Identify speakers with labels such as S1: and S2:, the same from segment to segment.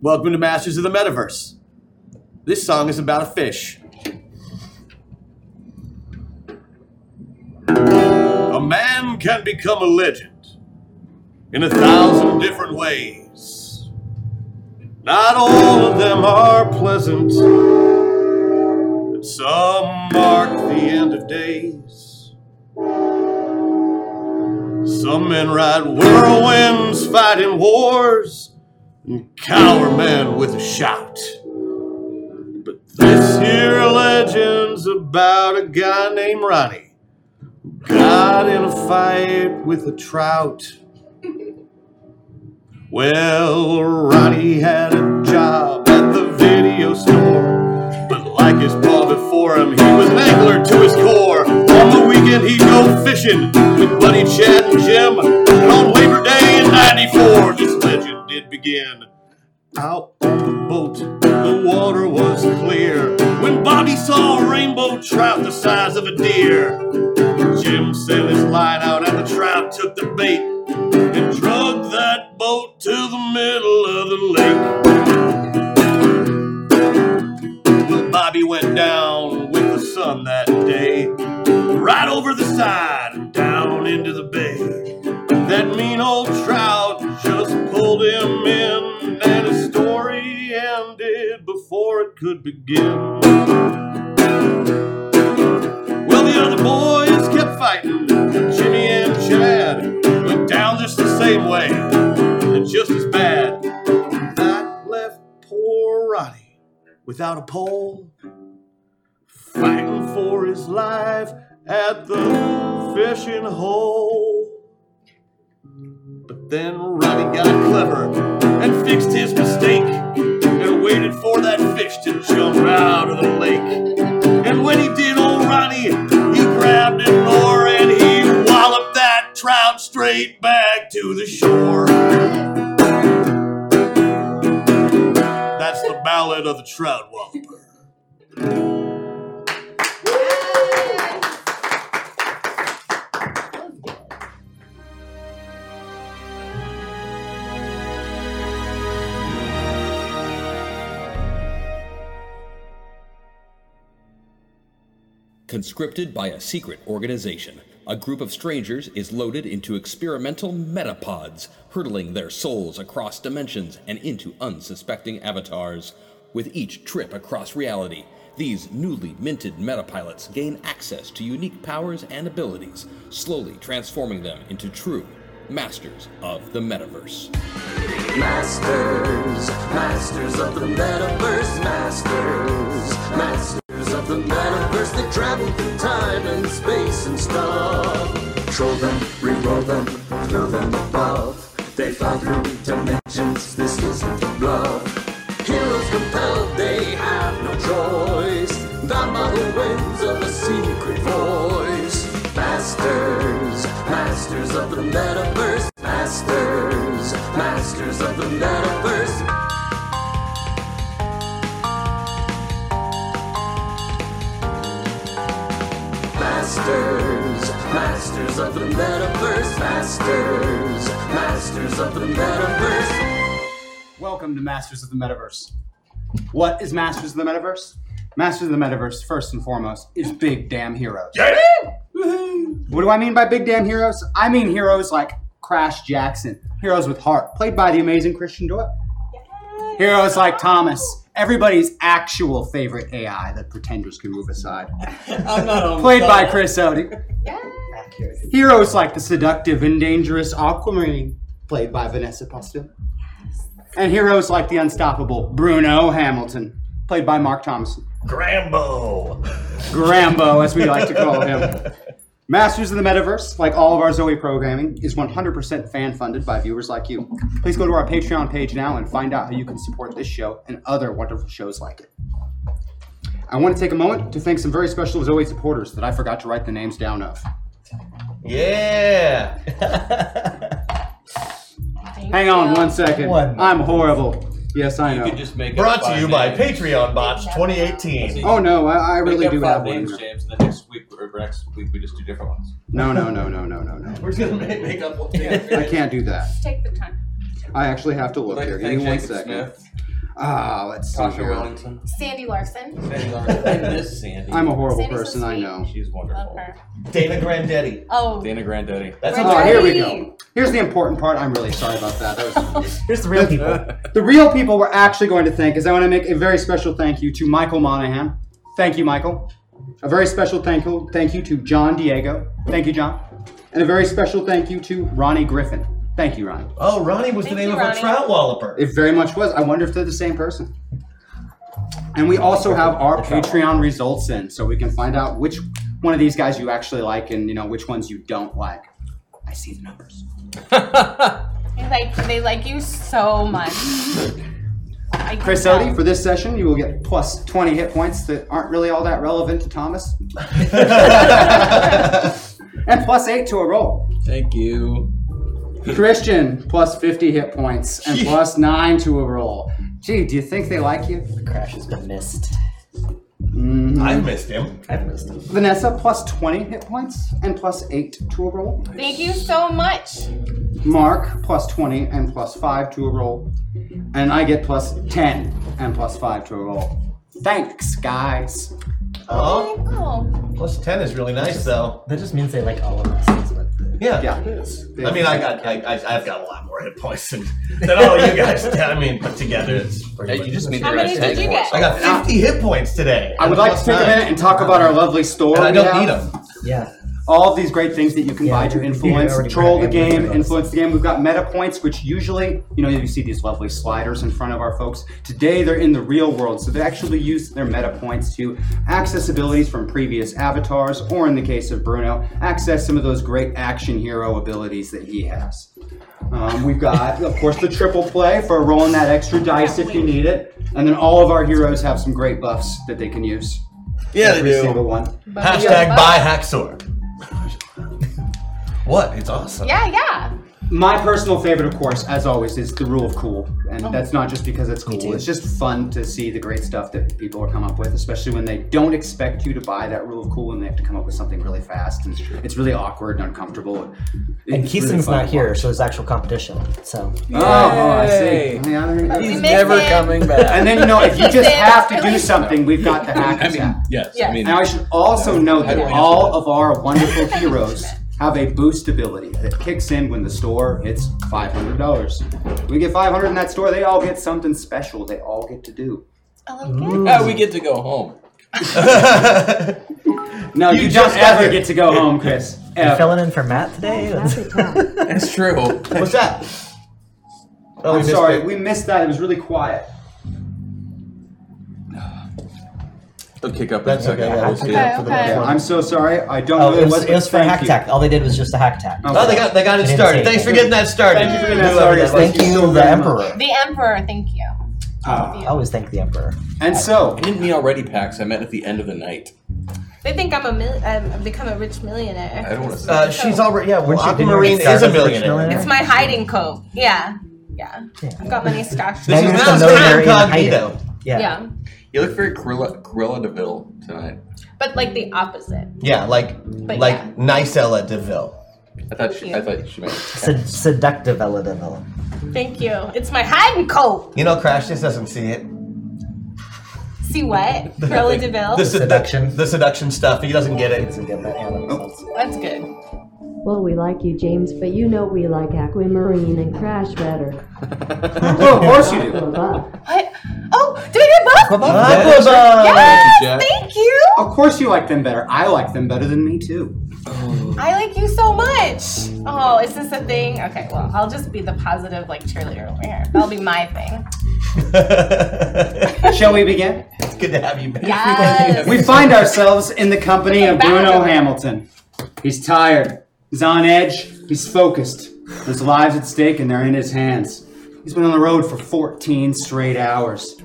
S1: Welcome to Masters of the Metaverse. This song is about a fish. A man can become a legend in a thousand different ways. Not all of them are pleasant, and some mark the end of days. Some men ride whirlwinds fighting wars and cower men with a shout. But this here legend's about a guy named Ronnie who got in a fight with a trout. Well, Ronnie had a job at the video store, but like his pa before him, he was an angler to his core. On the weekend, he'd go fishing with Buddy, Chad, and Jim. And on Labor Day in '94, this legend did begin. Out on the boat, the water was clear. When Bobby saw a rainbow trout the size of a deer, Jim sent his line out, and the trout took the bait and drug that boat to the middle of the lake. Well, Bobby went down with the sun that day, right over the side and down into the bay. That mean old trout just pulled him in, and his story ended before it could begin. Well, the other boys kept fighting. Jimmy and Chad went down just the same way and just as bad. That left poor Ronnie without a pole, fighting for his life at the fishing hole. But then Ronnie got clever and fixed his mistake and waited for that fish to jump out of the lake. And when he did, old Ronnie, he grabbed an oar and he walloped that trout straight back to the shore. That's the ballad of the trout walloper.
S2: Conscripted by a secret organization, a group of strangers is loaded into experimental metapods, hurtling their souls across dimensions and into unsuspecting avatars. With each trip across reality, these newly minted metapilots gain access to unique powers and abilities, slowly transforming them into true masters of the metaverse.
S3: Masters, masters of the metaverse, masters, masters of the metaverse. They travel through time and space and stuff. Troll them, re-roll them, throw them above. They fly through dimensions, this isn't bluff. Heroes compelled, they have no choice. The model wins of a secret voice. Masters, masters of the metaverse, masters, masters of the metaverse. Masters, masters of the metaverse, masters, masters of the metaverse.
S4: Welcome to Masters of the Metaverse. What is Masters of the Metaverse? Masters of the Metaverse, first and foremost, is big damn heroes. What do I mean by big damn heroes? I mean heroes like Crash Jackson, heroes with heart, played by the amazing Christian Doyle. Heroes like Thomas, everybody's actual favorite AI that pretenders can move aside,
S5: I'm not on
S4: played by
S5: fire.
S4: Chris Odie. Heroes like the seductive and dangerous Aquamarine, played by Vanessa Postel. And heroes like the unstoppable Bruno Hamilton, played by Mark Thompson.
S1: Grambo!
S4: Grambo, as we like to call him. Masters of the Metaverse, like all of our Zoe programming, is 100% fan funded by viewers like you. Please go to our Patreon page now and find out how you can support this show and other wonderful shows like it. I want to take a moment to thank some very special Zoe supporters that I forgot to write the names down of.
S5: Yeah.
S4: Hang on one second.
S5: One.
S4: I'm horrible. Yes, I
S6: You
S4: know.
S6: could just make
S1: Brought
S6: up
S1: to
S6: five
S1: you by
S6: names.
S1: Patreon Bots 2018.
S4: Oh no, I, I
S6: Make
S4: really
S6: up
S4: do
S6: five
S4: have one.
S6: names, James, and then next week or next week we just do different ones.
S4: No, no, no, no, no, no, no.
S6: We're just gonna make, make up one.
S4: I can't do that.
S7: Take the time.
S4: I actually have to look
S6: Like,
S4: here.
S6: thank
S4: Give me one
S6: Jacob
S4: second.
S6: Smith.
S4: Ah, let's see.
S3: Tasha
S4: here.
S3: Wellington.
S7: Sandy Larson.
S3: Sandy Larson. I miss Sandy.
S4: I'm a horrible
S7: Sandy's so
S4: person, I
S7: sweet.
S4: know.
S3: She's
S7: Love
S3: wonderful.
S7: her.
S8: Dana Grandetti.
S7: Oh,
S3: Dana Grandetti.
S8: That's
S7: We're
S8: how
S4: Oh, here we
S7: ready.
S4: go. Here's the important part. I'm really sorry about that. that was,
S8: Here's the real people.
S4: the real people we're actually going to thank is I want to make a very special thank you to Michael Monahan. Thank you, Michael. A very special thank you, thank you to John Diego. Thank you, John. And a very special thank you to Ronnie Griffin. Thank you, Ronnie.
S8: Oh, Ronnie was
S7: Thank
S8: the name
S7: you,
S8: of
S7: Ronnie.
S8: a trout walloper.
S4: It very much was. I wonder if they're the same person. And we also have our Patreon results in, so we can find out which one of these guys you actually like, and you know which ones you don't like. I see the numbers.
S7: they like they like you so much. I can
S4: Chris
S7: tell.
S4: Odie, for this session, you will get plus 20 hit points that aren't really all that relevant to Thomas, and plus 8 to a roll.
S9: Thank you.
S4: Christian, plus 50 hit points, and plus 9 to a roll. Gee, do you think they like you? Mm-hmm.
S9: Crash has been missed.
S8: I missed him.
S9: I've missed him.
S4: Vanessa, plus 20 hit points, and plus 8 to a roll.
S7: Thank you so much.
S4: Mark plus 20 and plus 5 to a roll. And I get plus 10 and plus 5 to a roll. Thanks, guys.
S8: Oh,
S7: Oh,
S8: plus ten is really nice though.
S9: That just means they like all of us. is what the-
S8: Yeah.
S4: Yeah.
S8: I mean, I got, I, I, I've got a lot more hit points than, than all you guys. I mean, put together, it's pretty
S2: Hey,
S8: much-
S2: you just need
S7: How
S2: your
S7: many
S2: attack
S7: did you
S2: points.
S7: get?
S8: I got 50 hit points today.
S4: I would like to take a minute and talk about our lovely store.
S8: And I
S4: we
S8: don't
S4: have.
S8: need them.
S9: Yeah.
S4: All of these great things that you can
S9: Yeah,
S4: buy to
S9: we- we
S4: influence,
S9: already
S4: troll the
S9: grabbed everything
S4: game,
S9: else.
S4: influence the game. We've got meta points, which usually, you know, you see these lovely sliders in front of our folks. Today, they're in the real world, so they actually use their meta points to access abilities from previous avatars, or in the case of Bruno, access some of those great action hero abilities that he has. Um, we've got, of course, the triple play for rolling that extra dice if you need it. And then all of our heroes have some great buffs that they can use.
S8: Yeah,
S4: Every single one.
S8: Hashtag buy Hacksaw. what? It's awesome.
S7: Yeah, yeah.
S4: My personal favorite, of course, as always, is the rule of cool, and that's not just because it's cool.
S9: Oh. too.
S4: It's just fun to see the great stuff that people are come up with, especially when they don't expect you to buy that rule of cool, and they have to come up with something really fast, and it's really awkward and uncomfortable.
S9: And
S4: it's really
S9: Keeson's
S4: fun
S9: not
S4: to
S9: here,
S4: watch.
S9: so there's actual competition. So
S4: Oh, oh, I
S9: Yay.
S4: see. Yeah, there you
S7: We
S4: go.
S9: he's
S7: missed
S9: never
S7: him.
S9: coming back.
S4: And then you know, if you just
S7: Keeson.
S4: have to do something, we've got the hack
S2: I mean,
S4: attack.
S2: yes.
S7: Yes.
S2: I mean,
S4: Now, I should also note that
S2: do I
S4: all
S2: answer
S4: of our wonderful heroes have a boost ability that kicks in when the store hits $500. We get 500 in that store, they all get something special they all get to do.
S7: I love it.
S2: Ah, we get to go home.
S4: No, you, don't
S8: just got
S4: ever
S8: here.
S4: get to go home, Chris. Ever.
S9: filling in for Matt today.
S2: That's true.
S8: What's that? Oh, we
S4: I'm
S8: missed
S4: sorry,
S8: it.
S4: we missed that. It was really quiet.
S2: They'll kick up.
S8: That's
S2: in a
S8: okay.
S2: second.
S8: Yeah, we'll see
S7: Okay,
S8: it for the
S7: okay.
S8: next
S4: Yeah,
S8: one.
S4: I'm so sorry. I don't
S9: Oh,
S4: know
S9: it
S4: it
S9: was, it was for
S4: thank
S9: hack
S4: you.
S9: tack. All they did was just a hack tack.
S4: Okay.
S8: Oh, they got they got it
S9: They didn't say
S8: started. Thanks for getting that started.
S4: Thank you for getting that started.
S9: Thank,
S4: Thank you
S9: you,
S4: so
S9: the
S4: very
S9: Emperor.
S4: much.
S7: The Emperor. Thank you.
S4: Ah.
S9: I always thank the Emperor.
S4: And so,
S2: I didn't mean already, Pax. I meant at the end of the night.
S7: They think I'm a mil- I've become a rich millionaire.
S2: I don't want to say.
S8: Uh, she's already yeah. Well,
S9: Weren't you- didn't you
S8: Aquamarine
S9: start
S8: is a
S9: as a
S8: millionaire.
S9: millionaire?
S7: It's my hiding cove. Yeah. Yeah. I've got money stashed.
S8: This
S9: Now
S8: is
S9: you're
S8: not
S9: just a millionaire in
S8: incognito.
S9: hiding. Yeah.
S7: yeah.
S2: You look very Cruella, Cruella Deville tonight.
S7: But like the opposite.
S8: Yeah, like like
S7: yeah.
S8: nice Ella Deville.
S2: I thought she. I thought she meant.
S9: Sed- seductive Ella
S7: Thank you. It's my hiding cove.
S8: You know, Crash just doesn't see it.
S7: See what? Cruella Deville.
S8: The seduction, the seduction stuff. He doesn't get it.
S9: Doesn't get that animal.
S7: That's good.
S10: Well, we like you, James, but you know we like Aquamarine and Crash better.
S4: well, of course you do.
S10: Well, bye.
S7: What? Oh, did I get buff?
S8: Aquamarine.
S7: Yes,
S2: Jack.
S7: thank you.
S4: Of course you like them better. I like them better than me, too.
S7: I like you so much. Oh, is this a thing? Okay, well, I'll just be the positive like cheerleader over here. That'll be my thing.
S4: Shall we begin?
S8: it's good to have you back.
S7: Yes.
S4: We find ourselves in the company of
S7: Back.
S4: Bruno Hamilton. He's tired. He's on edge. He's focused. His lives at stake, and they're in his hands. He's been on the road for 14 straight hours,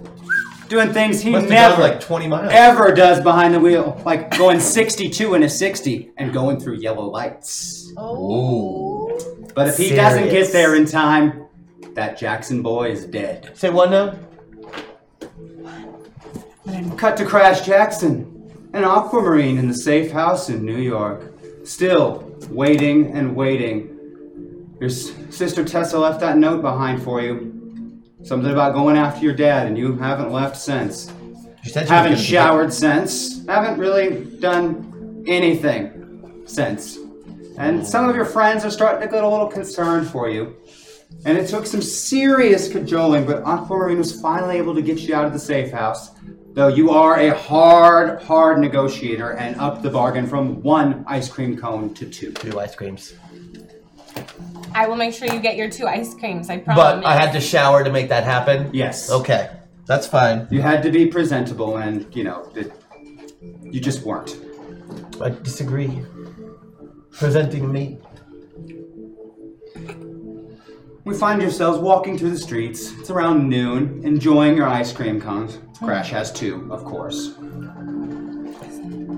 S4: doing things he
S8: Must have
S4: never,
S8: gone like 20 miles.
S4: ever does behind the wheel, like going 62 in a 60 and going through yellow lights.
S7: Oh.
S4: But if he doesn't get
S9: Serious.
S4: there in time, that Jackson boy is dead.
S8: Say one now.
S4: Cut to Crash Jackson, an aquamarine in the safe house in New York. Still waiting and waiting. Your s- sister Tessa left that note behind for you. Something about going after your dad, and you haven't left since.
S8: You said you were
S4: Haven't
S8: gonna be-
S4: showered since. Haven't really done anything since. And some of your friends are starting to get a little concerned for you. And it took some serious cajoling, but Aquamarine was finally able to get you out of the safe house. Though you are a hard, hard negotiator and upped the bargain from one ice cream cone to two.
S8: Two ice creams.
S7: I will make sure you get your two ice creams. I promise.
S8: But I had to shower to make that happen.
S4: Yes.
S8: Okay, that's fine.
S4: You had to be presentable, and, you know, it, you just weren't.
S8: I disagree. Presenting me.
S4: We find yourselves walking through the streets. It's around noon, enjoying your ice cream cones. Crash has two, of course.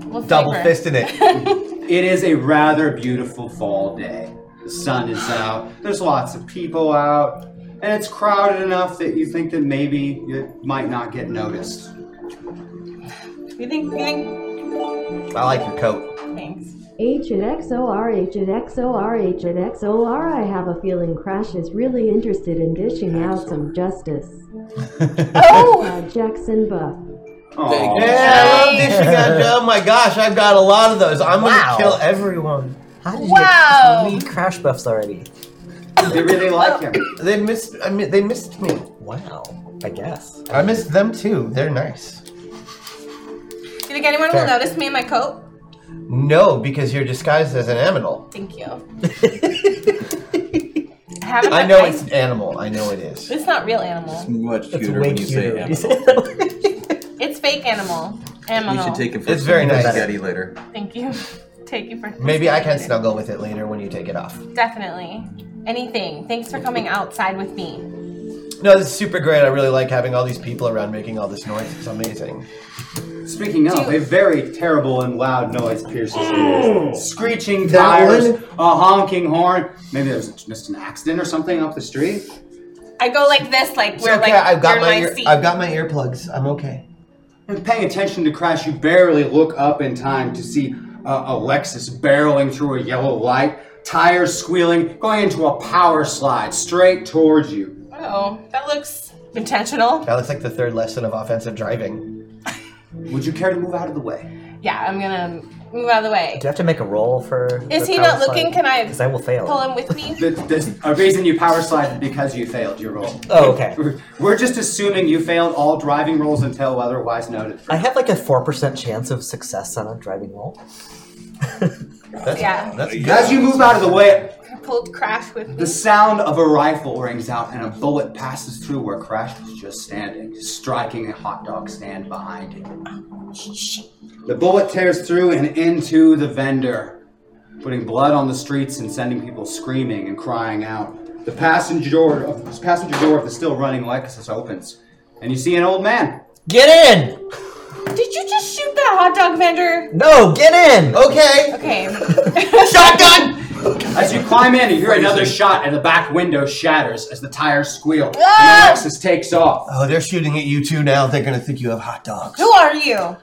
S7: What
S8: Double
S7: flavor?
S8: fisting it.
S4: It is a rather beautiful fall day. The sun is out, there's lots of people out, and it's crowded enough that you think that maybe it might not get noticed.
S7: You think? You think?
S8: I like your coat.
S7: Thanks.
S10: H and XOR, H and XOR, H and XOR. I have a feeling Crash is really interested in dishing out some justice.
S7: Oh,
S10: Uh, Jackson Buff.
S4: Aw.
S8: Yeah, I love dishing out. Oh my gosh, I've got a lot of those. I'm
S9: Wow.
S8: gonna kill everyone.
S9: How did you
S7: Wow.
S9: get so many crash buffs already?
S4: They really like him.
S8: They missed. I mean, they missed me.
S9: Wow. I guess.
S8: I missed them too. They're nice.
S7: you think anyone
S8: Fair.
S7: will notice me in my coat?
S8: No, because you're disguised as an animal.
S7: Thank you. I haven't.
S8: I
S7: had
S8: know
S7: ice-
S8: it's an animal. I know it is.
S7: It's not real animal.
S3: Much
S9: That's
S3: cuter
S9: way
S3: when you say
S9: cuter. when you
S3: animal.
S9: say that.
S7: It's fake animal.
S3: You
S7: Animal.
S3: should take it for
S8: It's very
S3: some
S8: nice.
S3: spaghetti later.
S7: Thank you. Take you for.
S8: Maybe I can snuggle with it later when you take it off.
S7: Definitely. Anything. Thanks for coming outside with me.
S8: No, this is super great. I really like having all these people around making all this noise. It's amazing.
S4: Speaking of, a very terrible and loud noise pierces the ears. Screeching
S8: Oh. That
S4: tires,
S8: one?
S4: a honking horn. Maybe there was just an accident or something up the street.
S7: I go like this, like
S8: It's
S7: we're
S8: okay.
S7: like
S8: I've got
S7: you're
S8: my,
S7: in
S8: ear-
S7: seat.
S8: I've got my earplugs. I'm okay.
S4: And paying attention to Crash, you barely look up in time to see uh, Alexis barreling through a yellow light, tires squealing, going into a power slide straight towards you.
S7: Oh, that looks intentional.
S8: That looks like the third lesson of offensive driving.
S4: Would you care to move out of the way?
S7: Yeah, I'm gonna move out of the way.
S9: Do you have to make a roll for?
S7: Is he not looking? Can I
S9: Because I will fail.
S7: Pull him with me.
S4: The, the, a reason you power slide is because you failed your roll.
S9: Oh, okay.
S4: We're- We're just assuming you failed all driving rolls until otherwise noted.
S9: I have like a four percent chance of success on a driving roll.
S8: That's,
S7: Yeah.
S8: That's good.
S4: As you move out of the way,
S7: I pulled Crash with me.
S4: the sound of a rifle rings out and a bullet passes through where Crash was just standing, striking a hot dog stand behind him. The bullet tears through and into the vendor, putting blood on the streets and sending people screaming and crying out. The passenger door of the passenger door of the still running Lexus opens, and you see an old man.
S9: Get in!
S7: Did you just shoot that hot dog vendor?
S9: No, get in!
S8: Okay.
S7: Okay.
S8: Shotgun.
S4: As you climb in, you hear another shot, and the back window shatters as the tires squeal. And
S7: Ah!
S4: Lexus takes off.
S8: Oh, they're shooting at you too now. They're gonna think you have hot dogs.
S7: Who are you?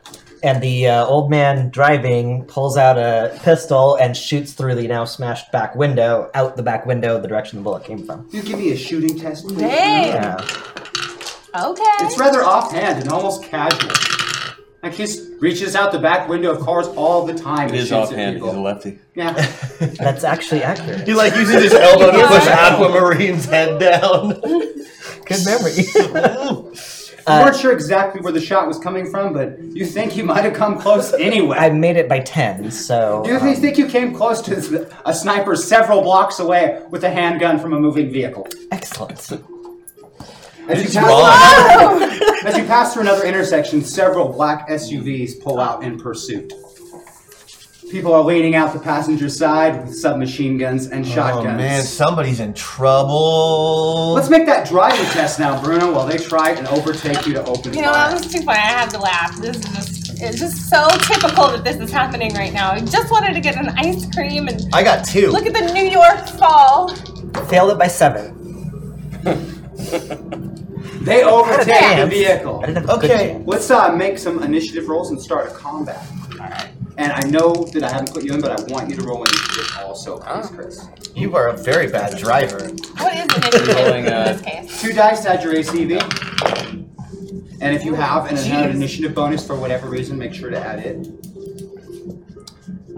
S9: And the uh, old man driving pulls out a pistol and shoots through the now smashed back window, out the back window, the direction the bullet came from.
S4: Can you give me a shooting test, please?
S7: Dang.
S9: Yeah.
S7: Okay.
S4: It's rather offhand and almost casual. Like he reaches out the back window of cars all the time.
S3: It
S4: and
S3: is
S4: shoots at
S3: offhand. He's
S4: people.
S3: a lefty.
S4: Yeah.
S9: That's actually accurate.
S8: He like uses his elbow to push
S7: Yeah.
S8: Aquamarine's head down.
S9: Good memory.
S4: you weren't sure exactly where the shot was coming from, but you think you might have come close anyway.
S9: I made it by 10, so.
S4: you
S9: um,
S4: think you came close to the- a sniper several blocks away with a handgun from a moving vehicle.
S9: um, excellent.
S4: As you,
S8: It's
S4: pass as you pass through another intersection, several black SUVs pull out in pursuit. People are leaning out the passenger side with submachine guns and
S8: Oh
S4: shotguns.
S8: man, somebody's in trouble.
S4: Let's make that driver test now, Bruno, while they try and overtake you to open
S7: You know, that
S4: fire.
S7: was too funny. I had to laugh. This is just, it's just so typical that this is happening right now. I just wanted to get an ice cream and
S8: I got two.
S7: look at the New York fall.
S9: Failed it by 7.
S4: They overtake the
S9: Damn. I
S4: vehicle.
S9: didn't have a good
S8: Okay.
S9: chance.
S4: Let's uh, make some initiative rolls and start a combat. And I know that I haven't put you in, but I want you to roll initiative also, please,
S7: Oh.
S4: Chris.
S8: You are a very bad driver.
S7: What is initiative
S3: Rolling,
S7: in
S3: uh,
S7: this case?
S4: Two dice to add your ACV. And if you have an added initiative bonus for whatever reason, make sure to add it.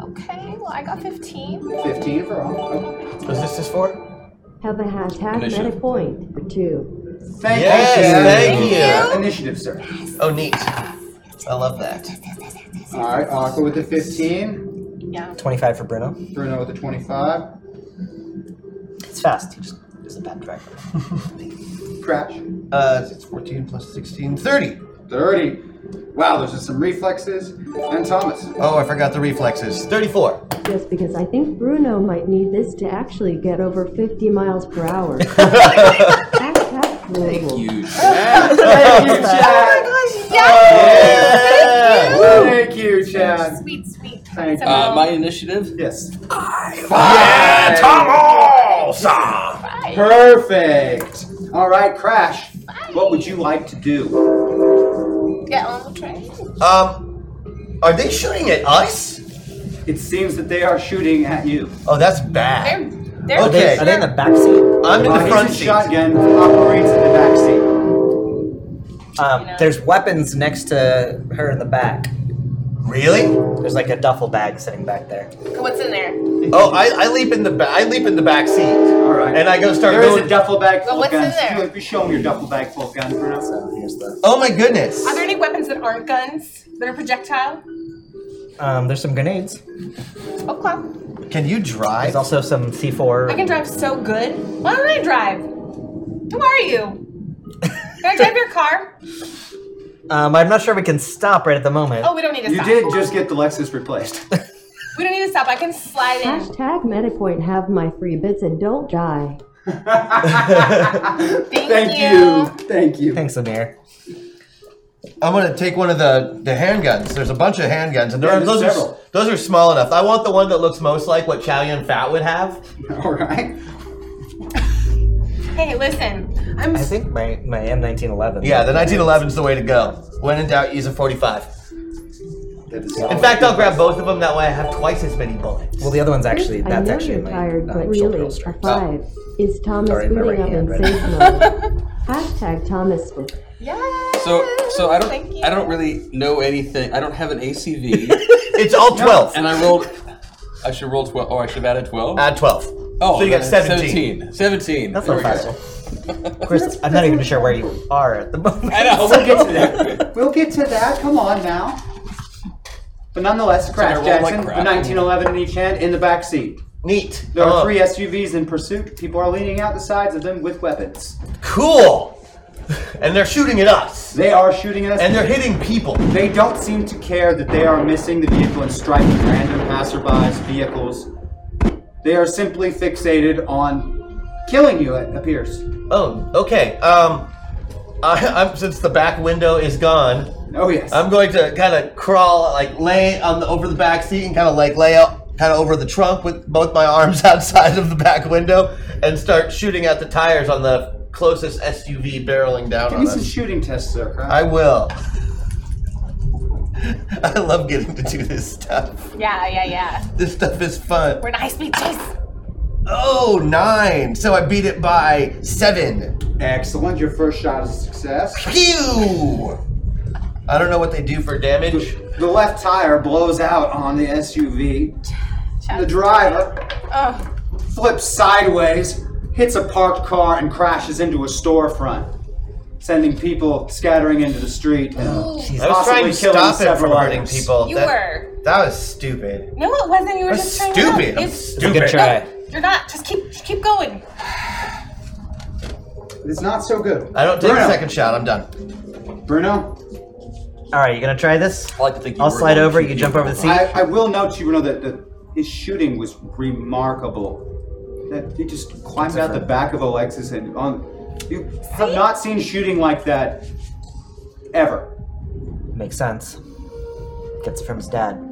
S7: Okay, well, I got 15.
S4: 15 for all.
S8: What's this is for?
S10: Have a hashtag meta point for two.
S4: Thank
S8: Yes,
S4: you.
S8: thank Thank
S7: you.
S4: Initiative, sir.
S8: Oh, neat. I love that.
S4: All right, Aqua with the 15,
S7: Yeah.
S9: 25 for Bruno.
S4: Bruno with the 25,
S9: It's fast. He just is a bad driver.
S4: Crash,
S8: Uh, it's 14 plus 16, 30.
S4: 30. Wow, those are some reflexes. And Thomas.
S8: Oh, I forgot the reflexes. 34.
S10: Just because I think Bruno might need this to actually get over 50 miles per hour. Hashtag global.
S3: You
S4: Thank you, Chad.
S7: Yes!
S4: Thank you,
S7: Thank you.
S4: Chad.
S7: Sweet, sweet.
S4: Thank
S7: So,
S4: you.
S3: Uh, my initiative?
S4: Yes.
S8: Yeah, Thomas!
S7: Right.
S4: Perfect. All right, Crash. What would you like to do?
S7: Get on the train.
S8: Um, are they shooting at us?
S4: It seems that they are shooting at you.
S8: Oh, that's
S7: They're,
S8: bad.
S7: they're
S9: Are they,
S8: Okay.
S9: are they in the back seat?
S8: I'm in
S4: Uh,
S8: Oh, the front
S4: he's a
S8: seat.
S4: shotgun operates in the back seat.
S9: Um, There's weapons next to her in the back.
S8: Really?
S9: There's like a duffel bag sitting back there.
S7: What's in there?
S8: Oh, I, I leap in the ba- I leap in the back seat,
S4: All right.
S8: and I go start
S4: there is
S8: going.
S4: a duffel bag full
S7: Well, what's
S4: of
S7: in
S4: guns.
S7: there?
S4: You, if you show them your duffel bag full of guns, Bruno.
S8: oh my goodness!
S7: Are there any weapons that aren't guns that are projectile? Oh,
S9: Um, there's some grenades.
S7: Okay.
S8: Can you drive?
S9: There's also some C4.
S7: I can drive so good. Why don't I drive? Who are you? Can I drive your car?
S9: Um, I'm not sure we can stop right at the moment.
S7: Oh, we don't need to
S4: You
S7: stop.
S4: did just get the Lexus replaced.
S7: We don't need to stop. I can slide in.
S10: Hashtag meta point. Have my free bits and don't die.
S7: Thank,
S4: Thank
S7: you.
S4: you. Thank you.
S9: Thanks, Amir.
S8: I'm gonna take one of the the handguns. There's a bunch of handguns, and there
S4: Yeah,
S8: are,
S4: there's
S8: those
S4: several.
S8: are those are small enough. I want the one that looks most like what Chow Yun Fat would have.
S4: All right.
S7: Hey, listen. I'm.
S9: I think my, my M1911.
S8: Yeah, the 1911's the way to go. When in doubt, use a 45.
S4: That is
S8: In fact, I'll grab both of them. That way, I have twice as many bullets.
S9: Well, the other one's actually,
S10: I
S9: that's
S10: know
S9: actually
S10: you're
S9: my
S10: tired,
S9: um,
S10: but
S9: shoulder
S10: really,
S9: holster.
S10: a five is Thomas
S9: Sorry, my
S10: booting
S9: right
S10: up in
S9: hand right
S10: safe mode. Hashtag Thomas.
S7: Yeah.
S3: So, so I
S7: Thank you.
S3: don't, I don't really know anything. I don't have an ACV,
S8: It's all 12.
S3: and I rolled. I should roll twelve. Oh, I should have added twelve.
S8: Add 12.
S3: oh,
S8: Uh, so you got
S3: uh, 17.
S8: 17.
S3: 17.
S9: That's a little faster. Oh. Chris, I'm not even sure where you are at the moment.
S3: I know.
S4: We'll get to that. We'll get to that. Come on now. But nonetheless, Crash
S3: roll like
S4: Jackson,
S3: crap.
S4: a 1911 in each hand, in the back seat.
S8: Neat.
S4: There
S8: Oh,
S4: are three SUVs in pursuit. People are leaning out the sides of them with weapons.
S8: Cool. And they're shooting at us.
S4: They are shooting at us.
S8: And they're hitting people.
S4: They don't seem to care that they are missing the vehicle and striking random passerbys, vehicles. They are simply fixated on killing you, it appears.
S8: Oh, okay. Um, I, I'm since the back window is gone,
S4: Oh, yes.
S8: I'm going to kind of crawl, like lay on the over the back seat and kind of like lay out, kind of over the trunk with both my arms outside of the back window and start shooting at the tires on the closest SUV barreling down
S4: Give
S8: on
S4: me
S8: us.
S4: some shooting tests, sir. Crash.
S8: I will. I love getting to do this stuff.
S7: Yeah, yeah, yeah.
S8: This stuff is fun.
S7: We're in a high speed chase.
S8: Oh, nine. So I beat it by seven.
S4: Excellent. Your first shot is a success.
S8: Pew! I don't know what they do for damage.
S4: The left tire blows out on the SUV. The driver
S7: Oh,
S4: flips sideways, hits a parked car, and crashes into a storefront, sending people scattering into the street. And
S8: I was
S4: possibly
S8: trying to
S4: killing
S8: stop it from
S4: several
S8: hurting
S4: others.
S8: people.
S7: you
S8: that,
S7: were.
S8: That was stupid.
S7: No, it wasn't. You were
S8: That's
S7: just trying to help.
S8: stupid. I'm
S7: It's-
S8: stupid.
S9: Good try.
S7: You're not. Just keep, just keep going.
S4: It's not so good.
S8: I don't take
S4: Bruno.
S8: a second shot. I'm done.
S4: Bruno,
S9: All right, you gonna try this?
S3: I like to think you
S9: I'll
S3: were
S9: slide
S3: going
S9: over,
S3: to
S9: you jump over the seat.
S4: I, I will note to you, Bruno, that, that his shooting was remarkable. That he just climbed out the back of a Lexus and on. You have not seen shooting like that ever.
S9: Makes sense. Gets it from his dad.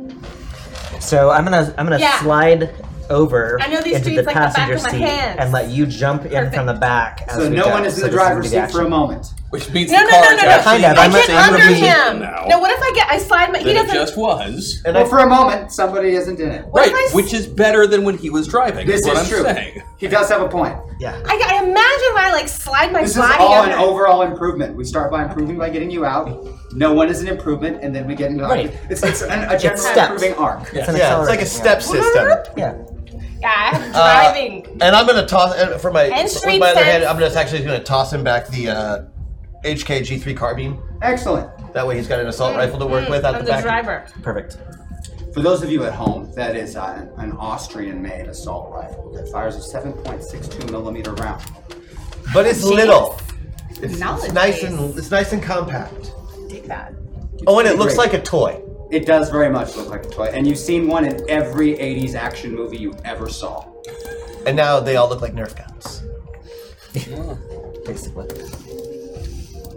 S9: So I'm gonna I'm gonna
S7: Yeah.
S9: slide over
S7: I know these
S9: into the
S7: streets like the back
S9: passenger
S7: of my
S9: seat
S7: hands.
S9: and let you jump in from the back. As
S4: So
S9: we
S4: no
S9: go,
S4: one is in the
S9: so this is gonna
S4: driver's
S9: be the
S4: seat for a
S9: action.
S4: moment.
S3: Which beats
S7: No,
S3: the
S7: no,
S3: car
S7: no, no, no.
S3: attack.
S9: Kind of.
S7: I
S9: I'm
S7: get
S9: actually
S7: under
S9: gonna be-
S7: him.
S3: now.
S7: No, what if I get I slide my? He
S3: Than it
S7: doesn't.
S3: just was.
S8: And
S4: Well,
S8: I-
S4: for a moment, somebody isn't in it.
S7: what if
S3: right,
S7: I,
S3: which is better than when he was driving.
S4: This
S3: what
S4: is
S3: I'm
S4: true.
S3: saying.
S4: He does have a point.
S9: Yeah.
S7: I, I imagine if I like slide my
S4: This is
S7: body
S4: all
S7: under.
S4: an overall improvement. We start by improving by getting you out. No one is an improvement, and then we get into
S9: Right.
S4: it's, it's an, a general
S9: steps.
S4: improving arc.
S9: It's an
S8: yeah, it's like a
S9: acceleration,
S8: step system.
S9: Yeah.
S7: yeah, I'm driving.
S8: And I'm gonna toss and for my
S7: And
S8: with
S7: street
S8: my other hand.
S7: sense.
S8: I'm just actually gonna toss him back the uh, HKG three carbine.
S4: Excellent.
S8: That way he's got an assault rifle to Uh, work with out
S7: I'm
S8: the
S7: mm, the
S8: back.
S7: driver.
S9: Perfect.
S4: For those of you at home, that is uh, an Austrian-made assault rifle that fires a 7.62 millimeter round.
S8: But it's little. It's,
S7: Knowledge
S8: it's nice
S7: base.
S8: and it's nice and compact.
S7: Take that.
S8: Oh, and it looks
S4: great.
S8: like a toy.
S4: It does very much look like a toy, and you've seen one in every 80s action movie you ever saw.
S8: And now they all look like Nerf guns.
S9: Basically.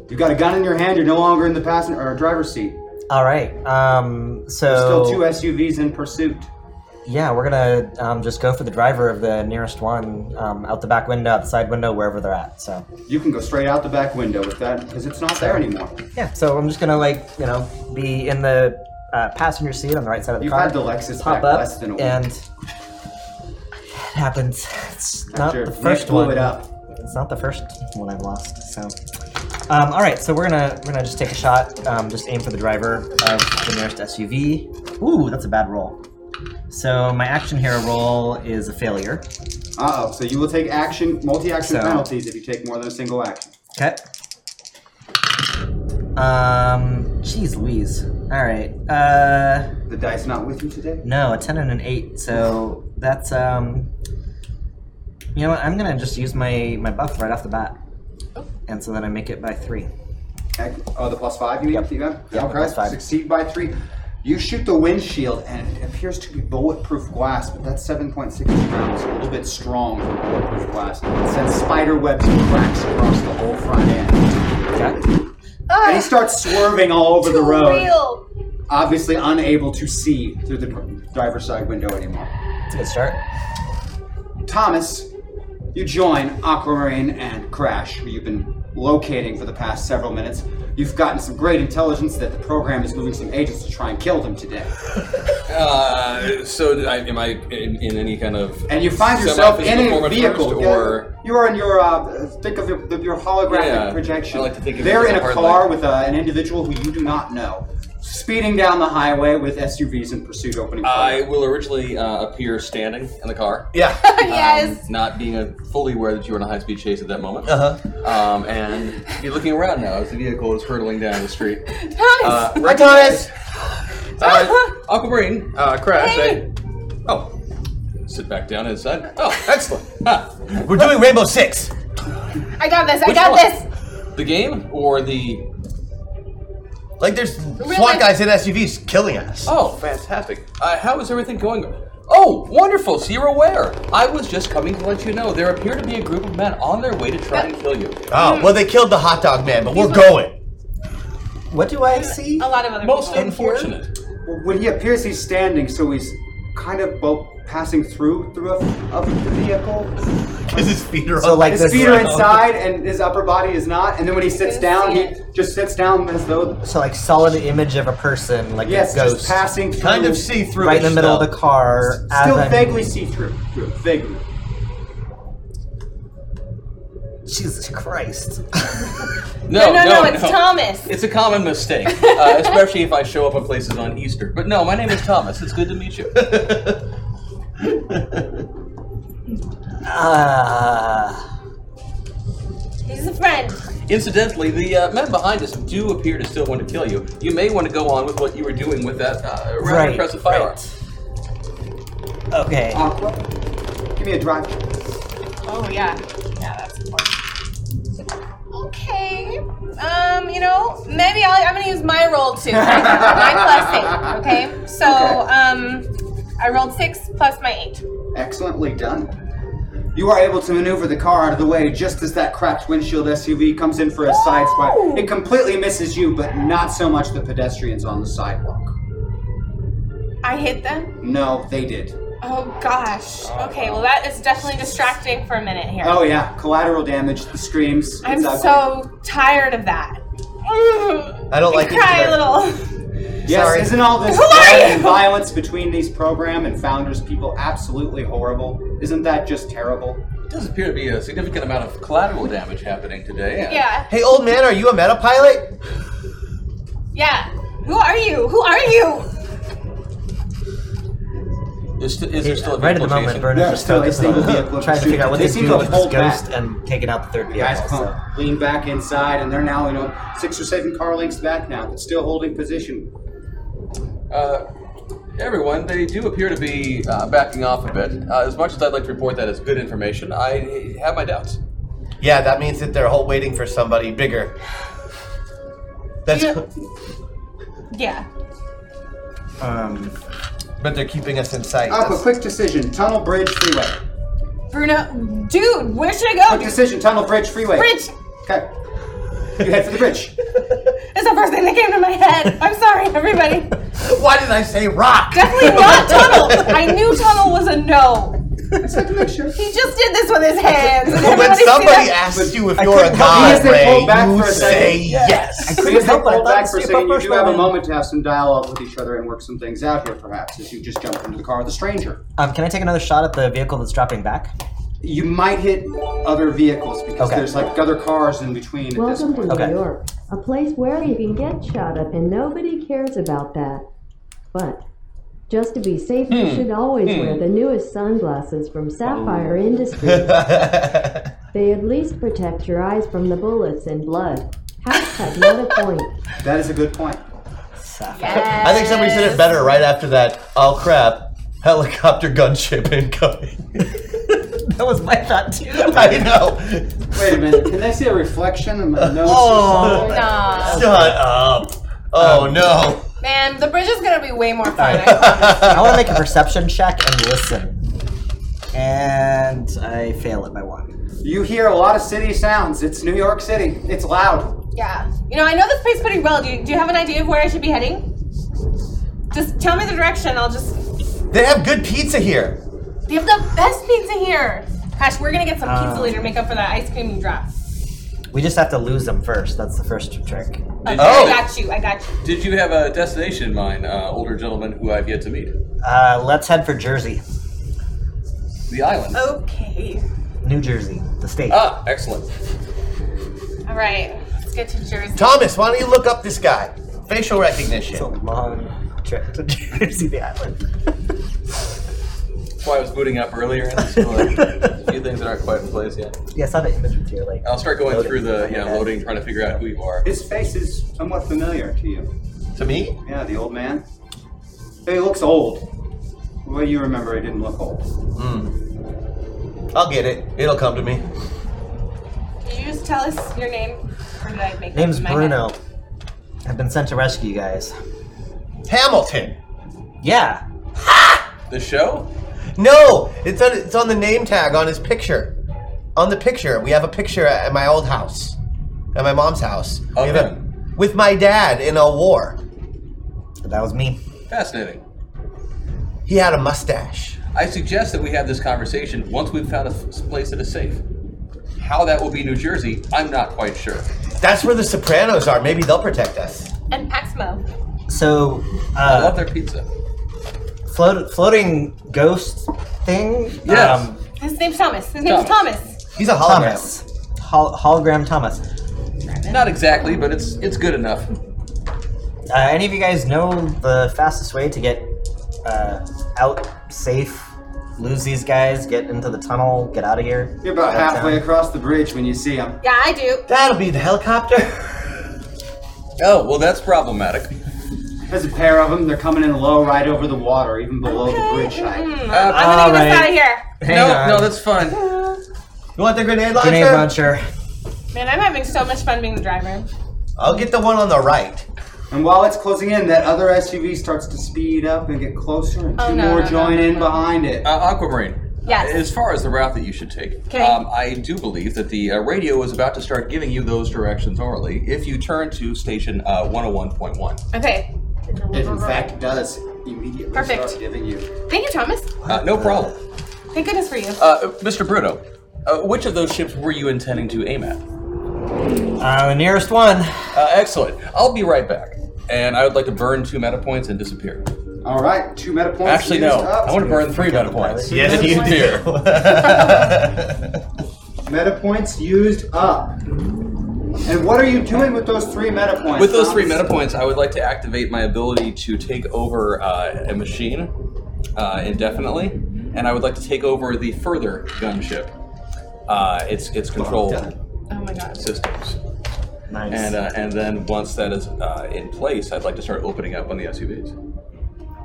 S4: You've got a gun in your hand. You're no longer in the passenger or driver's seat.
S9: All right. Um.
S4: There's
S9: So.
S4: still two SUVs in pursuit.
S9: Yeah, we're gonna um, just go for the driver of the nearest one, um, out the back window, out the side window, wherever they're at. So
S4: You can go straight out the back window with that because it's not there anymore.
S9: yeah, so I'm just gonna like you know be in the uh, passenger seat on the right side of the
S4: You've
S9: car.
S4: had the Lexus
S9: pop
S4: back
S9: up
S4: less than a week.
S9: and it happens. It's not
S4: After
S9: the
S4: Nick
S9: first
S4: blew
S9: one.
S4: it up.
S9: It's not the first one I've lost. So um, all right, so we're gonna we're gonna just take a shot. Um, just aim for the driver of the nearest SUV. Ooh, that's a bad roll. So my action hero roll is a failure.
S4: Uh oh. So you will take action, multi-action
S9: So-
S4: penalties if you take more than a single action.
S9: Okay. Um, jeez Louise. All right. Uh,
S4: The dice not with you today.
S9: no, a 10 and an 8. So that's, um, you know what? I'm going to just use my, my buff right off the bat.
S4: Oh.
S9: And so then I make it by 3.
S4: Ac- Oh, the plus five you mean?
S9: Yep.
S4: You have?
S9: Yep,
S4: Okay.
S9: plus five.
S4: Succeed by three. You shoot the windshield, and it appears to be bulletproof glass, but that's 7.6 pounds, a little bit strong for bulletproof glass. It sends spider webs and cracks across the whole front end.
S9: Okay.
S4: And he
S7: Ah,
S4: starts swerving all over the
S7: too
S4: road,
S7: real.
S4: obviously unable to see through the dr- driver's side window anymore.
S9: That's a good start.
S4: Thomas, you join Aquamarine and Crash, who you've been locating for the past several minutes. You've gotten some great intelligence that the program is moving some agents to try and kill them today.
S3: Uh, so did I, am I in, in any kind of?
S4: And you find yourself in
S3: semi-physical form
S4: a
S3: at
S4: vehicle.
S3: first,
S4: Yeah,
S3: or
S4: you are in your uh, think of your, your holographic
S3: Yeah,
S4: projection.
S3: I like to think of
S4: They're
S3: it as
S4: in
S3: a
S4: a
S3: hard
S4: car
S3: light.
S4: with uh, an individual who you do not know, speeding down the highway with SUVs in pursuit, opening
S3: I
S4: fire.
S3: will originally uh, appear standing in the car.
S8: Yeah.
S7: yes.
S3: Not being uh fully aware that you were in a high-speed chase at that moment,
S8: Uh huh.
S3: um, and you're looking around now as the vehicle is hurtling down the street. Uh,
S7: Thomas.
S8: Right, Thomas.
S3: Uh, Aquamarine, uh, crash.
S7: Hey.
S3: I, oh, sit back down inside. Oh, excellent. Ha.
S8: We're doing Rainbow Six.
S7: I got this. I
S3: Which
S7: got
S3: one?
S7: this.
S3: The game or the?
S8: Like there's
S7: life-
S8: SWAT guys in SUVs killing us.
S3: Oh, fantastic. Uh, how is everything going? Oh, wonderful. So you're aware. I was just coming to let you know there appear to be a group of men on their way to try and kill you.
S8: Oh,
S9: Mm.
S8: well they killed the hot dog man, but we're going.
S9: What do I see?
S7: A lot of other
S3: Most
S7: people.
S3: unfortunate.
S4: When he appears, he's standing, so he's kind of both passing through through a, of the vehicle.
S8: Because his feet are
S9: So,
S8: on-
S9: like,
S4: His
S9: this-
S4: feet are inside and his upper body is not. And then when he sits down, he just sits down as though,
S9: So, like, solid image of a person, like
S4: yes,
S9: a ghost.
S4: just passing through.
S8: kind of see through.
S9: Right in the middle of the car. as
S4: Still
S9: I'm-
S4: vaguely see through. Vaguely.
S9: Jesus Christ.
S7: No, no, no, it's Thomas.
S3: It's a common mistake, uh, especially if I show up at places on Easter. But no, my name is Thomas. It's good to meet you.
S9: Uh,
S7: He's a friend.
S3: Incidentally, the uh, men behind us do appear to still want to kill you. You may want to go on with what you were doing with that uh, rather
S9: right.
S3: impressive firearm. Ah,
S9: right. Okay.
S4: Aqua, give me a drive.
S7: Oh yeah. Yeah, that's important. Okay. Um, you know, maybe I'll, I'm gonna use my roll too. my plus eight. Okay. So
S4: Okay.
S7: um, I rolled six plus my eight.
S4: Excellently done. You are able to maneuver the car out of the way just as that cracked windshield SUV comes in for a side swipe. It completely misses you, but not so much the pedestrians on the sidewalk.
S7: I hit them.
S4: No, they did.
S7: Oh gosh. Okay, well that is definitely distracting for a minute here.
S4: Oh yeah, collateral damage. The screams.
S7: I'm
S4: it's ugly.
S7: so tired of that. I
S8: I don't like it
S7: cry a
S8: either.
S7: little.
S4: Yes,
S8: Sorry.
S4: isn't all this
S7: Who are
S4: blood
S7: you?
S4: and violence between these program and founders people absolutely horrible? Isn't that just terrible?
S3: It does appear to be a significant amount of collateral damage happening today.
S7: Yeah.
S8: Hey, old man, are you a meta pilot?
S7: Yeah. Who are you? Who are you?
S3: Is, st- is there still a
S9: right at
S3: vehicle
S9: the moment,
S3: chasing?
S9: Burners
S4: Yeah,
S9: are still
S4: so it's
S9: just,
S4: the
S9: uh,
S4: vehicle
S9: trying to figure out what
S4: they
S9: they,
S4: seem
S9: do
S4: to
S9: with this
S4: hold
S9: ghost
S4: back.
S9: and taking out the third
S4: The guys
S9: vehicle.
S4: come
S9: so.
S4: lean back inside, and they're now you know six or seven car lengths back now, but still holding position.
S3: Uh, everyone, they do appear to be uh, backing off a bit. Uh, as much as I'd like to report that as good information, I have my doubts.
S8: Yeah, that means that they're all waiting for somebody bigger. That's.
S7: Yeah. Yeah.
S9: Um,
S8: But they're keeping us in sight.
S4: Up, a
S8: That's-
S4: quick decision: tunnel, bridge, freeway.
S7: Bruno, dude, where should I
S4: Quick
S7: go?
S4: decision: tunnel, bridge, freeway.
S7: Bridge
S4: Okay. You head for the bridge.
S7: is the first thing that came to my head. I'm sorry, everybody.
S8: Why did I say rock?
S7: Definitely not tunnel. I knew tunnel was a no.
S4: Just had to make sure.
S7: He just did this with his hands. Did
S8: when
S7: everybody see
S8: somebody
S7: that?
S8: asks you if
S4: I
S8: you're a
S4: couldn't help-
S8: god,
S4: because they
S8: Ray,
S4: pulled back
S8: you
S4: for a second.
S8: say
S4: Yeah.
S8: yes.
S9: couldn't
S4: Because they
S9: help but I
S4: pulled
S9: thought
S4: back
S9: to
S4: for a
S9: see if
S4: second,
S9: I
S4: you
S9: pushed
S4: do have
S9: my-
S4: a moment to have some dialogue with each other and work some things out here, perhaps, as you just jump into the car of the stranger.
S9: um, can I take another shot at the vehicle that's dropping back?
S4: You might hit other vehicles because
S9: Okay.
S4: there's like other cars in between at this
S10: Welcome to
S4: point.
S10: New
S9: Okay.
S10: York, a place where you can get shot up and nobody cares about that. But just to be safe,
S9: Hmm.
S10: you should always wear the newest sunglasses from Sapphire Industries. they at least protect your eyes from the bullets and blood. Hashtag not a point.
S4: That is a good point.
S7: Yes.
S8: I think somebody said it better right after that. Oh crap! Helicopter gunship incoming.
S9: That was my shot too.
S8: I know.
S4: Wait a minute, can I see a reflection in my nose?
S8: Oh.
S4: or something?
S7: Nah.
S8: Shut up. Oh no.
S7: Man, the bridge is gonna be way more fun. I promise.
S9: I want to make a perception check and listen. And I fail it by one.
S4: You hear a lot of city sounds. It's New York City. It's loud.
S7: yeah. You know, I know this place pretty well. Do you, do you have an idea of where I should be heading? Just tell me the direction. I'll just.
S8: They have good pizza here.
S7: They have the best pizza here. Gosh, we're gonna get some pizza
S3: Uh.
S9: Um.
S7: later. to Make up for that ice cream you dropped.
S9: We just have to lose them first. That's the first trick.
S7: Okay,
S8: Oh.
S7: I got you. I got you.
S3: Did you have a destination in mind, uh, older gentleman who I've yet to meet?
S9: Uh, let's head for Jersey,
S3: The island.
S7: Oh. Okay.
S9: New Jersey, the state.
S3: Ah, excellent.
S7: All right. Let's get to Jersey.
S8: Thomas, why don't you look up this guy? Facial recognition.
S9: It's a long trip to Jersey, the island.
S3: That's why I was booting up earlier. and there's still a few things that aren't quite in place yet.
S9: yeah, I saw the image with you. Like,
S3: I'll start going
S9: Loading.
S3: through the yeah loading, trying to figure out who you are.
S4: His face is somewhat familiar to you.
S8: to me?
S4: Yeah, the old man. He looks old. The way you remember, he didn't look old.
S8: I'll get it. It'll come to me.
S7: Did you just tell us your name? Or did I make up
S9: name's
S7: in my head?
S9: Bruno. I've been sent to rescue you guys.
S8: Hamilton.
S9: Yeah.
S3: The show?
S8: No, it's on, it's on the name tag on his picture. On the picture, we have a picture at my old house, at my mom's house. We
S3: Of
S8: have a-
S3: him?
S8: with my dad in a war.
S9: That was me.
S3: Fascinating.
S8: He had a mustache.
S3: I suggest that we have this conversation once we've found a f- place that is safe. How that will be New Jersey, I'm not quite sure.
S8: That's where the Sopranos are. Maybe they'll protect us.
S7: And Paxmo.
S9: So,
S3: I love
S9: uh,
S3: their pizza.
S9: float, floating ghost thing? Um,
S3: Yes.
S7: His name's Thomas. His name's
S3: Thomas.
S7: Thomas.
S8: He's a hologram.
S9: Thomas. Hol- hologram Thomas.
S3: Not exactly, but it's it's good enough.
S9: Uh, any of you guys know the fastest way to get uh, out safe, lose these guys, get into the tunnel, get out of here?
S4: You're about
S9: Downtown?
S4: halfway across the bridge when you see him.
S7: Yeah, I do.
S8: That'll be the helicopter.
S3: Oh well, that's problematic.
S4: There's a pair of them. They're coming in low, right over the water, even
S3: Oh,
S4: below the bridge height.
S7: Mm,
S3: Uh,
S7: I'm gonna get
S9: alright.
S7: this out of here.
S9: Hang
S3: no,
S9: on.
S3: no, that's fun.
S8: You want the grenade launcher?
S9: Grenade launcher.
S7: Man, I'm having so much fun being the driver.
S8: I'll get the one on the right.
S4: And while it's closing in, that other SUV starts to speed up and get closer, and two
S7: Oh, no,
S4: more
S7: no, no,
S4: join
S7: no,
S4: in
S7: no.
S4: behind it.
S3: Uh, Aquamarine.
S7: Yes.
S3: As far as the route that you should take,
S7: 'Kay.
S3: um, I do believe that the uh, radio is about to start giving you those directions oh orally if you turn to station uh, 101.1.
S7: Okay.
S4: It in fact does. immediately
S7: Perfect.
S4: start giving you.
S7: Thank you, Thomas.
S3: Uh, no problem.
S7: Thank goodness for you.
S3: Uh, Mr. Bruno, uh, which of those ships were you intending to aim at?
S9: Uh, the nearest one.
S3: Uh, excellent. I'll be right back. And I would like to burn two meta points and disappear.
S4: All right, two meta points.
S3: Actually, no.
S4: used up.
S3: I want to burn three meta points.
S8: Yes, you do.
S4: Meta points used up. And what are you doing with those three meta points?
S3: With those three
S4: Thomas?
S3: meta points, I would like to activate my ability to take over uh, a machine uh, indefinitely, and I would like to take over the further gunship. Uh, its its control
S7: oh my god.
S3: systems,
S9: Nice.
S3: and uh, and then once that is uh, in place, I'd like to start opening up on the SUVs.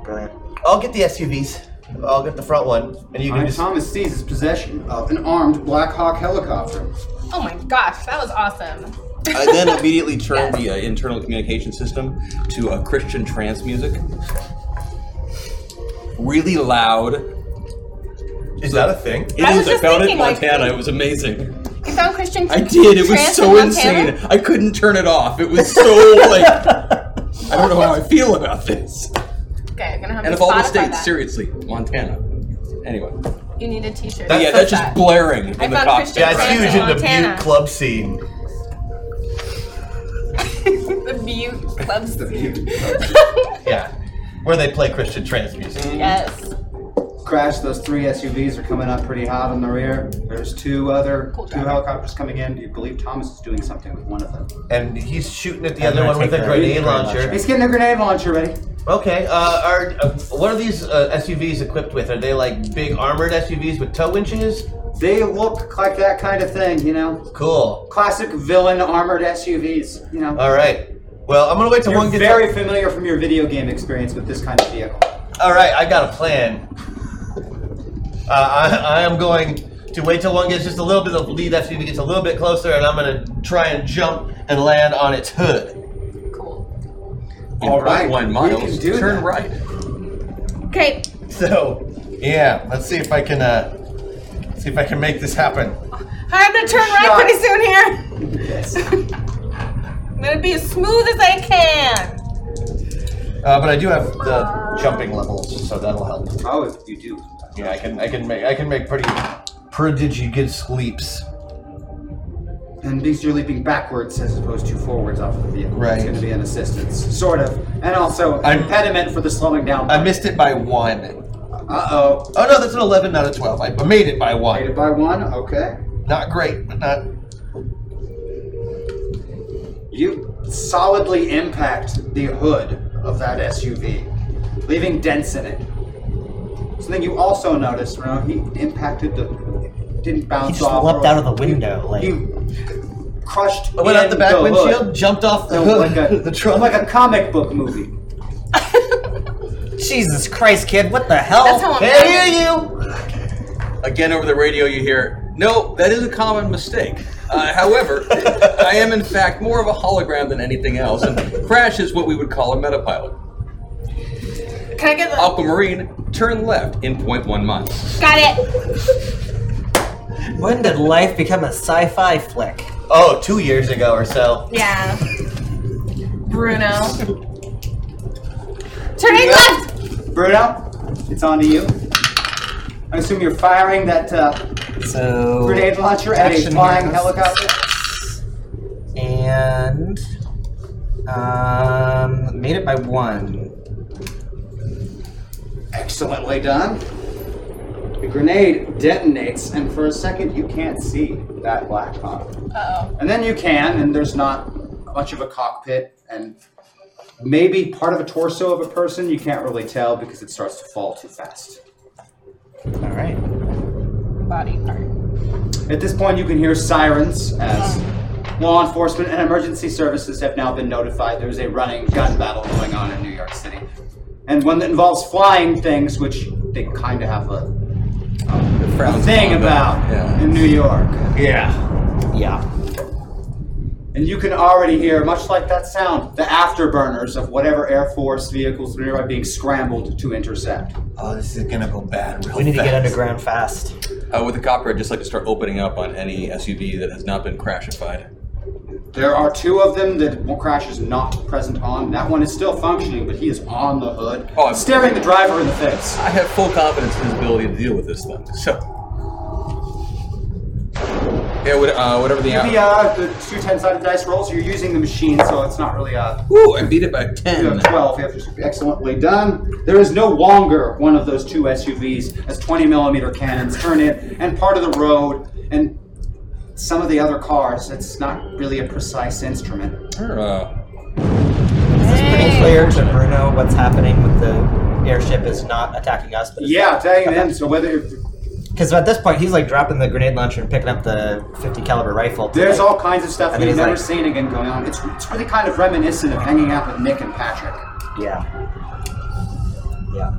S9: Brilliant.
S8: I'll get the SUVs. I'll get the front one, and you
S4: All
S8: can
S4: right,
S8: just.
S4: Thomas seizes possession of an armed Black Hawk helicopter.
S7: Oh my gosh, that was awesome.
S3: I then immediately turn the uh, internal communication system to uh, Christian trance music, really loud.
S8: Is that a thing?
S3: It
S7: I was
S3: is- I
S7: just
S3: found it in
S7: thinking, like-
S3: Montana. it was amazing.
S7: You found Christian.
S3: I did. It was
S7: trans
S3: so
S7: in Montana?
S3: insane. I couldn't turn it off. It was so like I don't know how I feel about this.
S7: Okay, I'm gonna have
S3: And
S7: to
S3: of all the
S7: Spotify
S3: states,
S7: that.
S3: seriously, Montana. Anyway,
S7: You need a T-shirt.
S3: But yeah, that's just blaring in
S7: I
S3: the
S7: found
S3: cockpit.
S7: Christian
S8: Yeah, it's
S7: Trance
S8: huge
S7: in
S8: in the
S7: Montana.
S8: Butte club scene.
S7: the Butte Club.
S8: Yeah, where they play Christian trance music.
S7: yes.
S4: Crash. Those three SUVs are coming up pretty hot on the rear. There's two other
S7: Cool
S4: two
S7: job.
S4: helicopters coming in. Do you believe Thomas is doing something with one of them?
S8: And he's shooting at the
S9: I'm
S8: other
S9: gonna
S8: one with
S9: take
S8: a
S9: the
S8: grenade
S9: grenade
S8: launcher.
S4: He's getting a grenade launcher ready.
S8: Okay, uh, are uh, what are these uh, SUVs equipped with? Are they like big armored SUVs with tow winches?
S4: They look like that kind of thing, you know.
S8: Cool.
S4: Classic villain armored SUVs, you know.
S8: All right. Well, I'm gonna wait till
S4: You're
S8: Uh, one gets.
S4: very familiar from your video game experience with this kind of vehicle.
S8: All right, I got a plan. Uh, I, I am going to wait till one gets just a little bit. The lead SUV gets a little bit closer, and I'm gonna try and jump and land on its hood.
S7: Cool.
S4: All right,
S3: One
S4: we
S3: miles.
S4: can do
S3: turn
S4: that.
S3: right.
S7: Okay.
S8: So, yeah, let's see if I can uh, see if I can make this happen.
S7: I'm gonna turn right pretty soon here. I'm gonna be as smooth as I can.
S8: Uh, but I do have the jumping levels, so that'll help.
S4: Oh, you do.
S8: Yeah, I can I can make I can make pretty prodigy good sleeps.
S4: And because you're leaping backwards as opposed to forwards off of the vehicle,
S8: Right.
S4: it's going to be an assistance, sort of, and also an
S8: I'm-
S4: impediment for the slowing down.
S8: I missed it by one.
S4: Uh oh.
S8: Oh no, that's an eleven, not a twelve. I made it by
S4: Rated
S8: one.
S4: by one. Okay.
S8: Not great, but not
S4: You solidly impact the hood of that SUV, leaving dents in it. Something you also noticed, Reno, he impacted the, didn't bounce
S9: just
S4: off.
S9: leapt
S4: or-
S9: out of the window, like-
S4: you crushed.
S8: I went out the
S4: in
S8: back
S4: hood.
S8: windshield, jumped off the
S4: No,
S8: hood,
S4: like a,
S8: the trunk.
S4: like a comic book movie.
S9: Jesus Christ, kid! What the hell?
S7: That's how I'm
S8: Hey,
S7: driving.
S8: hear you!
S3: Again over the radio, you hear, "No, that is a common mistake." Uh, however, I am in fact more of a hologram than anything else, and crash is what we would call a metapilot.
S7: Can I get the?
S3: Aquamarine, turn left in 0.1 miles.
S7: Got it.
S9: when did life become a sci-fi flick?
S8: Oh, two years ago or so.
S7: Yeah. Bruno. Turning left.
S4: Bruno, it's on to you. I assume you're firing that uh,
S9: So
S4: grenade launcher at a
S9: action
S4: flying
S9: heroes.
S4: helicopter.
S9: and um, made it by one.
S4: Excellently done. The grenade detonates, and for a second you can't see that black hawk.
S7: Uh
S4: And then you can, and there's not much of a cockpit, and maybe part of a torso of a person. You can't really tell because it starts to fall too fast.
S9: All right.
S7: oh. Body part.
S4: At this point, you can hear sirens as law enforcement and emergency services have now been notified there's a running gun battle going on in New York City. And one that involves flying things, which they kind of have a, a thing about
S3: Yeah.
S4: in New York.
S8: Yeah.
S9: Yeah.
S4: And you can already hear, much like that sound, the afterburners of whatever Air Force vehicles nearby being scrambled to intercept.
S8: Oh, this is gonna go bad. Real
S9: We need to get
S8: fast.
S9: underground fast.
S3: Uh, with the copper, I'd just like to start opening up on any SUV that has not been crashified.
S4: There are two of them that one crash is not present on. That one is still functioning, but he is on the hood,
S3: Oh, I'm-
S4: staring the driver in the face.
S3: I have full confidence in his ability to deal with this thing. So, yeah, what, uh, whatever the
S4: The, uh, the two ten-sided dice rolls. You're using the machine, so it's not really a.
S3: Ooh, I beat it by ten.
S4: You have twelve. You have just excellently done. There is no longer one of those two SUVs as twenty millimeter cannons turn in and part of the road and some of the other cars. It's not really a precise instrument.
S3: Or, uh,
S9: Pretty clear to Bruno what's happening with the airship is not attacking us. But
S4: Yeah, dang them. So whether
S9: Because at this point, he's like dropping the grenade launcher and picking up the 50 caliber rifle. to,
S4: There's
S9: like-
S4: all kinds of stuff
S9: And then
S4: we've
S9: he's
S4: never
S9: like-
S4: seen again going on. It's, it's really kind of reminiscent of hanging out with Nick and Patrick.
S9: Yeah. Yeah.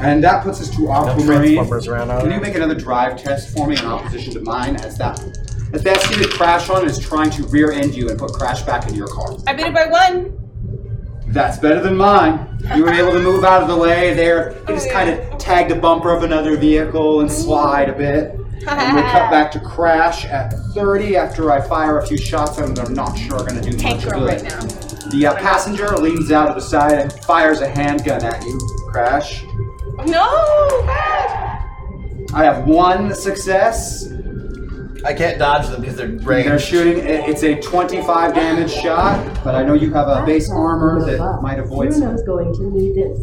S4: And that puts us to Aquamarine.
S9: Transformers around out.
S4: Can you make another drive test for me in opposition to mine as that as that seated crash on is trying to rear end you and put crash back into your car?
S7: I beat it by one.
S4: That's better than mine. You were able to move out of the way there. You just kind of tagged a bumper of another vehicle and slide a bit. And we cut back to crash at 30 after I fire a few shots at him that I'm not sure are going to do
S7: Tank
S4: much
S7: girl
S4: good.
S7: right now.
S4: The uh, passenger leans out of the side and fires a handgun at you. Crash.
S7: No, God.
S4: I have one success.
S8: I can't dodge them because they're range.
S4: They're shooting. i- It's a 25 damage shot, but I know you have a base armor that might avoid. some-
S10: Bruno's going to need this.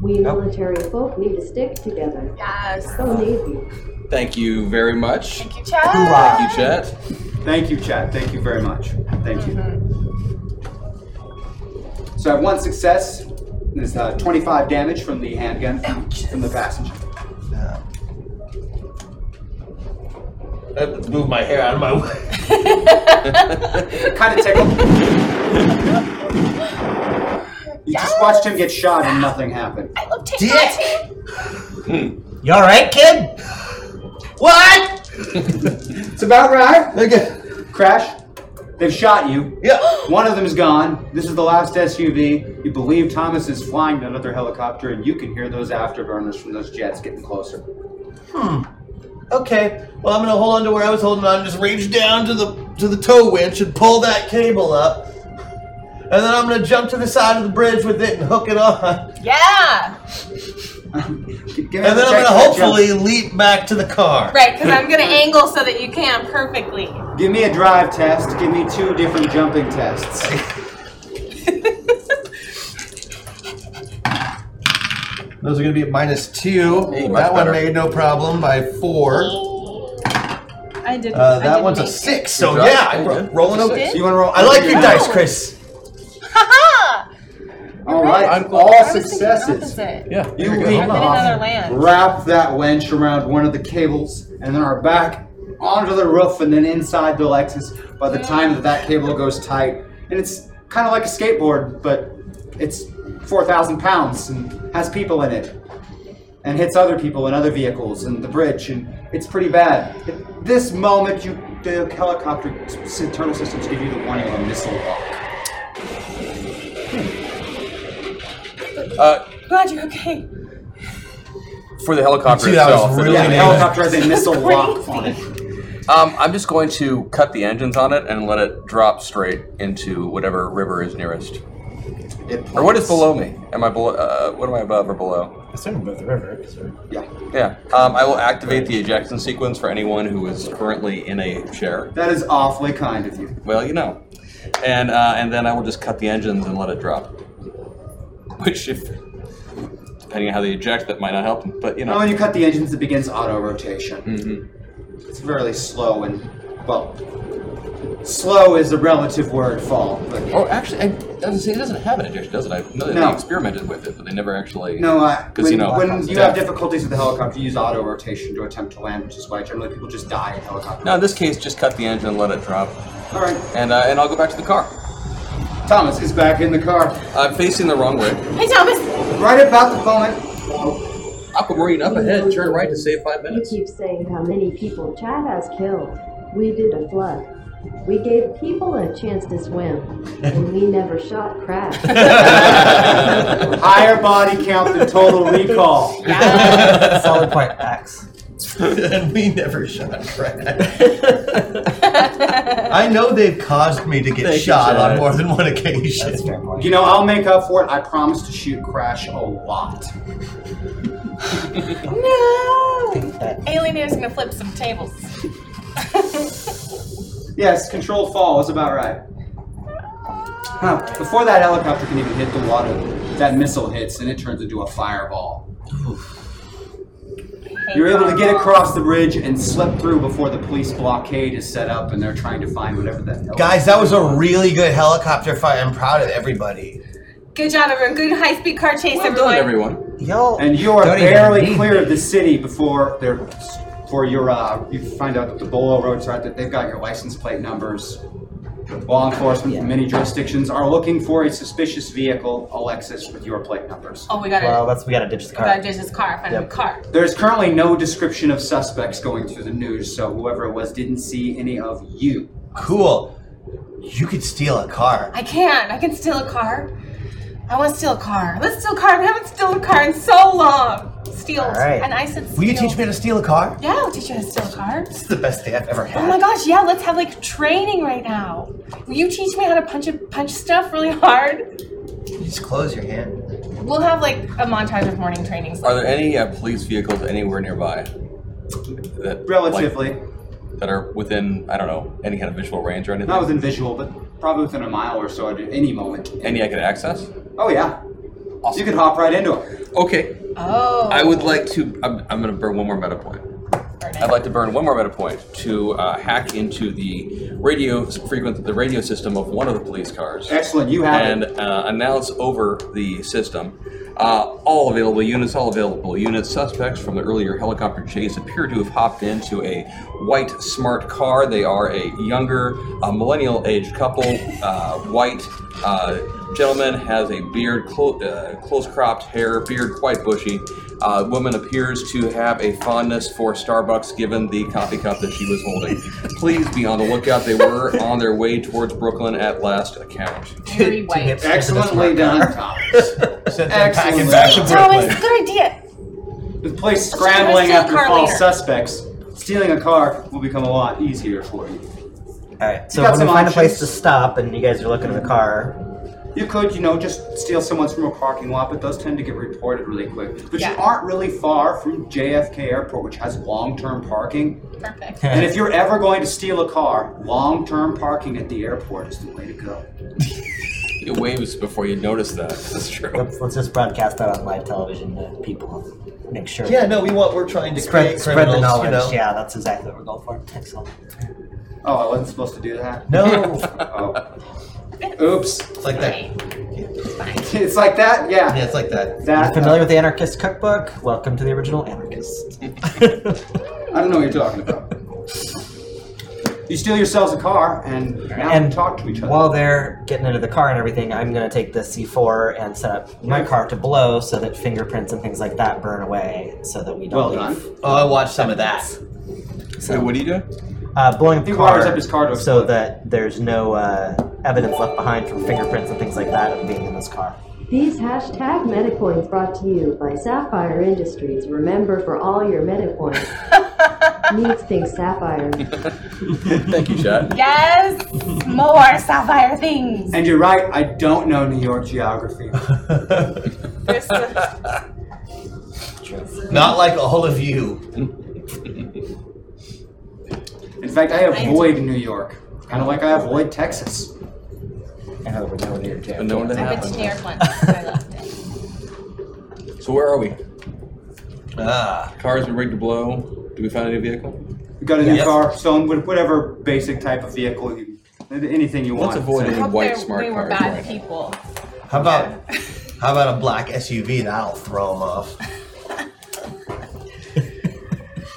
S10: We military folk need to stick together.
S7: Yes.
S10: So Navy.
S3: thank you very much.
S7: Thank you, Chad.
S3: Thank you, Chet.
S4: Thank you, Chad. Thank you very much. Thank you. So I have one success. There's uh, 25 damage from the handgun from the passenger.
S8: I have to move my hair out of my way.
S4: Kind of tickled. You just watched him get shot and nothing happened.
S7: I love technology.
S9: You alright, kid?
S8: What?
S4: It's about right.
S8: Okay.
S4: Crash. They've shot you.
S8: Yeah.
S4: One of them is gone. This is the last SUV. You believe Thomas is flying to another helicopter, and you can hear those afterburners from those jets getting closer.
S8: Okay. Well, I'm gonna hold on to where I was holding on. Just reach down to the to the tow winch and pull that cable up, and then I'm gonna jump to the side of the bridge with it and hook it on,
S7: Yeah.
S4: Give me
S8: and
S4: the
S8: then
S4: check
S8: I'm gonna
S4: for that jump.
S8: hopefully leap back to the car.
S7: Right, because I'm gonna angle so that you can perfectly.
S4: Give me a drive test. Give me two different jumping tests.
S8: Those are gonna be at minus two.
S3: Hey, much
S8: that one
S3: better.
S8: made no problem by four.
S7: I did.
S8: Uh,
S7: I
S8: that
S7: did
S8: one's a
S7: make it.
S8: six. So
S3: job.
S8: yeah, I'm
S3: Good
S8: ro-
S3: job.
S8: rolling
S3: That's
S8: over.
S3: a
S7: six.
S4: You want to roll?
S8: I like your
S7: No.
S8: dice, Chris.
S7: Ha
S4: All right,
S3: I'm glad-
S4: all
S7: I was thinking
S4: successes.
S7: opposite.
S3: Yeah.
S4: You
S3: very good.
S4: leap
S7: I'm in
S4: off,
S7: another land.
S4: wrap that wench around one of the cables, and then are back onto the roof and then inside the Lexus. By the time that that cable goes tight, and it's kind of like a skateboard, but it's four thousand pounds and has people in it, and hits other people and other vehicles and the bridge, and it's pretty bad. At this moment, you the helicopter s- internal systems give you the warning of a missile lock.
S3: Uh,
S7: Glad you're okay.
S3: for the helicopter
S8: Dude, that was
S3: itself,
S8: really
S4: Yeah, the
S8: Really?
S4: helicopter has a missile lock on it.
S3: um, I'm just going to cut the engines on it and let it drop straight into whatever river is nearest,
S4: It
S3: or what is below me. Am I below? Uh, what am I above or below?
S9: I assume about the river. 'cause we're-
S4: Yeah.
S3: Yeah. Um, I will activate the ejection sequence for anyone who is currently in a chair.
S4: That is awfully kind of you.
S3: Well, you know, and uh, and then I will just cut the engines and let it drop. Which, if depending on how they eject, that might not help. them, But you
S4: Now, when
S3: know,
S4: you cut the engines, it begins auto rotation.
S3: Mhm.
S4: It's fairly slow and, well, slow is a relative word fall. But
S3: oh, actually, I, it doesn't see, it doesn't have an ejection, does it? I know that
S4: No.
S3: they experimented with it, but they never actually.
S4: no, uh,
S3: 'Cause,
S4: when,
S3: you know,
S4: when you
S3: yeah.
S4: have difficulties with the helicopter, you use auto rotation to attempt to land, which is why generally people just die in helicopters.
S3: No, in this case, just cut the engine, let it drop,
S4: All right,
S3: and uh, and I'll go back to the car.
S4: Thomas is back in the car.
S3: I'm facing the wrong way.
S7: Hey, Thomas.
S4: Right about the moment,
S3: Aquamarine up ahead, turn right to save five
S10: You
S3: minutes.
S10: keep saying how many people Chad has killed. We did a flood. We gave people a chance to swim, and we never shot crap.
S4: higher body count than total recall.
S7: Yeah.
S9: Solid point, Axe.
S8: and we never shot Brad. I know they've caused me to get
S3: Thank you,
S8: shot on
S3: Chad.
S8: more than one occasion.
S4: You know, I'll make up for it. I promise to shoot Crash a lot.
S7: No! Alienator's gonna flip some tables.
S4: Yes, controlled fall is about right. Huh. Before that helicopter can even hit the water, that missile hits and it turns into a fireball. You're able to get across the bridge and slip through before the police blockade is set up and they're trying to find whatever that hell.
S8: Guys, that was a really good helicopter fight. I'm proud of everybody.
S7: Good job, everyone. Good high speed car chase, everyone.
S3: Well done, everyone.
S9: Y'all.
S4: And you are
S9: Don't even
S4: barely
S9: need
S4: clear
S9: me.
S4: of the city before they're before your uh, you find out that the Bolo roads are out that they've got your license plate numbers. Law enforcement from many jurisdictions are looking for a suspicious vehicle, Alexis, with your plate numbers.
S7: Oh, we gotta,
S9: Well, that's we gotta ditch the
S7: we gotta
S9: car.
S7: ditch this car. Find a
S9: Yep.
S7: car.
S4: There's currently no description of suspects going through the news, so whoever it was didn't see any of you.
S8: Cool. You could steal a car.
S7: I can. I can steal a car. I want to steal a car. Let's steal a car. We haven't stolen a car in so long. Steal.
S9: All right.
S7: And I said steal.
S8: Will you teach me how to steal a car?
S7: Yeah, I'll teach you how to steal a car.
S8: This is the best day I've ever
S7: Oh my
S8: had.
S7: gosh, yeah, let's have like training right now. Will you teach me how to punch a, punch stuff really hard?
S8: You Just close your hand.
S7: We'll have like a montage of morning trainings.
S3: Are there any uh, police vehicles anywhere nearby? That,
S4: Relatively.
S3: like, that are within I don't know any kind of visual range or anything.
S4: Not within visual, but probably within a mile or so at any moment.
S3: Any I could access.
S4: Oh, yeah. You could hop right into it.
S3: Okay,
S7: Oh.
S3: I would like to. I'm, I'm going to burn one more meta point.
S7: Burn it.
S3: I'd like to burn one more meta point to uh, hack into the radio frequent the radio system of one of the police cars
S4: Excellent, you have
S3: and
S4: it.
S3: uh, announce over the system. Uh, all available units, all available units. Suspects from the earlier helicopter chase appear to have hopped into a white smart car. They are a younger, uh, millennial aged couple. Uh, white uh, gentleman has a beard, clo- uh, close cropped hair, beard quite bushy. Uh, woman appears to have a fondness for Starbucks given the coffee cup that she was holding. Please be on the lookout. They were on their way towards Brooklyn at last account.
S7: Very white.
S4: Excellently done, Thomas.
S8: Send them packing
S4: Excellent.
S8: back to
S7: Thomas,
S8: Brooklyn.
S7: good idea.
S4: With police
S7: try to
S4: scrambling
S7: steal a
S4: after
S7: car
S4: false
S7: later.
S4: suspects, stealing a car will become a lot easier for you.
S9: All right. So
S4: got
S9: when we
S4: some
S9: find a place to
S4: options.
S9: stop, and you guys are looking in the car,
S4: You could, you know, just steal someone's from a parking lot, but those tend to get reported really quick. But
S7: Yeah.
S4: you aren't really far from JFK Airport, which has long-term parking.
S7: Perfect.
S4: And if you're ever going to steal a car, long-term parking at the airport is the way to go.
S3: It waves before you notice that. That's true.
S9: let's, let's just broadcast that on live television to people. Make sure.
S8: Yeah, no, we want. We're trying to
S9: Spread,
S8: create
S9: spread the
S8: criminals,
S9: knowledge.
S8: You know.
S9: Yeah, that's exactly what we're going for. Excellent.
S4: Oh, I wasn't supposed to do that.
S8: No,
S4: Oh. Oops.
S8: it's like that.
S4: It's like that? Yeah.
S8: Yeah, it's like that.
S4: That, uh,
S9: Familiar with the Anarchist Cookbook? Welcome to the original Anarchist.
S4: I don't know what you're talking about. You steal yourselves a car, and now
S9: and
S4: you talk to each other.
S9: While they're getting into the car and everything, I'm gonna take the C4 and set up my car to blow so that fingerprints and things like that burn away, so that we don't
S4: well done.
S9: leave.
S8: Oh, I watched some of that.
S3: So what do you do?
S9: Uh, blowing up the
S4: He
S9: car,
S4: wires up his car to
S9: so
S4: explode.
S9: that there's no uh, evidence left behind from fingerprints and things like that of being in this car.
S10: These hashtag MetaCoins brought to you by Sapphire Industries. Remember for all your MetaCoins. Needs things Sapphire.
S3: Thank you, Chad.
S7: Yes, more sapphire things.
S4: And you're right, I don't know New York geography.
S7: There's a-
S8: Not like all of you.
S4: In fact, I avoid New York, kind of like I avoid Texas.
S9: In other words, over there
S3: But
S9: too.
S3: no one that
S7: I went to New York
S3: happened.
S7: once. but I left it.
S3: So where are we?
S8: Ah,
S3: Cars been rigged to blow. Did we find any vehicle?
S4: You got a new
S8: Yes.
S4: car, stolen, wh- whatever basic type of vehicle, you, anything you
S3: Let's
S4: want.
S3: avoid
S4: So-
S3: it.
S7: Hope
S3: White
S7: they're-
S3: smart
S7: we
S3: car,
S7: were bad
S3: right.
S7: people.
S8: how about how about a black SUV? That'll throw them off.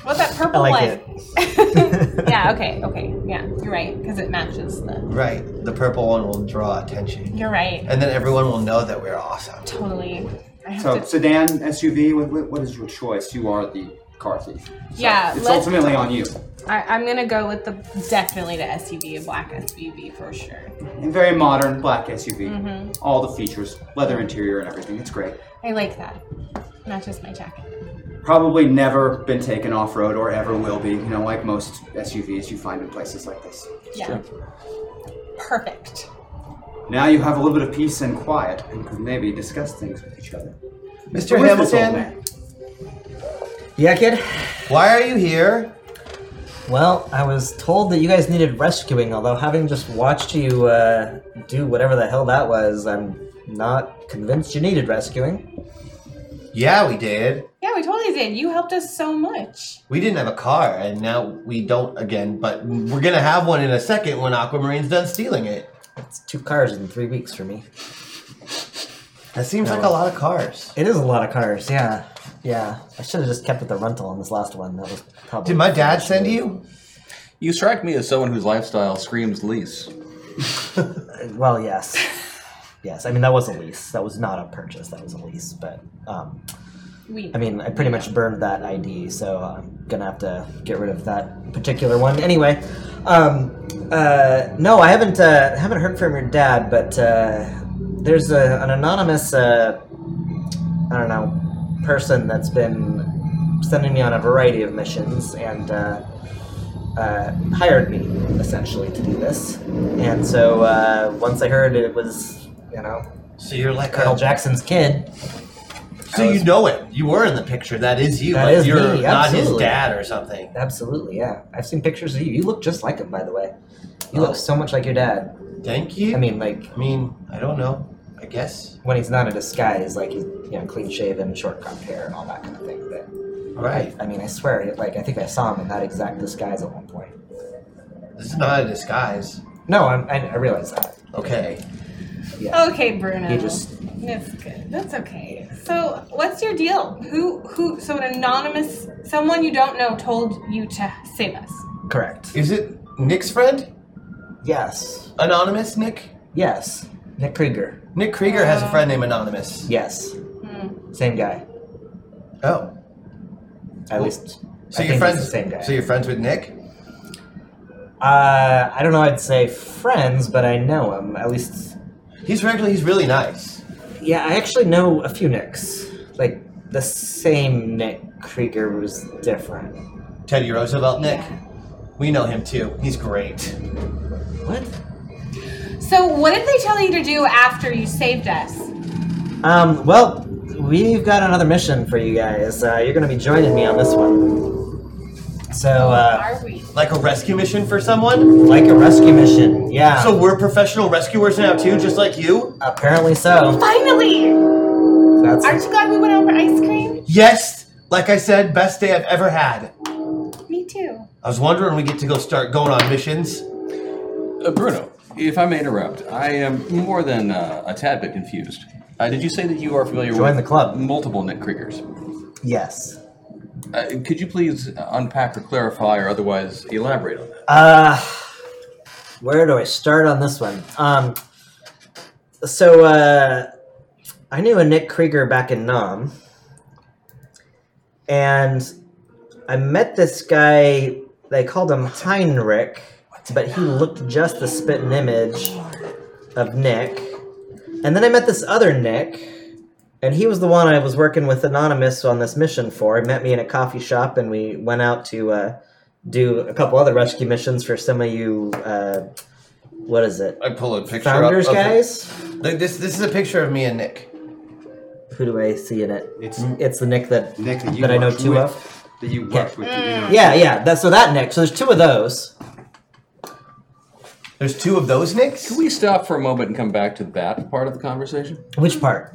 S7: What's that
S9: I
S7: purple
S9: like
S7: one?
S9: it.
S7: yeah, okay, okay. Yeah, you're right, because it matches the.
S8: Right, the purple one will draw attention,
S7: You're right.
S8: and then everyone will know that we're awesome.
S7: Totally. I have
S4: So,
S7: to.
S4: sedan, SUV, what- what, what is your choice? You are the car thief. So
S7: yeah,
S4: It's
S7: let's.
S4: ultimately on you.
S7: I, I'm gonna go with the definitely the SUV, a black SUV for sure.
S4: And very modern, black SUV.
S7: Mm-hmm.
S4: All the features, leather interior and everything. It's great.
S7: I like that. Matches my jacket.
S4: Probably never been taken off road or ever will be. You know, like most SUVs you find in places like this.
S7: Yeah. Perfect.
S4: Now you have a little bit of peace and quiet, and can maybe discuss things with each other.
S8: Mr.
S4: Where's this old
S8: Hamilton,
S4: man?
S9: Yeah, kid.
S8: why are you here?
S9: Well, I was told that you guys needed rescuing, although having just watched you uh, do whatever the hell that was, I'm not convinced you needed rescuing.
S8: Yeah, we did.
S7: Yeah, we totally did. You helped us so much.
S8: We didn't have a car, and now we don't again, but we're gonna have one in a second when Aquamarine's done stealing it.
S9: It's two cars in three weeks for me.
S8: That seems like a lot of cars.
S9: It is a lot of cars, yeah. Yeah. I should have just kept with the rental on this last one. That was probably.
S8: Did my dad send you?
S3: You strike me as someone whose lifestyle screams lease.
S9: Well, yes. Yes, I mean, that was a lease. That was not a purchase, that was a lease, but. Um,
S7: We.
S9: I mean, I pretty much burned that ID, so I'm gonna have to get rid of that particular one. Anyway, um, uh, no, I haven't uh, haven't heard from your dad, but uh, there's a, an anonymous, uh, I don't know, person that's been sending me on a variety of missions and uh, uh, hired me essentially to do this. And so uh, once I heard it was, you know,
S8: So you're like
S9: Colonel Jackson's kid,
S8: So you know it. You were in the picture. That is you.
S9: That
S8: but
S9: is
S8: you're
S9: me,
S8: not his
S9: absolutely.
S8: dad or something.
S9: Absolutely, yeah. I've seen pictures of you. You look just like him, by the way. You
S8: Oh.
S9: look so much like your dad.
S8: Thank you.
S9: I mean, like
S8: I mean, I don't know. I guess.
S9: when he's not in disguise, like he's you know clean shaven, short cropped hair, and all that kind of thing. But
S8: All right.
S9: I mean, I swear, like I think I saw him in that exact disguise at one point.
S8: This is not a disguise.
S9: No, I'm, I, I realize that.
S8: Okay.
S9: Yeah.
S7: Okay, Bruno.
S9: You just-
S7: That's good. That's okay. So, what's your deal? Who? Who? So, an anonymous, someone you don't know, told you to save us.
S9: Correct.
S8: Is it Nick's friend?
S9: Yes.
S8: Anonymous Nick?
S9: Yes. Nick Krieger.
S8: Nick Krieger has a friend named Anonymous.
S9: Yes. Same guy.
S8: Oh.
S9: At least.
S8: So
S9: Uh, I
S8: you're
S9: think he's
S8: friends
S9: the same guy.
S8: So you're friends with Nick?
S9: Uh, I don't know. I'd say friends, but I know him. At least
S8: He's regularly he's really nice.
S9: Yeah, I actually know a few Nicks. Like the same Nick Krieger was different.
S8: Teddy Roosevelt Nick. We know him too. He's great.
S9: What?
S7: So, what did they tell you to do after you saved us?
S9: Um, well, we've got another mission for you guys. Uh, you're gonna be joining me on this one. So, uh,
S7: Are we?
S8: Like a rescue mission for someone?
S9: like a rescue mission, yeah.
S8: So we're professional rescuers now too, just like you?
S9: apparently so.
S7: Finally!
S9: That's
S7: Aren't you glad we went out for ice cream?
S8: Yes! Like I said, best day I've ever had.
S7: Me too.
S8: I was wondering we get to go start going on missions.
S3: Uh, Bruno, if I may interrupt, I am more than uh, a tad bit confused. Uh, did you say that you are familiar with
S9: Join the club.
S3: multiple Nick Kriegers?
S9: yes.
S3: Uh, could you please unpack or clarify or otherwise elaborate on that?
S9: Uh, where do I start on this one? Um, so uh, I knew a Nick Krieger back in Nam, and I met this guy. They called him Heinrich, but he looked just the spitting image of Nick. And then I met this other Nick, and he was the one I was working with Anonymous on this mission for. He met me in a coffee shop, and we went out to. Uh, do a couple other rescue missions for some of you. Uh, what is it?
S8: I pull a picture
S9: Founders,
S8: up. of-
S9: guys.
S8: Like, This this is a picture of me and Nick.
S9: Who do I see in it?
S4: It's
S9: It's the Nick that
S4: Nick that you
S9: I know
S4: worked
S9: two
S4: with.
S9: of.
S4: That you worked with. that you know.
S9: Yeah, yeah. That's so that Nick. So there's two of those.
S8: There's two of those Nicks?
S3: Can we stop for a moment and come back to that part of the conversation?
S9: Which part?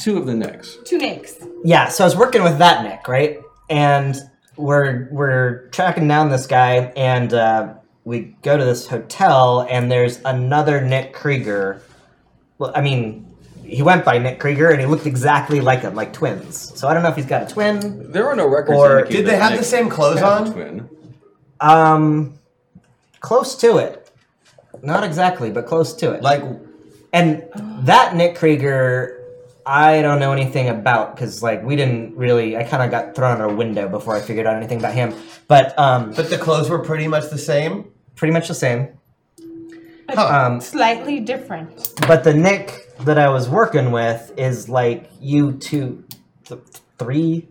S3: Two of the Nicks.
S7: Two nicks.
S9: yeah so i was working with that nick right and we're we're tracking down this guy and uh, we go to this hotel and there's another nick krieger well i mean he went by nick krieger and he looked exactly like him like twins so i don't know if he's got a twin
S3: There are no records.
S9: Or-
S3: indicating
S8: Did they
S3: that
S8: have
S3: Nick
S8: the same clothes
S3: had a
S8: on?
S3: Twin.
S9: um close to it not exactly but close to it
S8: Like
S9: And that Nick Krieger, I don't know anything about because like we didn't really. I kind of got thrown out a window before I figured out anything about him. But um,
S8: but the clothes were pretty much the same?
S9: pretty much the same.
S8: Huh.
S9: Um,
S7: Slightly different.
S9: but the Nick that I was working with is like you two, th- three,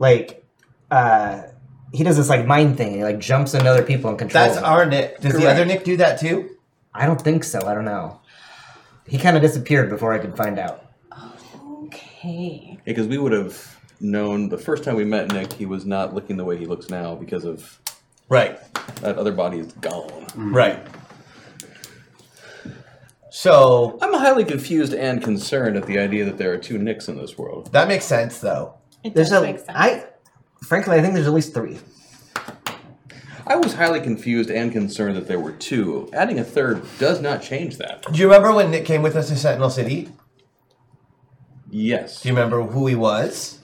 S9: like uh, he does this like mind thing. He like jumps into other people and controls.
S8: That's
S9: them.
S8: our Nick. Does the
S9: Correct.
S8: other Nick do that too?
S9: I don't think so. I don't know. He kind of disappeared before I could find out.
S7: Okay.
S3: Because we would have known the first time we met Nick, he was not looking the way he looks now because of
S8: Right.
S3: that other body is gone.
S8: Right. So
S3: I'm highly confused and concerned at the idea that there are two Nicks in this world.
S8: that makes sense though.
S7: It
S9: There's
S7: does
S9: a
S7: make sense.
S9: I, frankly, I think there's at least three.
S3: I was highly confused and concerned that there were two. Adding a third does not change that.
S8: Do you remember when Nick came with us to Sentinel City?
S3: Yes.
S8: Do you remember who he was?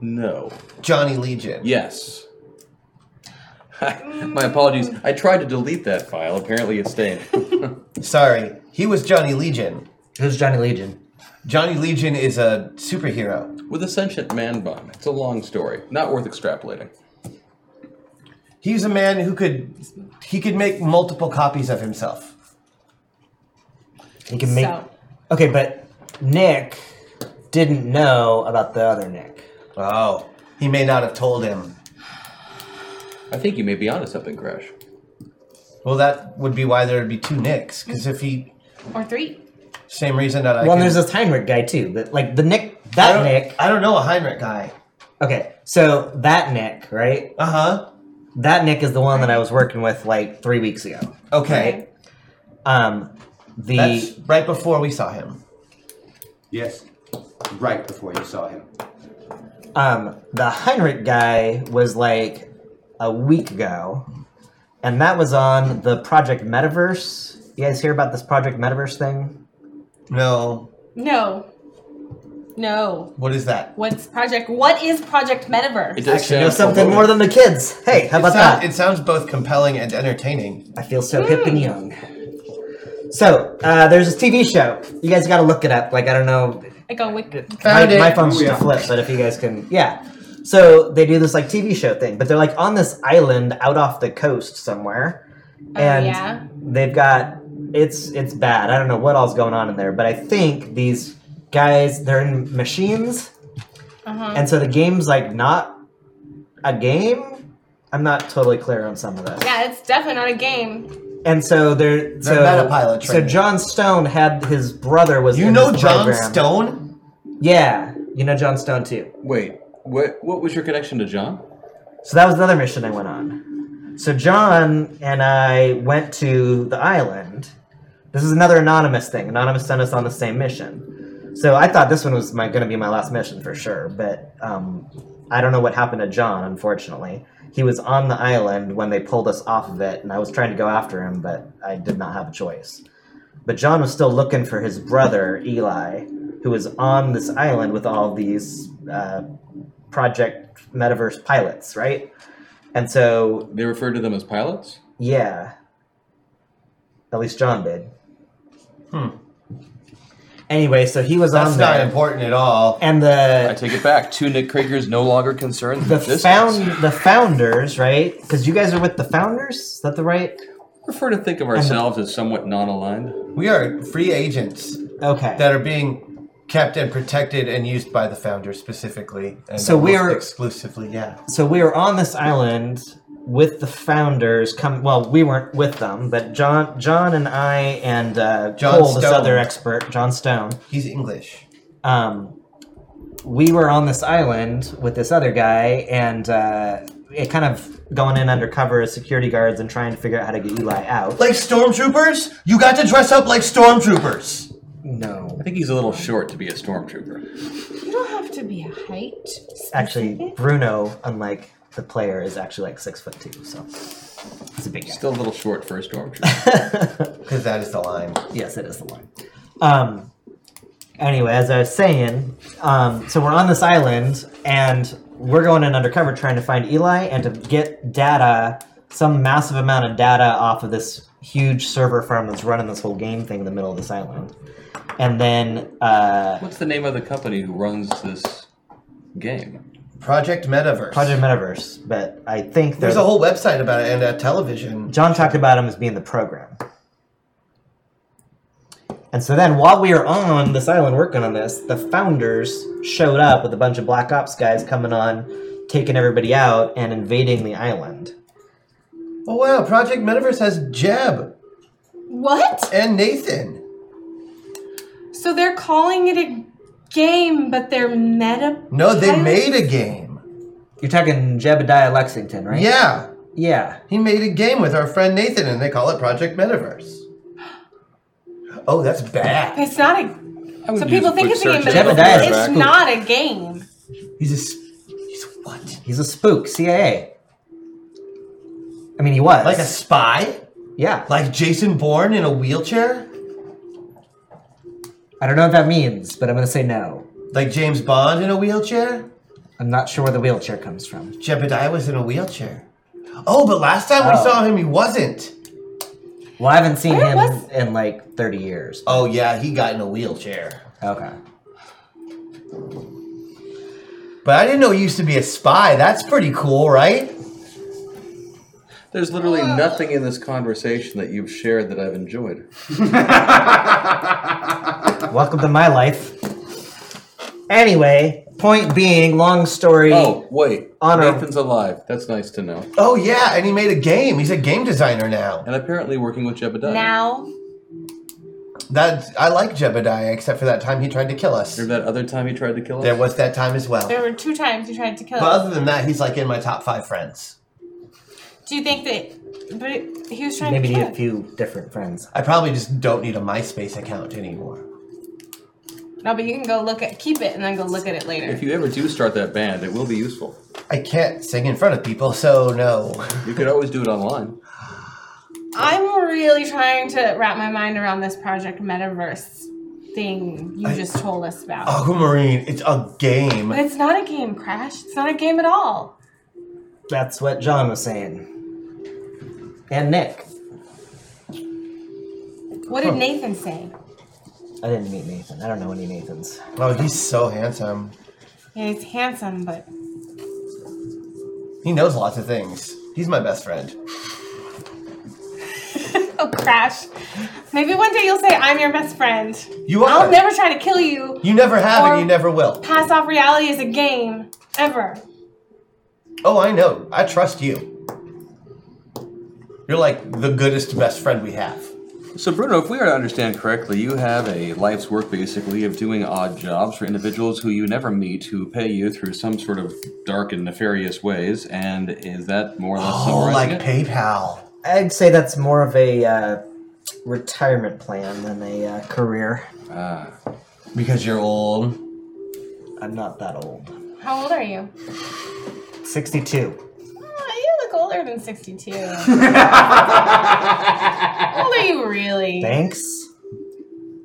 S3: No.
S8: Johnny Legion.
S3: Yes. My apologies. I tried to delete that file. Apparently, it stayed.
S8: Sorry. He was Johnny Legion.
S9: Who's Johnny Legion?
S8: Johnny Legion is a superhero.
S3: With a sentient man bun. It's a long story. Not worth extrapolating.
S8: He's a man who could he could make multiple copies of himself.
S9: He can make.
S7: So-
S9: Okay, but Nick didn't know about the other Nick.
S8: Oh. He may not have told him.
S3: I think you may be onto something, Crash.
S8: Well, that would be why there would be two Nicks, because if he
S7: Or three.
S8: same reason that I
S9: well,
S8: could-
S9: and there's this Heinrich guy too, but like the Nick,
S8: I
S9: that
S8: don't-
S9: Nick.
S8: I don't know a Heinrich guy.
S9: Okay, so that Nick, right?
S8: Uh huh.
S9: That Nick is the one that I was working with like three weeks ago.
S8: Okay.
S9: Um, the
S8: That's right before we saw him.
S4: Yes. Right before you saw him.
S9: um the Heinrich guy was like a week ago, and that was on the Project Metaverse. You guys hear about this Project Metaverse thing?
S8: No.
S7: No. No.
S8: What is that?
S7: What's Project? What is Project Metaverse?
S3: It does
S9: Actually, know
S3: sound
S9: something more than the kids. Hey, how
S8: It,
S9: about
S8: sound-
S9: that?
S8: it sounds both compelling and entertaining.
S9: I feel so hip and young. So uh, there's this TV show. You guys got to look it up. Like I don't know.
S7: Like a uh, wicked.
S8: Found
S9: my,
S8: it.
S9: my phone's
S4: Oh,
S9: just
S4: yeah.
S9: a flip, but if you guys can, yeah. So they do this like TV show thing, but they're like on this island out off the coast somewhere,
S7: Oh,
S9: and
S7: yeah?
S9: they've got it's it's bad. I don't know what all's going on in there, but I think these guys they're in machines,
S7: Uh-huh.
S9: and so the game's like not a game. I'm not totally clear on some of this.
S7: Yeah, it's definitely not a game.
S9: And so they're so
S8: metapilot
S9: So
S8: training.
S9: John Stone had his brother was
S8: You
S9: in
S8: know
S9: this
S8: John
S9: program.
S8: Stone?
S9: Yeah, you know John Stone too.
S3: Wait, what, what was your connection to John?
S9: So that was another mission I went on. So John and I went to the island. This is another anonymous thing. Anonymous sent us on the same mission. So I thought this one was my going to be my last mission for sure, but um, I don't know what happened to John. Unfortunately, he was on the island when they pulled us off of it, and I was trying to go after him, but I did not have a choice. But John was still looking for his brother Eli, who was on this island with all these uh, Project Metaverse pilots, right? And so,
S3: They referred to them as pilots?
S9: yeah. At least John did.
S8: Hmm.
S9: Anyway, so he was
S8: That's
S9: on
S8: not
S9: there.
S8: important at all.
S9: And
S3: I
S9: the
S3: take it back. Two Nick Krieger's no longer concerned.
S9: the
S3: with this
S9: found the founders, right? Because you guys are with the founders? Is that the right?
S3: I prefer to think of ourselves as somewhat non-aligned.
S8: We are free agents
S9: Okay.
S8: that are being kept and protected and used by the founder specifically. And
S9: So we
S8: almost
S9: are-
S8: exclusively, yeah.
S9: so we were on this island with the founders come well we weren't with them but john john and i and uh,
S8: John
S9: Cole, this
S8: Stone.
S9: other expert john stone
S8: He's English.
S9: um, we were on this island with this other guy and uh, it kind of going in undercover as security guards and trying to figure out how to get eli out
S8: Like stormtroopers? You got to dress up like stormtroopers.
S9: no
S3: I think he's a little short to be a stormtrooper.
S7: You don't have to be a height.
S9: actually bruno unlike the player is actually like six foot two so he's a big guy
S3: Still a little short for a stormtrooper.
S8: Because that is the line.
S9: Yes, it is the line. Um, anyway, as I was saying, um, so we're on this island and we're going in undercover trying to find Eli and to get data, some massive amount of data off of this huge server farm that's running this whole game thing in the middle of this island. And then, uh,
S3: What's the name of the company who runs this game?
S8: Project Metaverse.
S9: Project Metaverse, but I think
S8: There's
S9: they're-
S8: a whole website about it and a television.
S9: John talked about him as being the program. And so then, while we were on this island working on this, the founders showed up with a bunch of Black Ops guys coming on taking everybody out and invading the island.
S8: Oh wow, Project Metaverse has Jeb
S7: What?
S8: and Nathan.
S7: So they're calling it a game, but they're meta.
S8: No, they
S7: pilots?
S8: made a game.
S9: You're talking Jebediah Lexington, right?
S8: Yeah,
S9: Yeah.
S8: he made a game with our friend Nathan, and they call it Project Metaverse. Oh, that's bad.
S7: It's not a. So people think it's a game, but
S9: search Jebediah is
S7: it's,
S9: back.
S7: it's not a game.
S8: He's a s- he's a what?
S9: He's a spook, CIA. I mean, he was.
S8: Like a spy?
S9: yeah.
S8: Like Jason Bourne in a wheelchair?
S9: I don't know what that means, but I'm gonna say no.
S8: Like James Bond in a wheelchair?
S9: I'm not sure where the wheelchair comes from.
S8: Jebediah was in a wheelchair. Oh, but last time we
S9: Oh.
S8: saw him, he wasn't.
S9: Well, I haven't seen
S7: Where
S9: him
S7: was-
S9: in like 30 years.
S8: Oh yeah, he got in a wheelchair.
S9: Okay.
S8: But I didn't know he used to be a spy. That's pretty cool, right?
S3: There's literally nothing in this conversation that you've shared that I've enjoyed.
S9: Welcome to my life. Anyway, point being, long story.
S3: Oh, wait.
S9: Honor.
S3: Nathan's alive. That's nice to know.
S8: Oh yeah, and he made a game. He's a game designer now.
S3: And apparently working with Jebediah.
S7: Now,
S8: That I like Jebediah, except for that time he tried to kill us.
S3: Remember that other time he tried to kill us?
S8: There was that time as well.
S7: there
S8: But
S7: were two times you tried to kill us.
S8: other than that, he's like in my top five friends.
S7: Do you think that? But it, he was trying
S9: Maybe
S7: to
S9: need
S7: kill.
S9: a
S7: us.
S9: few different friends.
S8: I probably just don't need a MySpace account anymore.
S7: No, but you can go look at, keep it, and then go look at it later.
S3: If you ever do start that band, it will be useful.
S8: I can't sing in front of people, so no.
S3: You could always do it online.
S7: I'm really trying to wrap my mind around this project metaverse thing you just told us about.
S8: Oh. Aquamarine, it's a game.
S7: But it's not a game, Crash. It's not a game at all.
S9: That's what John was saying. And Nick.
S7: What did Nathan say?
S9: I didn't meet Nathan. I don't know any Nathans.
S8: Oh, he's so handsome.
S7: Yeah, he's handsome, but
S8: He knows lots of things. He's my best friend.
S7: oh, Crash. Maybe one day you'll say I'm your best friend.
S8: You are.
S7: I'll never try to kill you.
S8: You never have,
S7: Or-
S8: and you never will.
S7: Pass off reality as a game, ever.
S8: Oh, I know. I trust you. You're like the goodest best friend we have.
S3: So, Bruno, if we are to understand correctly, you have a life's work basically of doing odd jobs for individuals who you never meet who pay you through some sort of dark and nefarious ways. And is that more or less
S8: Oh,
S3: summarizing
S8: like
S3: it?
S8: PayPal.
S9: I'd say that's more of a uh, retirement plan than a uh, career.
S3: Ah.
S8: Because you're old.
S9: I'm not that old.
S7: How old are you?
S9: 62.
S7: Oh, you look older than 62. How old are you really?
S9: Thanks.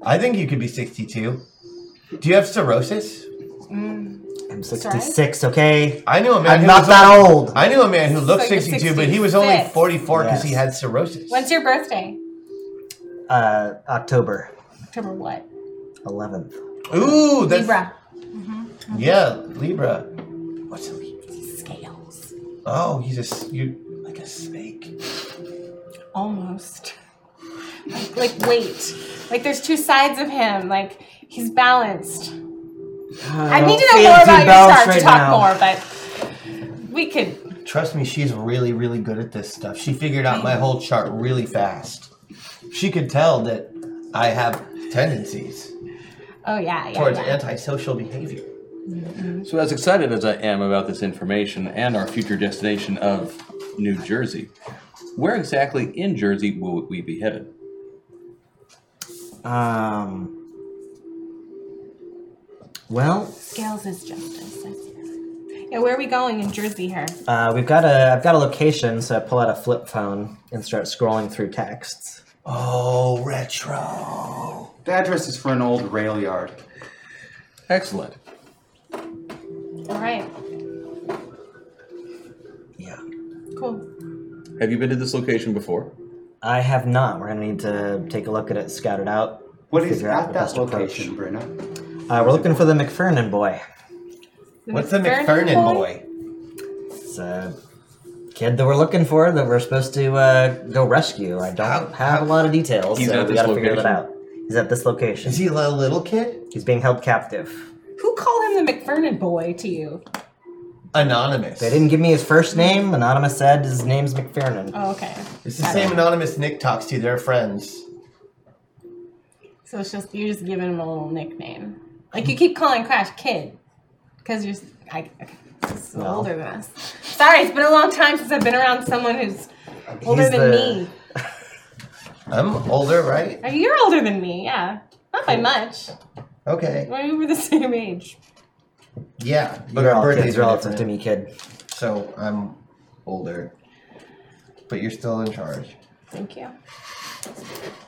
S8: I think you could be 62. Do you have cirrhosis?
S9: I'm 66, okay?
S8: I knew a man.
S9: I'm
S8: who
S9: not
S8: was
S9: that
S8: only-
S9: old.
S8: I knew a man who looked
S7: So you're
S8: 62, but he was only
S7: 66.
S8: 44 because he
S9: Yes.
S8: had cirrhosis.
S7: When's your birthday?
S9: Uh, October
S7: October what?
S9: 11th.
S8: Ooh, that's
S7: Libra.
S8: yeah, Libra. What's a Libra?
S7: Scales.
S8: Oh, he's a s- you like a snake.
S7: Almost. Like, like weight. Like there's two sides of him. Like he's balanced.
S8: Uh,
S7: I, need to know more about your star to talk more, but we could.
S8: Trust me, she's really, really good at this stuff. She figured out my whole chart really fast. She could tell that I have tendencies
S7: Oh yeah, yeah.
S8: towards
S7: yeah.
S8: antisocial behavior.
S3: So, as excited as I am about this information and our future destination of New Jersey, where exactly in Jersey will we be headed?
S9: more. Um, well,
S7: Scales is justice. that's it. Yeah, where are we going in Jersey here?
S9: uh, we've got a I've got a location, so I pull out a flip phone and start scrolling through texts.
S8: Oh, retro.
S4: The address is for an old rail yard.
S3: Excellent.
S8: Uh,
S7: All right,
S9: Yeah,
S7: cool.
S3: Have you been to this location before?
S9: I have not. We're gonna need to take a look at it, scout it out.
S4: What is
S9: figure out
S4: at
S9: the
S4: that
S9: best approach.
S4: location, Bruno?
S9: Uh, we're looking for the McFernan boy.
S8: What's the McFernan boy?
S9: It's a kid that we're looking for that we're supposed to uh, go rescue. I don't
S8: How-
S9: have a lot of details,
S3: He's
S9: so
S3: at
S9: we
S3: this
S9: gotta figure that
S3: location?
S9: out. He's at this location.
S8: Is he a little kid?
S9: He's being held captive.
S7: Who called him the McFernan boy to you?
S8: Anonymous.
S9: They didn't give me his first name. Anonymous said his name's McFerrin.
S7: Oh, okay.
S8: It's the same anonymous Nick talks to. They're friends.
S7: So it's just you're just giving him a little nickname. Like you keep calling Crash kid because you're. I, okay, this is older than us. Sorry, it's been a long time since I've been around someone who's older
S9: He's
S7: than
S9: the-
S7: me.
S8: I'm older, right?
S7: Uh, You're older than me, yeah. Not by much.
S8: Okay.
S7: Well, We were the same age.
S8: Yeah. But
S9: You're
S8: our
S9: all
S8: birthdays
S9: kids
S8: are
S9: relative
S8: different.
S9: to me, kid.
S8: So I'm older. But you're still in charge.
S7: Thank you.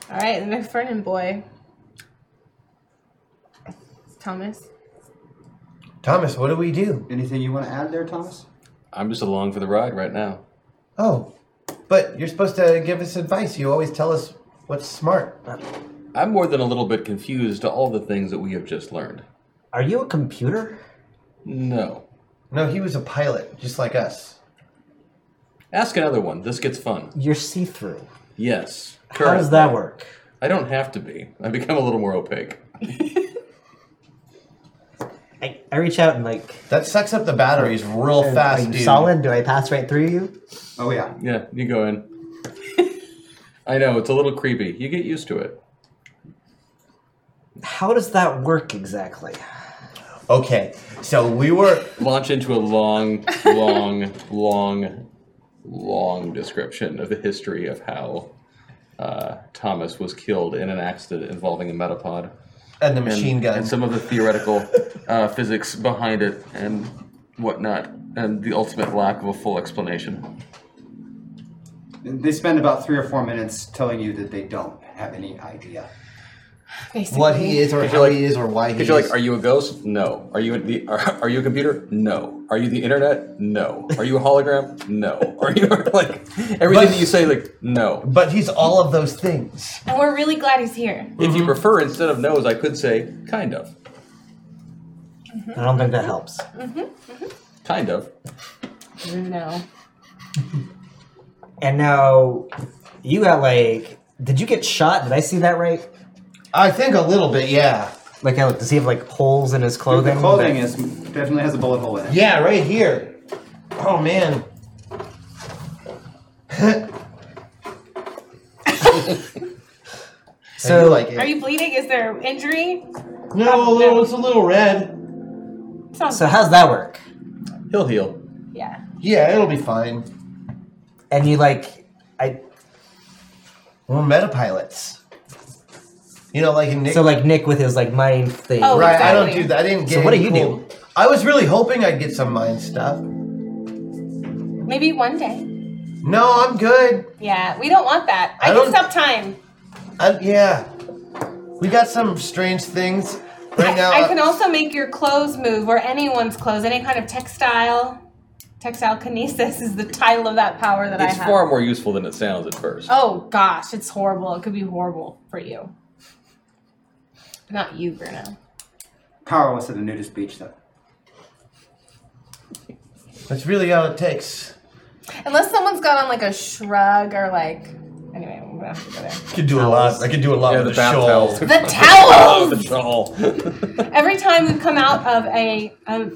S7: All right, the McFerrin boy. Thomas.
S8: Thomas, what do we do?
S4: Anything you want to add there, Thomas?
S3: I'm just along for the ride right now.
S8: Oh, but you're supposed to give us advice. You always tell us what's smart.
S3: I'm more than a little bit confused to all the things that we have just learned.
S9: Are you a computer?
S3: No.
S8: No, he was a pilot, just like us.
S3: Ask another one. This gets fun.
S9: You're see-through.
S3: Yes.
S9: How does that work?
S3: I don't have to be. I become a little more opaque.
S9: I, I reach out and like.
S8: That sucks up the batteries real
S9: are
S8: fast,
S9: you
S8: dude.
S9: solid? Do I pass right through you?
S4: Oh yeah.
S3: Yeah, you go in. I know, it's a little creepy. You get used to it.
S9: How does that work exactly?
S8: Okay, so we were
S3: Launch into a long, long, long, long description of the history of how uh, Thomas was killed in an accident involving a metapod.
S8: and the machine gun.
S3: and some of the theoretical uh, physics behind it and whatnot, and the ultimate lack of a full explanation.
S4: They spend about three or four minutes telling you that they don't have any idea.
S7: Basically.
S8: what he is or
S3: you're
S8: how
S3: like-
S8: he is or why he
S3: Because
S8: is.
S3: you're like, are you a ghost? No. Are you the? Are, are you a computer? No. Are you the internet? No. Are you a hologram? No. Are you like everything
S8: But-
S3: that you say? Like no.
S8: but he's all of those things.
S7: And we're really glad he's here.
S3: If
S9: Mm-hmm.
S3: you prefer instead of no's, I could say kind of,
S9: I don't think that helps.
S3: kind of.
S7: No.
S9: And now, you got like. Did you get shot? Did I see that right?
S8: I think a little bit, yeah.
S9: Like, I look, does he have like holes in his
S4: The
S9: clothing?
S4: clothing is definitely has a bullet hole in it.
S8: Yeah, right here. Oh man. I
S9: So,
S8: do like it.
S7: Are you bleeding? Is there injury?
S8: no, a little, it's a little red.
S7: Sounds
S9: so how's that work?
S3: He'll heal.
S7: yeah.
S8: Yeah, it'll be fine.
S9: And you like, I
S8: We're metapilots. You know, like in Nick.
S9: so like Nick with his like mind thing.
S7: Oh,
S8: right, I don't
S7: exactly.
S8: do that. I didn't get.
S9: So what do
S8: any
S9: you
S8: cool- I was really hoping I'd get some mind stuff.
S7: Maybe one day.
S8: No, I'm good.
S7: Yeah, we don't want that.
S8: I
S7: I,
S8: don't-
S7: can stop time.
S8: I, yeah, we got some strange things right now. Uh,
S7: I, I can also make your clothes move or anyone's clothes, any kind of textile. Textile kinesis is the title of that power that
S3: It's
S7: I have.
S3: far more useful than it sounds at first.
S7: oh gosh, it's horrible. It could be horrible for you. Not you, Bruno.
S4: Powerless at a nudist beach though.
S8: That's really all it takes.
S7: Unless someone's got on like a shrug or like. Anyway, we're gonna have to go there.
S8: I could do a lot. I could do a lot
S3: Yeah,
S8: with
S3: the
S8: a
S3: bath
S8: shawl.
S3: towels.
S7: The towels!
S3: The shawl.
S7: Every time we come out of a, a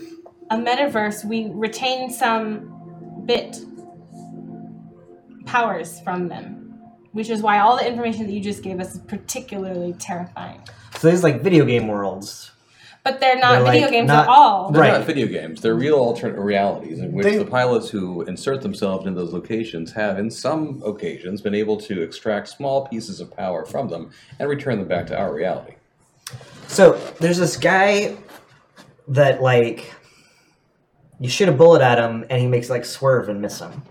S7: a metaverse, we retain some bit powers from them, which is why all the information that you just gave us is particularly terrifying.
S9: So these like video game worlds.
S7: But they're not
S9: They're,
S7: video
S9: like,
S7: games
S9: not-
S7: at all.
S3: They're
S9: Right.
S3: not video games. They're real alternate realities in which
S8: They-
S3: the pilots who insert themselves in those locations have, in some occasions, been able to extract small pieces of power from them and return them back to our reality.
S9: So there's this guy that like you shoot a bullet at him and he makes like swerve and miss him.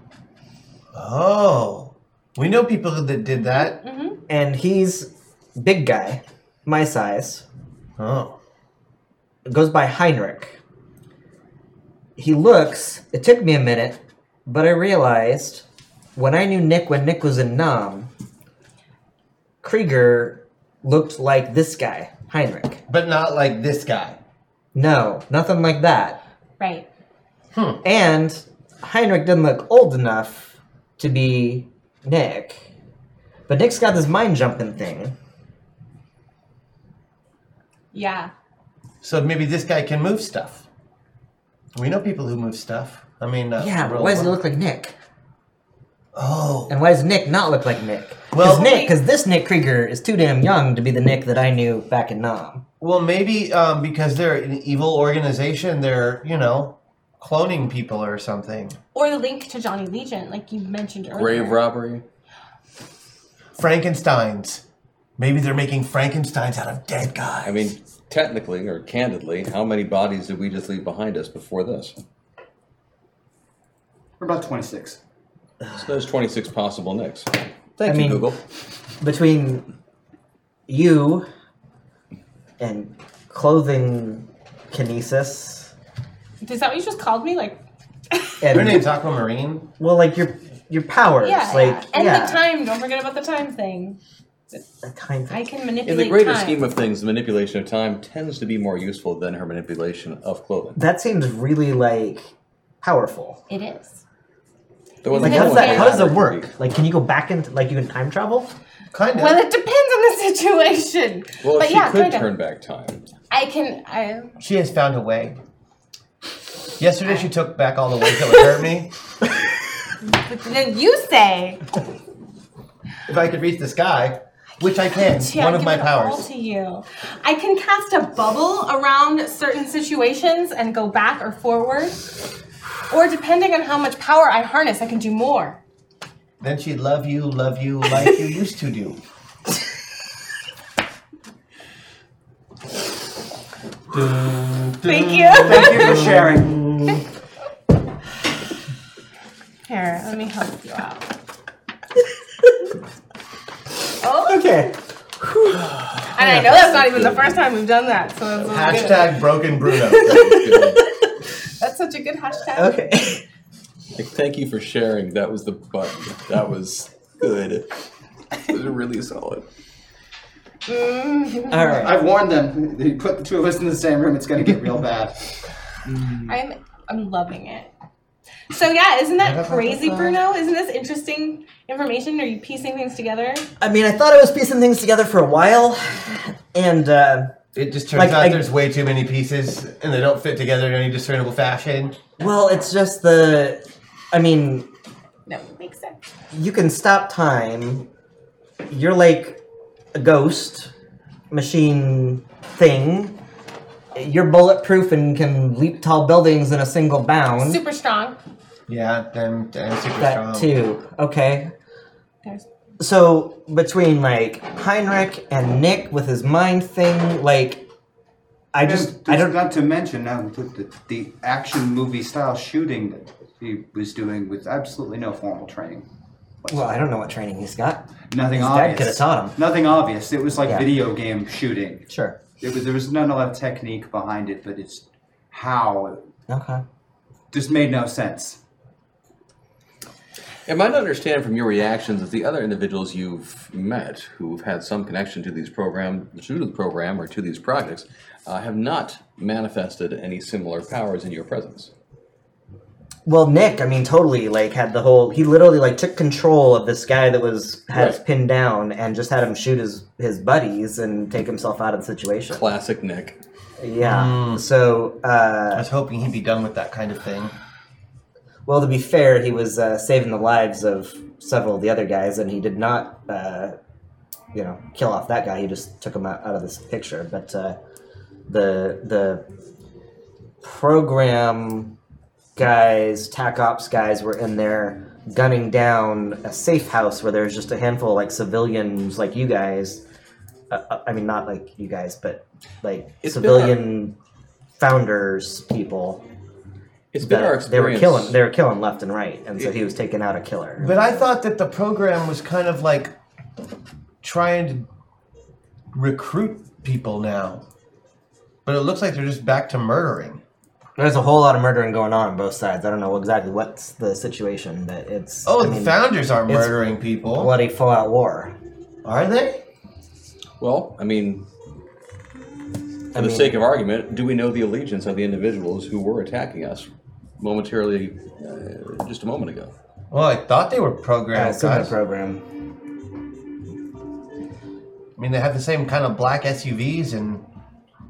S8: Oh, we know people that did that.
S9: And he's big guy, my size.
S8: Oh,
S9: Goes by Heinrich. He looks, it took me a minute, but I realized when I knew Nick when Nick was in Nam, Krieger looked like this guy, Heinrich.
S8: but not like this guy.
S9: No, nothing like that.
S7: Right.
S9: And Heinrich didn't look old enough to be Nick. But Nick's got this mind jumping thing.
S7: Yeah.
S8: So maybe this guy can move stuff. We know people who move stuff. I mean, uh,
S9: Yeah, but
S8: real
S9: why does it
S8: world.
S9: look like Nick?
S8: Oh,
S9: And why does Nick not look like Nick? Because
S8: Well-
S9: Nick, because this Nick Krieger is too damn young to be the Nick that I knew back in Nam.
S8: well, maybe um, because they're an evil organization, they're you know cloning people or something.
S7: Or the link to Johnny Legion, like you mentioned earlier.
S2: Grave robbery.
S8: Frankenstein's. Maybe they're making Frankenstein's out of dead guys.
S2: I mean, technically or candidly, how many bodies did we just leave behind us before this?
S4: We're about 26.
S2: So there's 26 possible nicks.
S9: I
S2: Thank you,
S9: mean-
S2: Google.
S9: Between you and clothing kinesis
S7: Is that what you just called me? Like,
S9: and
S8: her name's Aquamarine.
S9: well, like your your powers,
S7: yeah,
S9: like
S7: yeah. And
S9: yeah,
S7: the time. Don't forget about the time thing.
S9: the time
S7: I can
S2: In
S7: manipulate
S2: the greater
S7: time.
S2: scheme of things, the manipulation of time tends to be more useful than her manipulation of clothing.
S9: that seems really like powerful.
S7: it is.
S2: The one
S9: Like
S7: Isn't it
S2: that
S9: how does
S2: Google
S9: that
S7: fair?
S9: how does
S2: had
S9: it work? Like can you go back into like you can time travel?
S8: Kind of.
S7: Well, it depends on the situation.
S2: Well,
S7: but
S2: she
S7: yeah,
S2: could
S7: kinda.
S2: turn back time.
S7: I can. I,
S8: she has found a way. Yesterday, she took back all the ways that would hurt me.
S7: but then you say,
S8: If I could reach the sky, which I can,
S7: Yeah,
S8: one of
S7: give
S8: my
S7: it all
S8: powers.
S7: to you. I can cast a bubble around certain situations and go back or forward. Or depending on how much power I harness, I can do more.
S8: Then she'd love you, love you, like you used to do.
S7: Thank you.
S4: Thank you for sharing.
S7: Here, let me help you out.
S9: Okay.
S7: And I know that's not even the first time we've done that, so that's, really good.
S8: Hashtag broken Bruno.
S7: That's such a good hashtag.
S9: Okay.
S2: Like, thank you for sharing. That was the button. That was good. It was really solid.
S9: All right.
S4: I've warned them. They put the two of us in the same room, it's going to get real bad.
S7: I'm I'm loving it. So yeah, isn't that crazy, Bruno? Isn't this interesting information? Are you piecing things together?
S9: I mean, I thought I was piecing things together for a while, and uh,
S8: It just turns
S9: Like,
S8: out
S9: I-
S8: there's way too many pieces and they don't fit together in any discernible fashion.
S9: well, it's just the. I mean,
S7: No, it makes sense.
S9: you can stop time. You're like a ghost machine thing. You're bulletproof and can leap tall buildings in a single bound.
S7: Super strong.
S8: Yeah, I'm, I'm super
S9: that
S8: strong.
S9: too. Okay.
S7: There's
S9: So between like Heinrich and Nick with his mind thing, like I just I don't.
S4: not to mention now with the, the action movie style shooting that he was doing with absolutely no formal training.
S9: Well, I don't know what training he's got.
S4: Nothing
S9: His dad
S4: obvious.
S9: coulda taught him.
S4: Nothing obvious. It was like
S9: Yeah.
S4: video game shooting.
S9: Sure.
S4: It was there was not a lot of technique behind it, but it's how it
S9: Okay.
S4: just made no sense.
S2: Am I to understand from your reactions that the other individuals you've met who've had some connection to these program, to the program or to these projects, uh, have not manifested any similar powers in your presence?
S9: Well, Nick, I mean, totally like had the whole. He literally like took control of this guy that was had us
S2: Right.
S9: pinned down and just had him shoot his his buddies and take himself out of the situation.
S2: Classic Nick.
S9: Yeah. So,
S8: I
S9: uh,
S8: was hoping he'd be done with that kind of thing.
S9: well, to be fair, he was uh, saving the lives of several of the other guys, and he did not, uh, you know, kill off that guy. He just took him out, out of this picture. But uh, the the program guys, TAC ops guys were in there gunning down a safe house where there's just a handful of like civilians like you guys. Uh, uh, I mean, not like you guys, but like
S2: It's been a-
S9: civilian founders people.
S2: It's been our
S9: that they were
S2: experience.
S9: killing they were killing left and right, and so he was taking out a killer.
S8: But I thought that the program was kind of like trying to recruit people now. But it looks like they're just back to murdering.
S9: There's a whole lot of murdering going on on both sides. I don't know exactly what's the situation, but it's
S8: Oh,
S9: I
S8: the
S9: mean,
S8: founders are murdering people.
S9: bloody full out war.
S8: Are they?
S2: Well, I mean, for the
S9: mean-
S2: sake of argument, do we know the allegiance of the individuals who were attacking us momentarily, uh, just a moment ago?
S8: Well, I thought they were
S9: Yeah,
S8: programmed.
S9: it's in the
S8: guys.
S9: program.
S8: I mean, they have the same kind of black SUVs and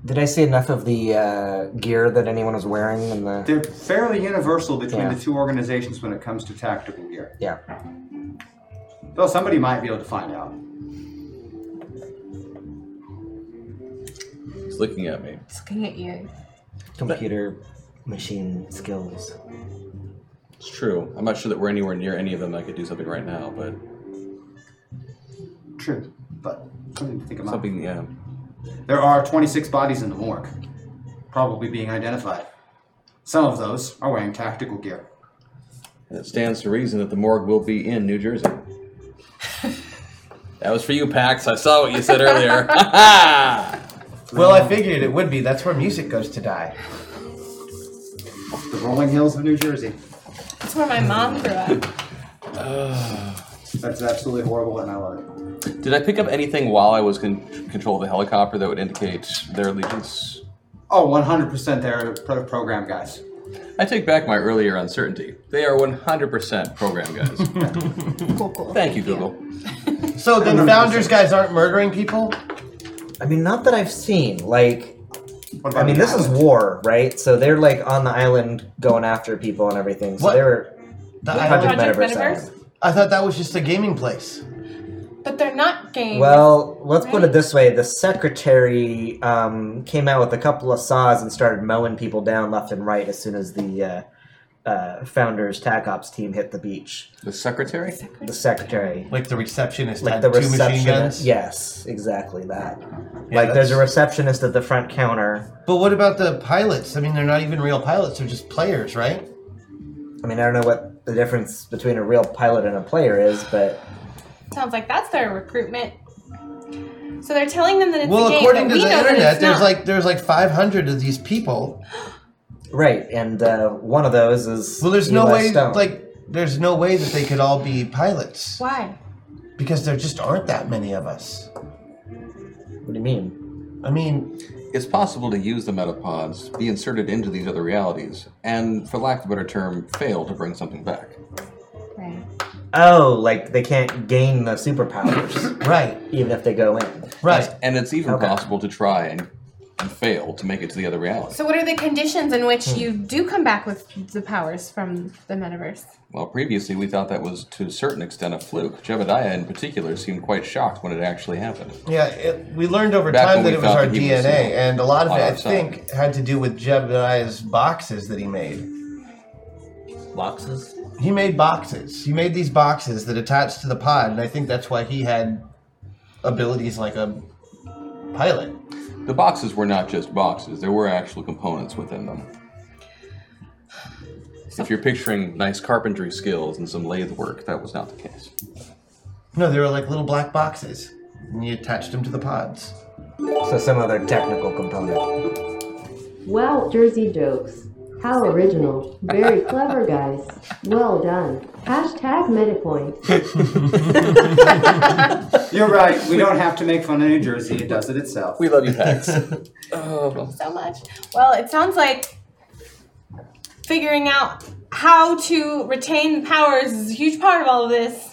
S9: Did I see enough of the uh, gear that anyone was wearing in the?
S4: They're fairly universal between
S9: Yeah.
S4: the two organizations when it comes to tactical gear.
S9: Yeah.
S4: Though somebody might be able to find out.
S3: He's looking at me.
S7: It's looking at you.
S9: Computer, machine skills.
S3: It's true. I'm not sure that we're anywhere near any of them. that I could do something right now, but
S4: True, but something to think about.
S3: something. Yeah.
S4: There are 26 bodies in the morgue, probably being identified. Some of those are wearing tactical gear.
S3: And it stands to reason that the morgue will be in New Jersey. that was for you, Pax. I saw what you said earlier.
S8: Well,
S9: Mm-hmm.
S8: I figured it would be. That's where music goes to die.
S4: The rolling hills of New Jersey.
S7: That's where my mom grew up.
S4: That's absolutely horrible, and I love it.
S3: Did I pick up anything while I was in control of the helicopter that would indicate their allegiance?
S4: Oh, 100% they're pro- program guys.
S3: I take back my earlier uncertainty. They are 100% program guys.
S7: Google.
S3: Thank you, Google.
S8: So the founders guys aren't murdering people.
S9: I mean, not that I've seen. Like,
S4: What about
S9: I mean,
S4: the
S9: this is
S4: island?
S9: war, right? So they're like on the island going after people and everything. So
S8: What?
S9: they were
S8: The
S9: Project
S8: island-
S7: Project
S9: Metaverse
S7: Metaverse?
S9: Island.
S8: I thought that was just a gaming place.
S7: But they're not games.
S9: Well, let's put
S7: Right.
S9: it this way: the secretary um, came out with a couple of saws and started mowing people down left and right as soon as the uh, uh, founders' TAC ops team hit the beach.
S3: The secretary?
S9: The secretary,
S8: Like the receptionist
S9: like
S8: had
S9: the
S8: two machine
S9: receptionist,
S8: guns.
S9: yes, exactly that.
S8: Yeah,
S9: like, there's a
S8: that's-
S9: receptionist at the front counter.
S8: But what about the pilots? I mean, they're not even real pilots. They're just players, right?
S9: I mean, I don't know what the difference between a real pilot and a player is, but
S7: Sounds like that's their recruitment. So they're telling them that it's a
S8: well,
S7: game,
S8: according
S7: but
S8: to
S7: we
S8: the
S7: know that
S8: internet,
S7: it's
S8: there's
S7: not.
S8: like there's like 500 of these people.
S9: right. And uh, one of those is
S8: Well, there's no
S9: Eli
S8: way
S9: Stone.
S8: like there's no way that they could all be pilots
S7: why?
S8: because there just aren't that many of us.
S9: What do you mean?
S8: I mean,
S3: It's possible to use the metapods, be inserted into these other realities, and, for lack of a better term, fail to bring something back.
S7: Right.
S9: Oh, like they can't gain the superpowers
S8: right,
S9: even if they go in.
S8: right.
S3: And it's even
S9: Okay.
S3: possible to try and, and fail to make it to the other reality.
S7: So what are the conditions in
S8: Hmm.
S7: which you do come back with the powers from the metaverse?
S3: Well, previously we thought that was to a certain extent a fluke. Jebediah, in particular, seemed quite shocked when it actually happened.
S8: Yeah, it, we learned over
S3: Back
S8: time
S3: when
S8: that
S3: we
S8: it was
S3: thought
S8: our
S3: that he
S8: DNA,
S3: was, you know,
S8: and a lot of
S3: on
S8: it, I
S3: our side.
S8: think, had to do with Jebediah's boxes that he made.
S2: Boxes.
S8: He made boxes. He made these boxes that attached to the pod, and I think that's why he had abilities like a pilot.
S3: The boxes were not just boxes; there were actual components within them. If you're picturing nice carpentry skills and some lathe work, that was not the case.
S8: No, they were like little black boxes, and you attached them to the pods.
S9: So some other technical component.
S10: Wow, Jersey jokes. How original. Very clever, guys. Well done. Hashtag MetaPoint.
S4: You're right. We don't have to make fun of New Jersey. It does it itself.
S3: We love you, Pax.
S7: So much. Well, it sounds like figuring out how to retain powers is a huge part of all of this.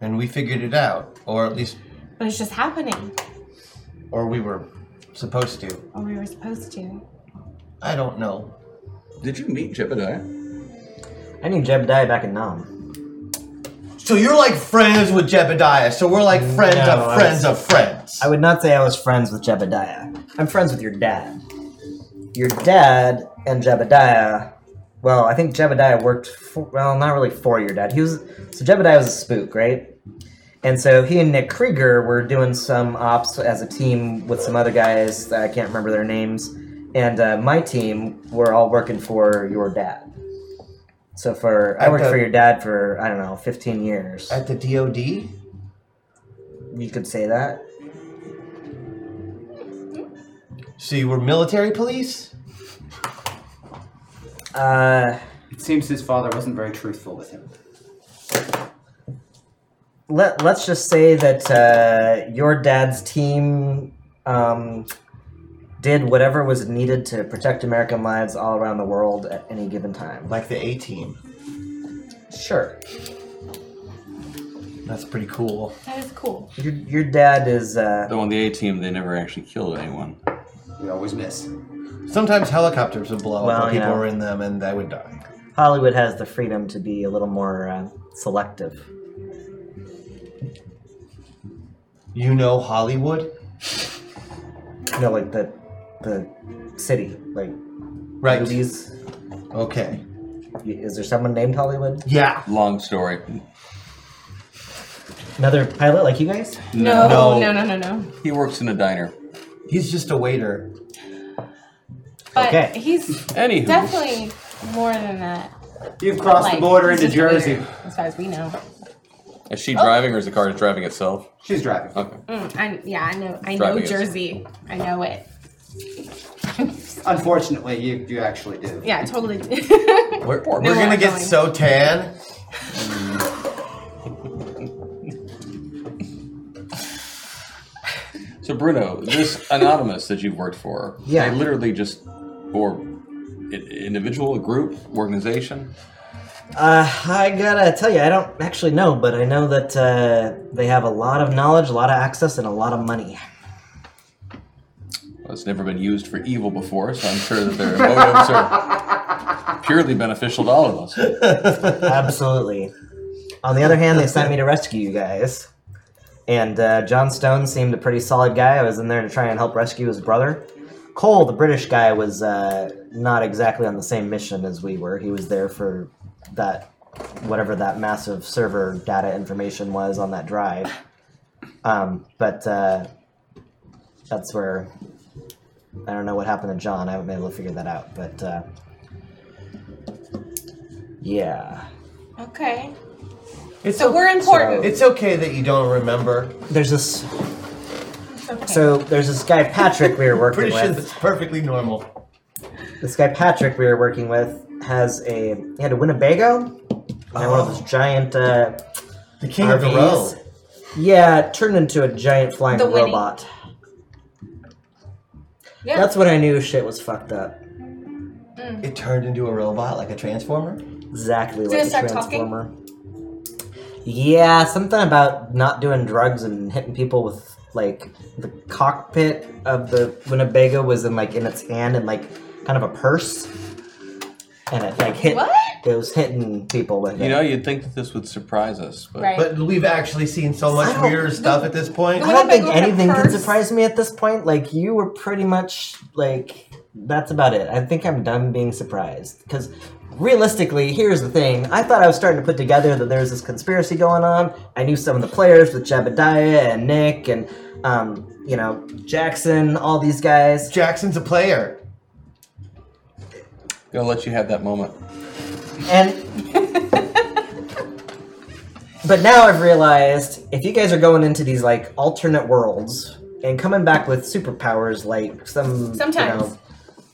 S8: And we figured it out, or at least,
S7: But it's just happening.
S8: or we were supposed to.
S7: Or we were supposed to.
S8: I don't know.
S3: Did you meet Jebediah?
S9: I knew Jebediah back in Nam.
S8: So you're like friends with Jebediah, so we're like friends
S9: No, I
S8: of
S9: was-
S8: friends of friends.
S9: I would not say I was friends with Jebediah. I'm friends with your dad. Your dad and Jebediah. Well, I think Jebediah worked for, well, not really for your dad. He was so Jebediah was a spook, right? And so he and Nick Krieger were doing some ops as a team with some other guys that I can't remember their names. And uh, my team were all working for your dad. So for I
S8: At
S9: worked
S8: the-
S9: for your dad for I don't know 15 years.
S8: At the DOD?
S9: you could say that.
S8: So you were military police?
S9: Uh,
S4: It seems his father wasn't very truthful with him.
S9: let let's just say that uh, your dad's team um, did whatever was needed to protect American lives all around the world at any given time. Like,
S8: Like the A team.
S9: sure. That's pretty cool.
S7: That is cool.
S9: Your, your dad is. Uh,
S3: Though on the A team, they never actually killed anyone.
S4: We always miss.
S8: Sometimes helicopters would blow
S9: Well,
S8: up when people
S9: yeah.
S8: were in them and they would die.
S9: Hollywood has the freedom to be a little more uh, selective.
S8: You know Hollywood?
S9: You know, like the the city, like
S8: Right.
S9: movies.
S8: Okay.
S9: Is there someone named Hollywood?
S8: Yeah.
S3: Long story.
S9: Another pilot like you guys?
S7: No,
S8: No.
S7: no, no, no, no. no.
S3: He works in a diner.
S8: He's just a waiter.
S7: But
S9: Okay.
S7: he's
S3: Anywho,
S7: definitely more than that.
S4: You've crossed
S7: Like,
S4: the border
S7: he's
S4: into
S7: just weird,
S4: Jersey.
S7: as far as we know.
S3: is she driving or is the car just driving itself?
S4: She's driving.
S3: Okay.
S7: Mm, I, yeah, I know. I know
S3: Driving is-
S7: Jersey. I know it.
S4: Unfortunately, you you actually do.
S7: Yeah, totally.
S8: We're, we're
S7: No,
S8: gonna
S7: I'm
S8: get
S7: going.
S8: so tan.
S3: So Bruno, this anonymous that you've worked for,
S9: Yeah.
S3: they literally just, or i- individual, group, organization.
S9: Uh, I gotta tell you, I don't actually know, but I know that uh, they have a lot of knowledge, a lot of access, and a lot of money.
S3: Well, it's never been used for evil before, so I'm sure that their motives are purely beneficial to all of us.
S9: Absolutely. On the other hand, they sent me to rescue you guys. And uh, John Stone seemed a pretty solid guy. I was in there to try and help rescue his brother. Cole, the British guy, was uh, not exactly on the same mission as we were. He was there for that, whatever that massive server data information was on that drive. Um, but uh, that's where I don't know what happened to John. I haven't been able to figure that out. But uh, yeah.
S7: okay.
S8: It's
S7: So
S8: o-
S7: we're important.
S8: It's okay that you don't remember.
S9: There's this
S7: okay.
S9: So there's this guy Patrick we were working
S8: Pretty sure
S9: with.
S8: that's perfectly normal.
S9: This guy Patrick we were working with has a he had a Winnebago and had one of those giant uh,
S8: The Oh. king of the
S9: RVs.
S8: road.
S9: Yeah, it turned into a giant flying
S7: The Winnie.
S9: robot.
S7: yeah.
S9: That's when I knew shit was fucked up.
S8: It turned into a robot like a transformer.
S9: Exactly
S7: Did it
S9: like
S7: start
S9: a
S7: talking?
S9: transformer. Yeah, something about not doing drugs and hitting people with like the cockpit of the Winnebago was in like in its hand and like kind of a purse, and it like hit.
S7: What?
S9: It was hitting people with it.
S3: You know, you'd think that this would surprise us, but
S7: right.
S8: But we've actually seen so much
S9: don't-
S8: weirder stuff at this point.
S9: I don't think
S7: Winnebago had a
S9: anything can
S7: purse.
S9: surprise me at this point. Like you were pretty much like that's about it. I think I'm done being surprised because realistically, here's the thing: I thought I was starting to put together that there was this conspiracy going on. I knew some of the players with Jebediah and Nick and um, you know Jackson, all these guys.
S8: Jackson's a player.
S3: I'll let you have that moment.
S9: And but now I've realized if you guys are going into these like alternate worlds and coming back with superpowers like some you
S7: Sometimes.
S9: know,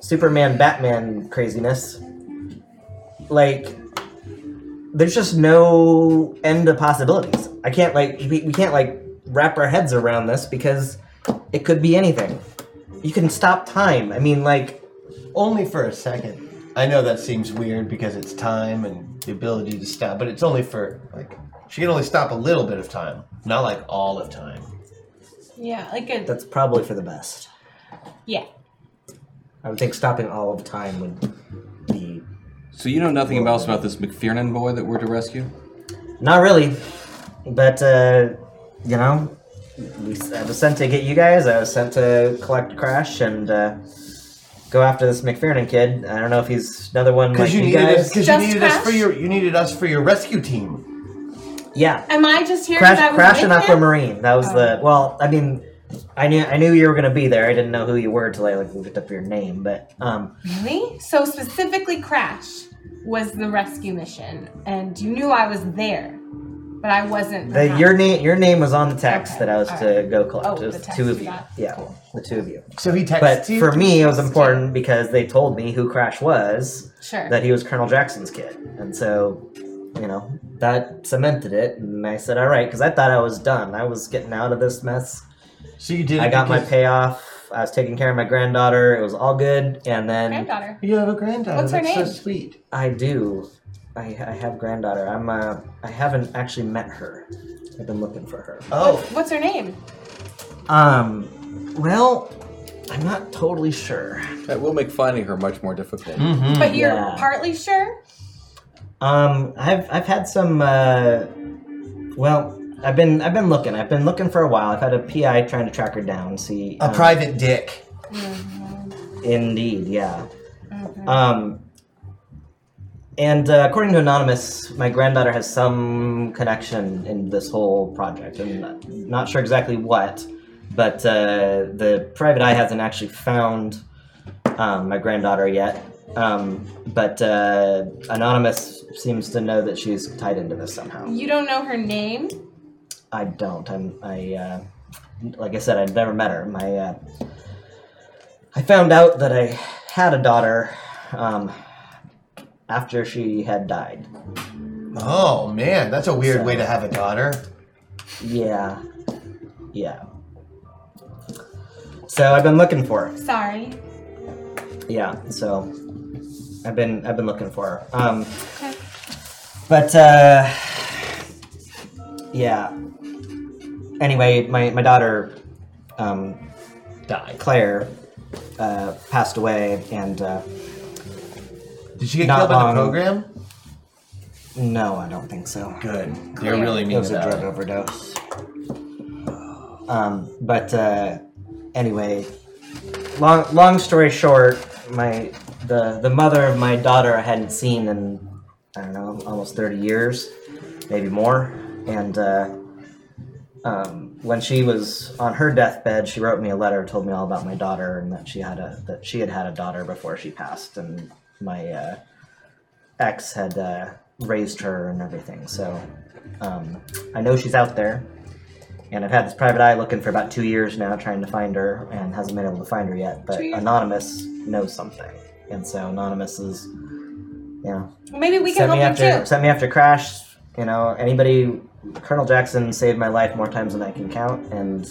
S9: Superman Batman craziness, like there's just no end to possibilities. I can't like we, we can't like wrap our heads around this because it could be anything. You can stop time. I mean, like
S8: Only for a second. I know that seems weird because it's time and the ability to stop, but it's only for like she can only stop a little bit of time, not like all of time.
S7: Yeah, like a
S9: that's probably for the best.
S7: yeah.
S9: I would think stopping all of time would be
S3: So you know nothing else about this McFiernan boy that we're to rescue?
S9: not really, but uh, you know, we, I was sent to get you guys. I was sent to collect Crash and uh, go after this McFerrin kid. I don't know if he's another one like
S8: Because you
S9: you
S8: needed us.
S9: guys.
S8: Because you
S7: Just
S8: needed us
S7: Crash?
S8: for your. You needed us for your rescue team.
S9: yeah,
S7: Am I just here? 'cause I
S9: Crash,
S7: was
S9: Crash,
S7: with
S9: and
S7: him?
S9: Aquamarine. That was
S7: Oh.
S9: the well. I mean, I knew I knew you were gonna be there. I didn't know who you were till I like looked up your name, but um,
S7: Really? So specifically, Crash was the rescue mission, and you knew I was there, but I wasn't.
S9: the, your name your name was on the text
S7: Uh-huh. Okay,
S9: that I was to
S7: alright.
S9: go collect.
S7: Oh,
S9: It was
S7: the text
S9: two of
S7: you
S9: you.
S7: got.
S9: Yeah,
S7: Cool.
S9: the two of you.
S8: So he texted
S9: But
S8: you.
S9: for me, it was important because they told me who Crash was,
S7: Sure.
S9: that he was Colonel Jackson's kid. And so, you know, that cemented it. And I said, all right, because I thought I was done. I was getting out of this mess.
S8: so you did. it
S9: I got my
S8: because-
S9: payoff. I was taking care of my granddaughter. It was all good. And then
S7: granddaughter.
S8: You have a granddaughter.
S7: What's her
S8: That's
S7: name?
S8: so sweet.
S9: I do. I, I have granddaughter. I'm. Uh, I haven't actually met her. I've been looking for her.
S8: Oh,
S7: What's her name?
S9: Um. Well, I'm not totally sure.
S2: That will make finding her much more difficult.
S7: but you're
S9: Hmm, yeah.
S7: partly sure?
S9: Um. I've I've had some. Uh, well, I've been I've been looking. I've been looking for a while. I've had a PI trying to track her down. See.
S8: a
S9: um,
S8: private dick.
S9: Indeed, yeah. Um, and uh, according to Anonymous, my granddaughter has some connection in this whole project. I'm not- not sure exactly what, but uh, the private eye hasn't actually found um, my granddaughter yet. Um, but uh, Anonymous seems to know that she's tied into this somehow.
S7: You don't know her name?
S9: I don't. I'm. I. Uh, like I said, I'd never met her. My. Uh, I found out that I had a daughter um, after she had died.
S8: Oh man, that's a weird way to have a daughter.
S9: Yeah. Yeah. So I've been looking for her.
S7: Sorry.
S9: Yeah. So I've been I've been looking for her. Um,
S7: Okay.
S9: But uh, yeah. Anyway, my my daughter, um,
S8: Died.
S9: Claire, uh, passed away, and uh,
S8: Did she get
S9: Not
S8: killed by
S9: long.
S8: the program?
S9: no, I don't think so.
S8: Good.
S7: Claire.
S8: They're really
S9: It
S8: mean
S9: was a
S8: about
S9: drug
S8: it.
S9: overdose. Um, but uh, anyway, long long story short, my the the mother of my daughter I hadn't seen in I don't know almost thirty years, maybe more. And uh, um, when she was on her deathbed, she wrote me a letter, told me all about my daughter, and that she had a that she had had a daughter before she passed, and my uh, ex had uh, raised her and everything. So um, I know she's out there, and I've had this private eye looking for about two years now, trying to find her, and hasn't been able to find her yet. But
S7: Two years.
S9: anonymous knows something, and so anonymous is, you know,
S7: Well, maybe we can
S9: sent
S7: help
S9: me
S7: you
S9: after
S7: too.
S9: sent me after crash. You know, anybody, Colonel Jackson saved my life more times than I can count, and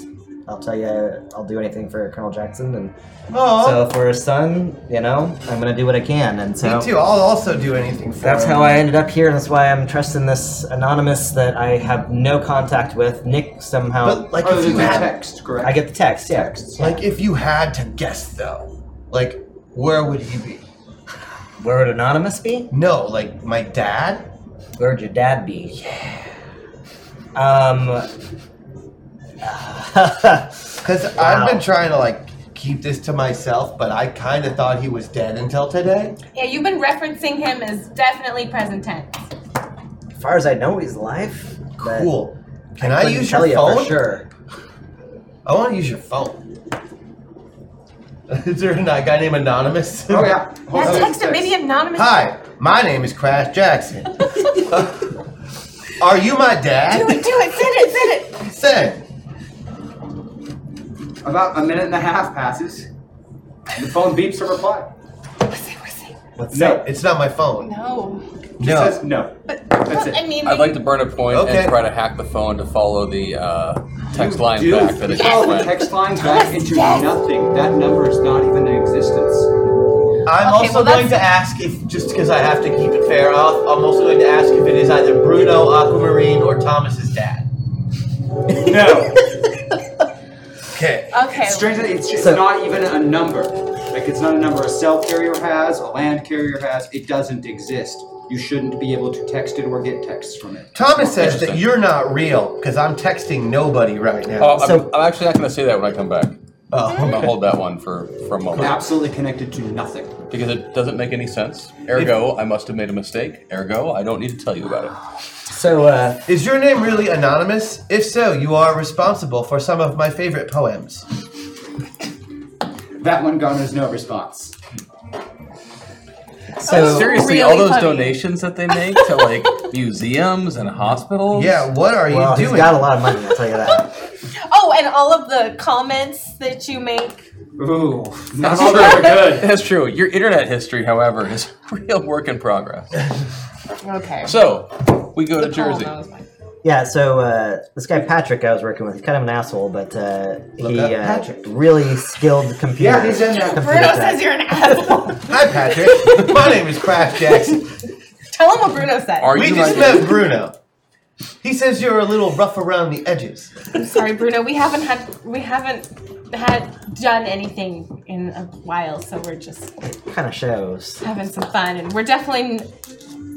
S9: I'll tell you, I'll do anything for Colonel Jackson, and
S8: Oh,
S9: so for his son, you know, I'm gonna do what I can, and so
S8: me too. I'll also do anything for.
S9: that's
S8: her.
S9: how I ended up here, and that's why I'm trusting this anonymous that I have no contact with. Nick somehow.
S8: But like,
S4: Oh,
S8: if
S4: there's
S8: you
S4: a
S8: had,
S4: text, correct?
S9: I get the text. Yeah.
S8: like if you had to guess though, like where would he be?
S9: Where would anonymous be?
S8: No, like my dad.
S9: Where would your dad be? Um.
S8: Because
S9: Wow.
S8: I've been trying to like keep this to myself, but I kind of thought he was dead until today.
S7: Yeah, you've been referencing him as definitely present tense.
S9: as far as I know, he's alive. but
S8: Cool. Can I,
S9: couldn't
S8: use
S9: tell
S8: your
S9: you
S8: phone?
S9: For sure.
S8: I want to use your phone. Is there a guy named Anonymous?
S4: Oh yeah. Hold
S7: Yeah,
S4: on.
S7: text him. Maybe anonymous.
S8: Hi, my name is Crash Jackson. Are you my
S7: Do
S8: dad?
S7: it, do it, send it, send it.
S8: Say.
S4: About a minute and a half passes. The phone beeps a reply.
S7: What's it, what's it?
S8: What's
S4: No.
S8: that? It's not my phone.
S7: No.
S8: No.
S4: Says no.
S7: But,
S4: That's it.
S7: I mean,
S2: I'd like to burn a point
S8: Okay.
S2: and try to hack the phone to follow the uh, text line
S4: Dude,
S2: back
S8: Oh,
S2: that it
S4: call
S2: just
S4: the
S2: went.
S4: text line back into nothing. That number is not even in existence.
S8: I'm
S7: Okay,
S8: also
S7: well,
S8: going to ask if, just because I have to keep it fair, I'll- I'm also going to ask if it is either Bruno, Aquamarine, or Thomas's dad.
S4: No.
S8: Okay.
S7: okay.
S4: Strangely, it's, it's
S9: So-
S4: not even a number. Like it's not a number a cell carrier has, a land carrier has. It doesn't exist. You shouldn't be able to text it or get texts from it.
S8: Thomas says that
S2: Interesting.
S8: you're not real because I'm texting nobody right now.
S2: Oh, Mm-hmm. I'm,
S9: So-
S2: I'm actually not going to say that when I come back. I'm
S8: Oh.
S2: going to hold that one for, for a moment
S4: Absolutely connected to nothing.
S2: because it doesn't make any sense. Ergo, I must have made a mistake. Ergo, I don't need to tell you about it.
S9: So, uh,
S8: Is your name really anonymous? If so, you are responsible for some of my favorite poems.
S4: That one garners no response.
S9: so
S2: Seriously,
S7: Really
S2: all those
S7: funny.
S2: donations that they make to like museums and hospitals.
S8: Yeah, what are you
S9: well, he's
S8: doing?
S9: got a lot of money. I'll tell you that.
S7: Oh, and all of the comments that you make.
S4: Ooh, not all those are good.
S2: That's true. Your internet history, however, is a real work in progress.
S7: Okay. Oh,
S2: So we go to Jersey.
S9: Yeah. So uh, this guy Patrick, I was working with, he's kind of an asshole, but uh, he
S8: up
S9: uh,
S8: Patrick.
S9: really skilled computer.
S8: Yeah, he's in there.
S9: computer
S7: Bruno
S9: tech.
S7: says you're an asshole.
S8: Hi, Patrick. my name is Crash Jackson.
S7: Tell him what Bruno said.
S3: Are
S8: we
S3: you
S8: just
S3: like-
S8: met Bruno. He says you're a little rough around the edges.
S7: I'm sorry, Bruno. We haven't had we haven't had done anything in a while, so we're just
S9: Kind of shows.
S7: having some fun, and we're definitely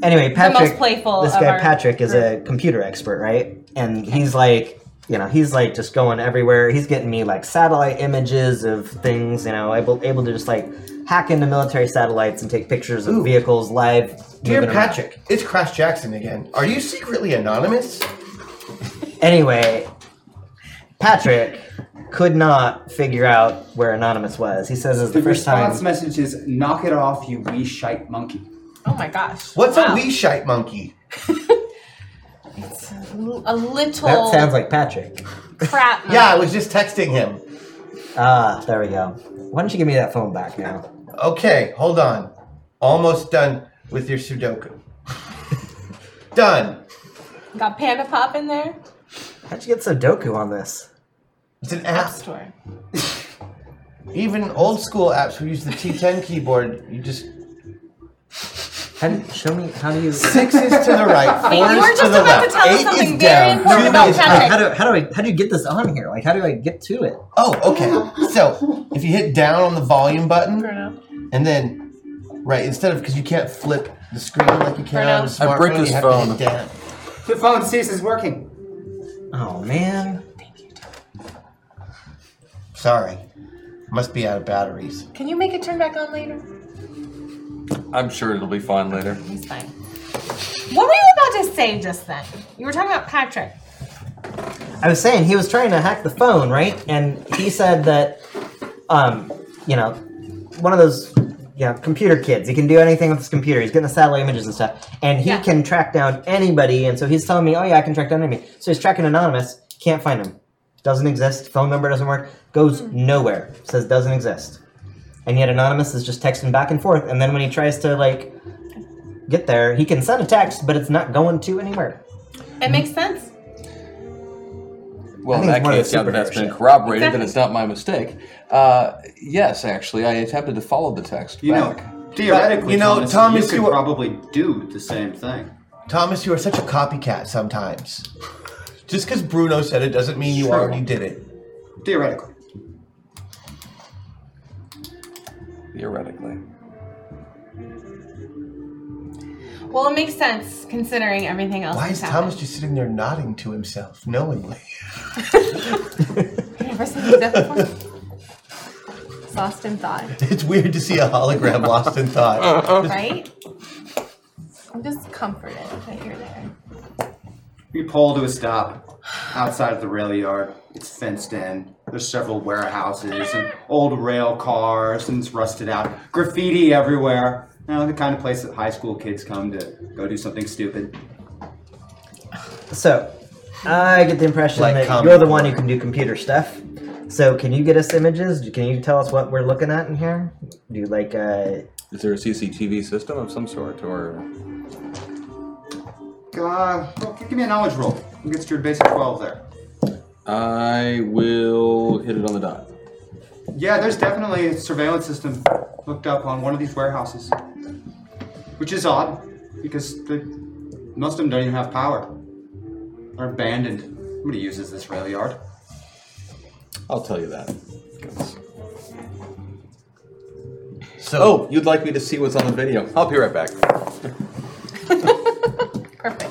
S9: Anyway, Patrick.
S7: the most playful.
S9: this
S7: of
S9: guy
S7: our
S9: Patrick is
S7: group.
S9: a computer expert, right? And he's like, you know, he's like just going everywhere. He's getting me like satellite images of things, you know, able able to just like hack into military satellites and take pictures of
S8: Ooh.
S9: vehicles live.
S8: Dear
S9: moving around.
S8: Patrick, it's Crash Jackson again. Are you secretly anonymous?
S9: Anyway, Patrick could not figure out where Anonymous was. He says it's the
S4: The
S9: first time.
S4: response message is knock it off, you wee shite monkey.
S7: Oh my gosh.
S8: What's
S7: wow.
S8: a wee shite monkey?
S7: It's a l- a little
S9: That sounds like Patrick.
S7: crap.
S8: Yeah, I was just texting him.
S9: Ah, there we go. Why don't you give me that phone back now?
S8: Okay, hold on. Almost done with your Sudoku. done.
S7: Got Panda Pop in there.
S9: How'd you get Sudoku on this?
S8: It's an
S7: App
S8: app.
S7: Store.
S8: Even old school apps who use the T10 keyboard, you just
S9: How do, show me how do you
S8: six is to the right,
S7: Wait,
S8: four
S7: you were
S8: is to
S7: just
S8: the
S7: about to
S8: left,
S7: tell us
S8: eight
S7: something
S8: is
S7: very
S8: down,
S7: important
S8: two
S7: about
S8: is
S7: Patrick.
S8: up.
S9: how do how do I how do you get this on here? Like how do I get to it?
S8: Oh, okay. So if you hit down on the volume button
S7: Bruno.
S8: and then right instead of because you can't flip the screen like you can on a
S3: I break
S8: smartphone,
S3: this
S8: you have
S3: phone.
S8: to hit down.
S4: The phone ceases working.
S9: Oh man.
S8: Sorry, must be out of batteries.
S7: Can you make it turn back on later?
S3: I'm sure it'll be fine later.
S7: He's fine. What were you about to say just then? You were talking about Patrick.
S9: I was saying he was trying to hack the phone, right? And he said that um, you know, one of those you know, computer kids. He can do anything with his computer. He's getting the satellite images and stuff. And he
S7: Yeah.
S9: can track down anybody. And so he's telling me, oh, yeah, I can track down anybody. So he's tracking Anonymous. Can't find him. Doesn't exist. Phone number doesn't work. Goes nowhere. Says doesn't exist. And yet Anonymous is just texting back and forth. And then when he tries to, like, get there, he can send a text, but it's not going to anywhere.
S7: It makes sense.
S3: Well, in
S9: I
S3: that
S9: think it's
S3: case, now
S9: one
S3: that
S9: of the
S3: that's been
S9: superheroes.
S3: corroborated,
S7: Exactly.
S3: then it's not my mistake. Uh, yes, actually, I attempted to follow the text
S4: You
S3: back.
S4: know, theoretically,
S8: You know,
S4: Thomas,
S8: Thomas,
S4: you could
S8: you were-
S4: probably do the same thing.
S8: Thomas, you are such a copycat sometimes. Just because Bruno said it doesn't mean you
S4: Sure.
S8: already did it.
S4: Theoretically.
S3: Theoretically.
S7: Well, it makes sense considering everything else.
S8: Why
S7: that's
S8: is
S7: happened.
S8: Thomas just sitting there nodding to himself knowingly?
S7: Have you ever seen that before? It's Lost in thought,
S8: It's weird to see a hologram lost in thought.
S7: right? I'm just comforted that you're there.
S4: We pull to a stop outside of the rail yard. It's fenced in. There's several warehouses and old rail cars and it's rusted out. Graffiti everywhere. You know, the kind of place that high school kids come to go do something stupid.
S9: So I get the impression
S8: Like
S9: that
S8: comic
S9: you're the one
S8: book.
S9: who can do computer stuff. So can you get us images? Can you tell us what we're looking at in here? Do you like uh
S3: Is there a CCTV system of some sort, or
S4: Uh, well, give me a knowledge roll. Against your basic 12 there.
S3: I will hit it on the dot.
S4: Yeah, there's definitely a surveillance system hooked up on one of these warehouses. Which is odd, because the, most of them don't even have power. They're abandoned. Nobody uses this rail yard.
S3: I'll tell you that.
S8: So,
S3: Oh, you'd like me to see what's on the video? I'll be right back.
S7: Perfect.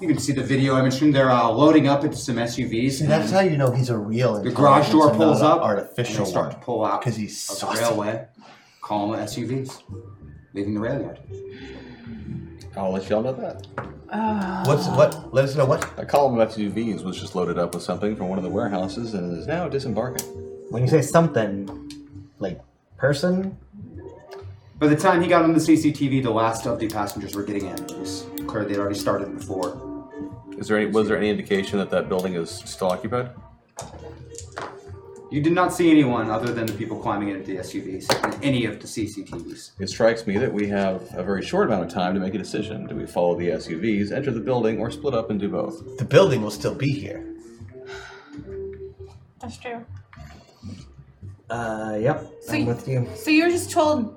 S4: You can see the video image from there uh, loading up into some SUVs.
S8: see, that's how you know he's a real.
S4: the garage door
S8: intelligence and
S4: pulls
S8: not an
S4: up,
S8: Artificial
S4: and they start
S8: one.
S4: to pull out
S8: 'Cause he's
S4: of the
S8: saucy.
S4: railway, calm SUVs, leaving the rail yard.
S3: I'll let y'all know that.
S8: What's what? Let us know what.
S3: A column of SUVs was just loaded up with something from one of the warehouses and is now disembarking.
S9: when you say something like person?
S4: By the time he got on the CCTV, the last of the passengers were getting in. It was clear they'd already started before.
S3: Is there any? Was there any indication that that building is still occupied?
S4: You did not see anyone other than the people climbing into the SUVs in any of the CCTVs.
S3: It strikes me that we have a very short amount of time to make a decision. Do we follow the SUVs, enter the building, or split up and do both?
S8: The building will still be here.
S7: That's true.
S9: Uh yep.
S7: So
S9: I'm
S7: you-
S9: Uh, with you.
S7: So you were just told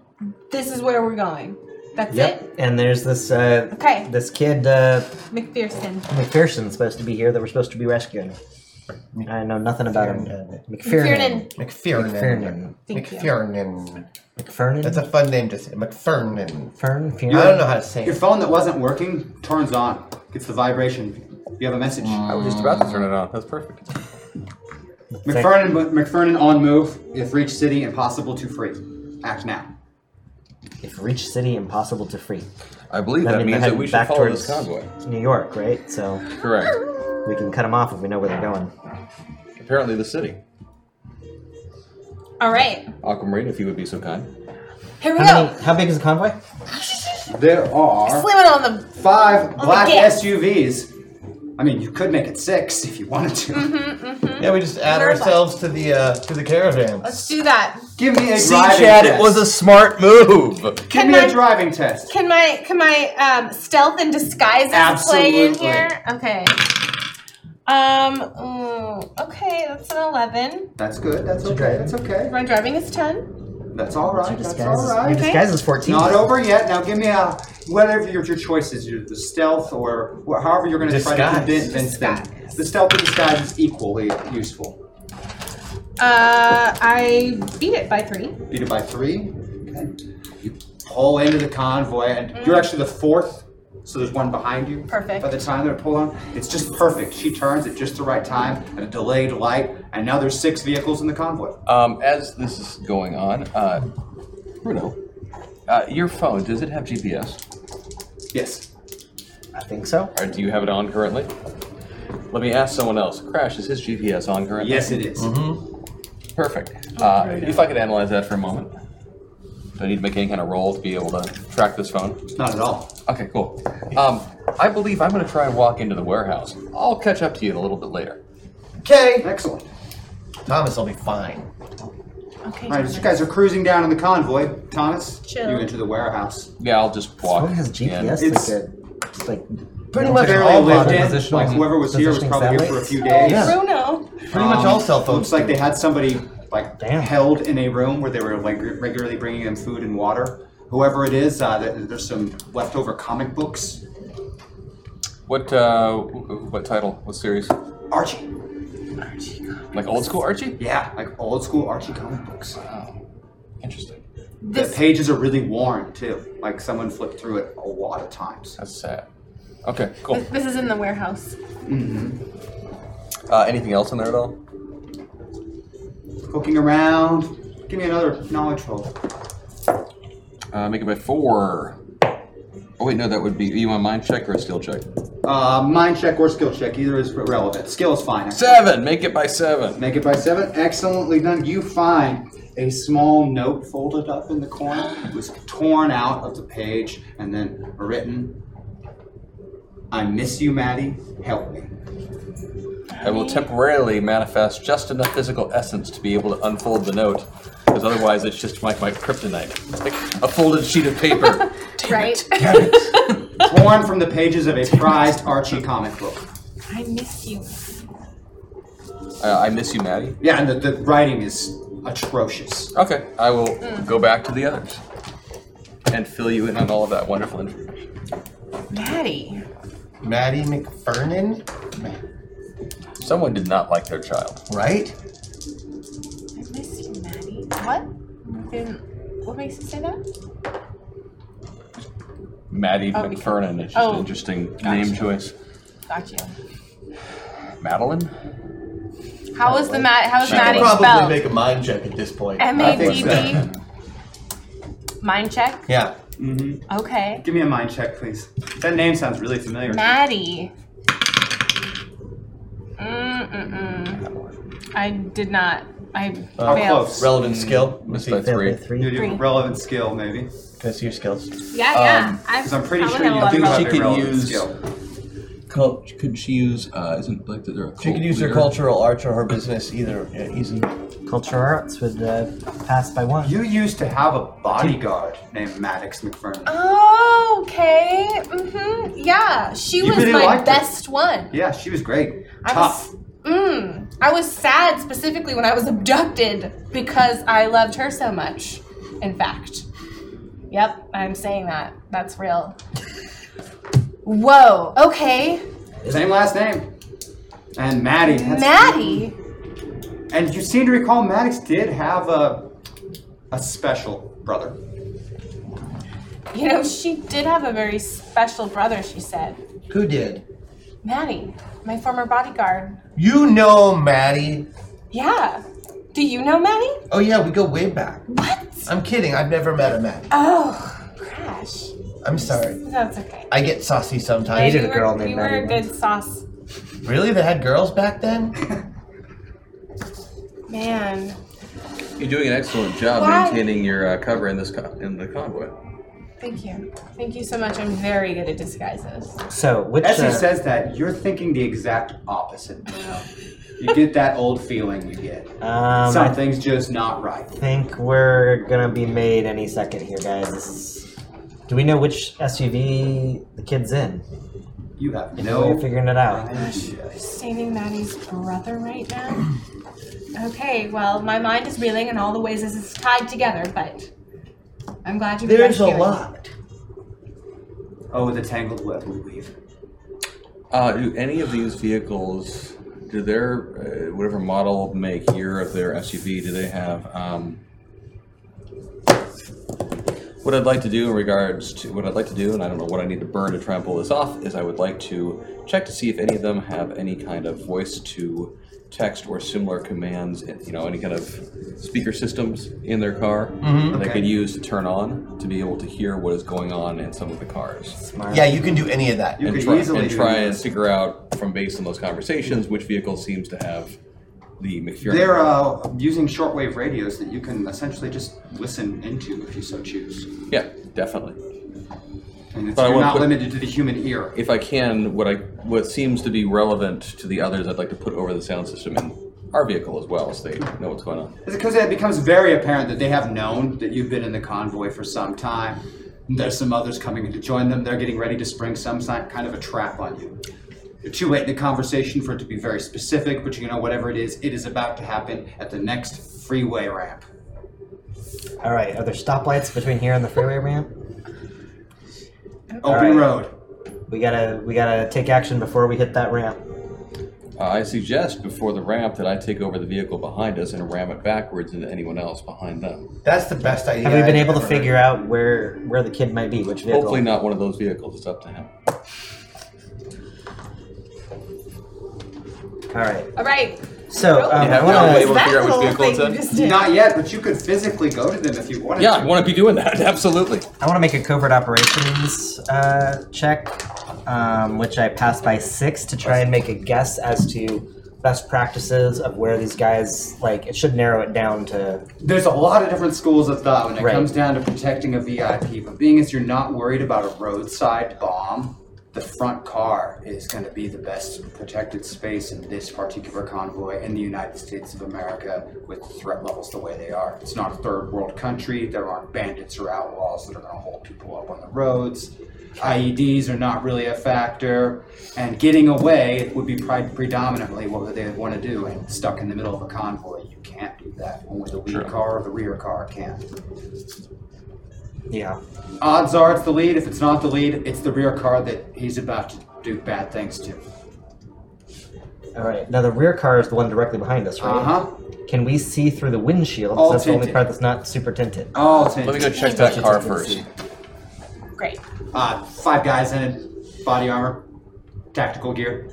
S7: this is where we're going. That's it?
S11: And there's this uh,
S7: Okay.
S11: this kid uh,
S7: McPherson.
S11: McPherson's supposed to be here that we're supposed to be rescuing. I know nothing about him.
S9: Uh,
S11: McPherson.
S7: McFernan.
S11: McPherson.
S12: McFernan.
S7: Thank you.
S12: McFernan.
S11: McFernan.
S12: That's a fun name to say. McFernan.
S11: Fern. Fern.
S12: I don't know how to say
S4: Your
S12: it.
S4: phone that wasn't working turns on, gets the vibration. You have a message.
S8: Mm,
S3: I was just about to turn it on. That's perfect.
S4: McFernan, McFernan on move. If reach city, impossible to free. Act now.
S11: If Reach City, impossible to free.
S3: I believe that,
S11: mean,
S3: means
S11: they're
S3: that we
S11: heading
S3: should
S11: back
S3: follow this
S11: towards
S3: convoy.
S11: New York, right? So
S3: Correct.
S11: we can cut them off if we know where they're going.
S3: Apparently, the city.
S7: All right.
S3: Aquamarine, if you would be so kind.
S7: Here we
S11: How,
S7: go.
S11: many, how big is the convoy?
S4: There are
S7: Slim it on the.
S4: five black
S7: Okay.
S4: SUVs. I mean, you could make it six if you wanted to.
S7: Mm-hmm.
S8: Yeah, we just add
S7: Nerva.
S8: ourselves to the uh, to the caravan.
S7: Let's do that.
S4: Give me a
S8: See,
S4: driving
S8: Chad,
S4: test.
S8: it was a smart move.
S4: Give
S7: Can
S4: me a
S7: I-
S4: driving test.
S7: Can my can my um, stealth and disguises play in
S4: Absolutely.
S7: here? Okay. Um. mm, Okay, that's an eleven.
S4: That's good. That's okay. That's okay.
S7: My driving is ten.
S4: That's all right. That's all
S11: Disguise is- Your
S4: right.
S11: disguise is 14.
S4: Not over yet. Now give me a whatever your, your choice is, either the stealth or or however you're going to try to
S8: Disguise.
S4: convince them. The stealth and disguise is equally useful.
S7: Uh, I beat it by three.
S4: Beat it by three. Okay. Mm. You pull into the convoy, and you're actually the fourth. So there's one behind you.
S7: Perfect.
S4: By the time they're pulling, it's just perfect. She turns at just the right time at a delayed light, and now there's six vehicles in the convoy.
S3: Um, as this is going on, uh, Bruno, uh, your phone does it have GPS?
S4: Yes.
S11: I think so.
S3: Or Uh, do you have it on currently? Let me ask someone else. Crash, is his GPS on currently?
S4: Yes, it is.
S3: Perfect. Uh, if I could analyze that for a moment. Do I need to make any kind of roll to be able to track this phone?
S4: Not at all.
S3: Okay, cool. Um, I believe I'm going to try and walk into the warehouse. I'll catch up to you a little bit later.
S8: Okay,
S4: Excellent.
S8: Thomas will be fine.
S7: Okay.
S4: All right, as you guys are cruising down in the convoy, Thomas,
S7: Chill.
S4: you enter the warehouse.
S3: Yeah, I'll just
S9: Oh,
S3: walk.
S11: Someone has GPS.
S3: in.
S11: Like
S4: It's-
S9: uh,
S11: a, it's like
S8: Pretty much
S4: Barely
S8: all
S4: lived
S8: modern-
S4: in.
S11: positioning-
S4: Like whoever was here was
S11: positioning's
S4: probably
S11: that
S4: here
S11: way.
S4: for a few days. Um,
S8: Yeah.
S7: Bruno.
S8: pretty much all cell phones.
S4: Looks like they had somebody like
S11: Damn.
S4: held in a room where they were like re- regularly bringing them food and water. Whoever it is, uh, there, there's some leftover comic books.
S3: What uh, what title? What series?
S4: Archie,
S3: Like old school Archie?
S4: yeah, like old school Archie comic books.
S3: Interesting.
S4: The
S7: This
S4: pages are really worn too. Like someone flipped through it a lot of times.
S3: That's sad. Okay, cool.
S7: this is in the warehouse.
S3: Uh, anything else in there at all?
S4: Looking around. Give me another knowledge roll.
S3: Uh, make it by four. Oh wait, no, that would be. You want a mind check or a skill check?
S4: Uh, mind check or skill check, either is relevant. Skill is fine.
S3: Seven. Make it by seven.
S4: Make it by seven. Excellently done. You find a small note folded up in the corner. It was torn out of the page and then written, I miss you, Maddie. Help me.
S3: I will temporarily manifest just enough physical essence to be able to unfold the note, because otherwise it's just like my kryptonite. It's like a folded sheet of paper.
S7: right.
S4: Torn from the pages of a prized Archie comic book.
S7: I miss you.
S3: uh, I miss you, Maddie.
S4: Yeah, and the, the writing is atrocious.
S3: Okay, I will go back to the others and fill you in on all of that wonderful information.
S7: Maddie.
S12: Maddie McFernan? Ma-
S3: Someone did not like their child.
S12: Right?
S7: I miss you, Maddie. What? Then what makes you say that?
S3: Maddie
S7: Oh, because-
S3: McFernan. It's just
S7: oh,
S3: an interesting
S7: gotcha.
S3: name choice.
S7: Got you.
S3: Madeline?
S7: How is the Matt? How is
S8: She could
S7: Maddie
S8: probably
S7: spelled?
S8: make a mind check at this point.
S7: M
S4: I
S7: A
S4: think
S7: D
S4: so.
S7: D. Mind check.
S8: yeah,
S7: Okay.
S4: Give me a mind check, please. That name sounds really familiar.
S7: Maddie. Mm-mm-mm. I did not. I
S4: How
S7: failed.
S4: Uh, close?
S8: relevant skill. Let's
S3: Missed
S8: see.
S3: by three.
S4: You
S11: three.
S4: do
S7: Three.
S4: relevant skill, maybe.
S8: Can I see your skills?
S7: Yeah, yeah. I
S4: Because Um, I'm pretty
S7: probably
S4: sure
S7: have a
S4: you
S7: lot of
S4: do have
S3: She
S7: relevant-
S4: a
S3: could
S4: relevant
S3: use-
S4: skill.
S3: Cul- Could she use, uh, isn't like the, there
S8: She could use her cultural arts or her business either. Yeah, easy.
S11: cultural arts would uh, pass by one.
S4: You used to have a bodyguard named Maddox McFernan.
S7: Oh, okay. Mm-hmm. Yeah, she
S4: You
S7: was
S4: really
S7: my
S4: liked her.
S7: best one.
S4: Yeah, she was great.
S7: I
S4: Tough.
S7: was. Mm, I was sad specifically when I was abducted because I loved her so much. In fact, Yep, I'm saying that. That's real. Whoa. Okay.
S4: Same last name. And Maddie. that's-
S7: Maddie.
S4: And you seem to recall Maddox did have a a special brother.
S7: You know, she did have a very special brother, she said.
S8: Who did?
S7: Maddie, my former bodyguard.
S8: You know Maddie.
S7: Yeah. Do you know Maddie?
S8: Oh yeah, we go way back.
S7: What?
S8: I'm kidding. I've never met a Maddie.
S7: Oh, gosh.
S8: I'm sorry.
S7: That's okay.
S8: I get saucy sometimes.
S7: Yeah, you were- You were a good sauce.
S8: Really? They had girls back then?
S7: Man.
S2: You're doing an excellent job
S7: Why?
S2: maintaining your uh, cover in this co- in the convoy.
S7: Thank you. Thank you so much. I'm very good at disguises.
S9: So, which
S4: as he
S9: uh,
S4: says that, you're thinking the exact opposite. now. you get that old feeling you get.
S9: Um,
S4: Something's just not right.
S9: I think we're gonna be made any second here, guys. This is. Do we know which SUV the kid's in?
S4: You have
S9: We're
S4: no.
S9: figuring it out.
S7: Saving Maddie's brother right now? Okay, well, my mind is reeling in all the ways this is tied together, but I'm glad you
S8: There's a
S7: rescued me.
S8: lot.
S4: Oh, the tangled web we weave.
S2: Uh, do any of these vehicles, do their uh, whatever model, make, year of their SUV, do they have? Um, what I'd like to do in regards to what I'd like to do, and I don't know what I need to burn to try and pull this off, is I would like to check to see if any of them have any kind of voice to text or similar commands, you know, any kind of speaker systems in their car that they
S4: Okay.
S2: could use to turn on to be able to hear what is going on in some of the cars
S9: Smart.
S8: Yeah, you can do any of that.
S4: You
S2: and
S4: could
S2: try,
S4: easily
S2: and,
S4: do
S2: try
S4: that.
S2: and figure out from based on those conversations which vehicle seems to have the McFury.
S4: They're uh, using shortwave radios that you can essentially just listen into if you so choose.
S2: yeah, definitely.
S4: And it's,
S2: But I
S4: you're
S2: wanna
S4: not
S2: put-
S4: limited to the human ear.
S2: If I can, what I what seems to be relevant to the others, I'd like to put over the sound system in our vehicle as well, so they know what's going on.
S4: It's because it becomes very apparent that they have known that you've been in the convoy for some time. There's some others coming in to join them. They're getting ready to spring some si- kind of a trap on you. You're too late in the conversation for it to be very specific, but you know, whatever it is, it is about to happen at the next freeway ramp.
S9: All right. Are there stoplights between here and the freeway ramp?
S4: Open
S9: right.
S4: road.
S9: We gotta we gotta take action before we hit that ramp.
S2: Uh, I suggest before the ramp that I take over the vehicle behind us and ram it backwards into anyone else behind them.
S8: That's the best idea.
S9: Have we been
S8: I've
S9: able to
S8: ever
S9: figure
S8: heard.
S9: out where where the kid might be? Which vehicle?
S2: Hopefully, not one of those vehicles. It's up to him.
S9: All right.
S7: All right.
S9: So um,
S2: Yeah,
S9: I
S2: we
S9: want
S2: are
S9: to
S2: able to
S7: That
S2: figure out which
S7: little
S2: vehicle it's
S7: thing
S2: in?
S7: you just did.
S4: Not yet, but you could physically go to them if you wanted
S2: Yeah,
S4: to.
S2: I want to be doing that. Absolutely.
S9: I want to make a covert operations uh, check, um, which I passed by six to try and make a guess as to best practices of where these guys like. It should narrow it down to
S4: There's a lot of different schools of thought when it
S9: Right.
S4: comes down to protecting a VIP, but being as you're not worried about a roadside bomb, the front car is going to be the best protected space in this particular convoy in the United States of America with threat levels the way they are. It's not a third world country. There aren't bandits or outlaws that are going to hold people up on the roads. IEDs are not really a factor, and getting away would be pri- predominantly what they would want to do. And stuck in the middle of a convoy, you can't do that. Only the lead car or the rear car can.
S9: yeah.
S4: Odds are it's the lead. If it's not the lead, it's the rear car that he's about to do bad things to.
S9: All right. Now the rear car is the one directly behind us, right?
S4: Uh huh.
S9: Can we see through the windshield? 'Cause
S4: All
S9: that's the only
S4: tinted.
S9: part that's not super tinted.
S4: Oh,
S2: Let me
S4: it's
S2: go check that car first.
S7: Great.
S4: uh, five guys in it, body armor, tactical gear,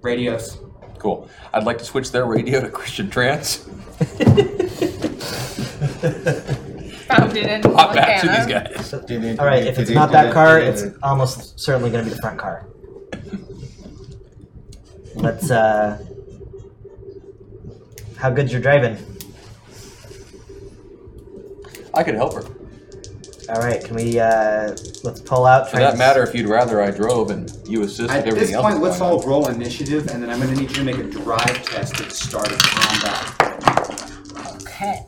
S4: radios.
S2: Cool. I'd like to switch their radio to Christian trance.
S7: Found it in
S2: Hop back to
S7: Montana.
S2: these guys.
S9: All right. If it's not that car, it's almost certainly going to be the front car. Let's. uh... How good's your driving?
S2: I could help her.
S9: All right, can we uh let's pull out?
S2: For
S9: try
S2: that
S9: and-
S2: matter, if you'd rather I drove and you assisted
S4: At
S2: everything
S4: this
S2: else.
S4: point, let's
S2: going
S4: all
S2: on.
S4: roll initiative, and then I'm going to need you to make a drive test at the start of combat.
S7: Okay.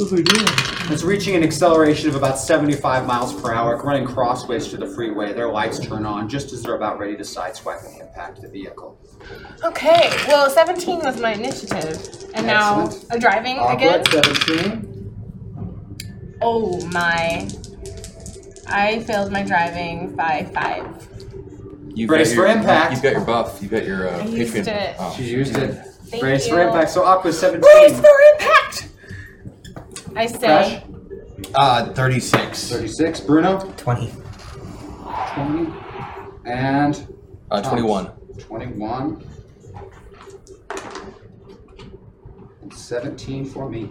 S4: It's reaching an acceleration of about 75 miles per hour, running crossways to the freeway. Their lights turn on just as they're about ready to sideswipe and impact the vehicle.
S7: Okay. Well, 17 was my initiative, and now
S4: Excellent.
S7: I'm driving
S4: Awkward,
S7: again.
S4: 17.
S7: Oh my. I failed my driving by five.
S3: You've
S4: Brace
S3: got your,
S4: for impact.
S3: You've got your buff. You've got your uh,
S7: I used
S3: Patreon.
S7: it.
S3: Oh.
S4: She's used it.
S7: Thank
S4: Brace
S7: you.
S4: for impact. So Aqua's 17.
S7: Brace for impact! I say,
S12: Uh, 36.
S4: 36. Bruno.
S9: 20.
S4: 20. And
S3: Uh, 21.
S4: 21. And 17 for me.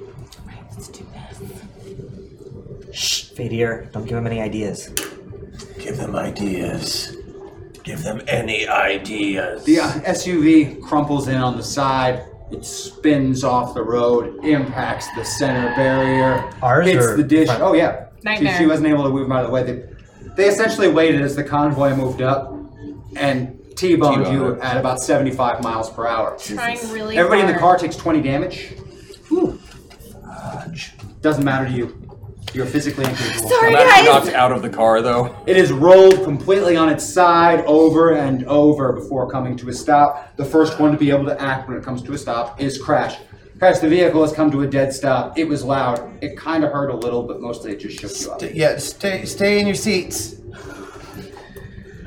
S7: let's do this.
S9: Shh, Fadir, don't give him any ideas.
S12: Give them ideas. Give them any ideas.
S4: The uh, SUV crumples in on the side. It spins off the road, impacts the center barrier,
S9: Ours
S4: hits
S9: or
S4: the dish.
S9: front?
S4: Oh yeah, she,
S7: Nightmare.
S4: she wasn't able to move him out of the way. They, they essentially waited as the convoy moved up and T-boned,
S3: T-boned
S4: you
S3: it.
S4: at about 75 miles per hour.
S7: Trying really
S4: Everybody in the car
S7: hard.
S4: takes 20 damage. Doesn't matter to you. You're physically incapable.
S7: Sorry,
S3: I'm actually knocked
S7: guys.
S3: out of the car though.
S4: It is rolled completely on its side over and over before coming to a stop. The first one to be able to act when it comes to a stop is Crash. Crash, the vehicle has come to a dead stop. It was loud. It kind of hurt a little, but mostly it just shook you up.
S12: D- Yeah, stay stay in your seats.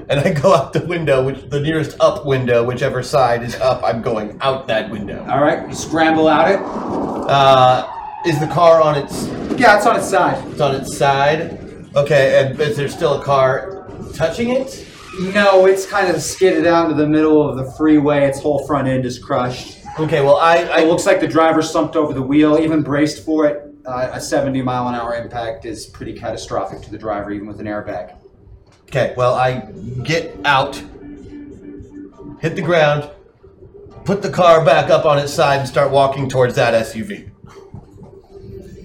S12: And I go out the window, which the nearest up window, whichever side is up, I'm going out that window.
S4: All right, you scramble out it.
S12: Uh, is the car on its
S4: Yeah, it's on its side.
S12: it's on its side? Okay, and is there still a car touching it?
S4: No, it's kind of skidded out into the middle of the freeway. Its whole front end is crushed.
S12: Okay, well I, I
S4: It looks like the driver slumped over the wheel, even braced for it. Uh, a 70 mile an hour impact is pretty catastrophic to the driver, even with an airbag.
S12: Okay, well, I get out, hit the ground, put the car back up on its side, and start walking towards that SUV.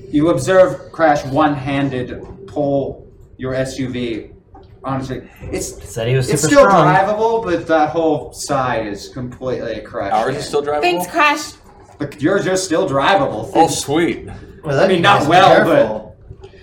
S4: You observe Crash one-handed pull your SUV. Honestly, it's
S9: Said he was
S4: it's
S9: super
S4: still
S9: strong.
S4: drivable, but that whole side is completely a crash.
S3: Ours is still drivable.
S7: Thanks, Crash.
S4: But yours are still drivable.
S3: Oh sweet.
S12: Well, that'd
S4: I mean,
S12: be
S4: not
S12: nice. Be
S4: well, but-
S12: careful.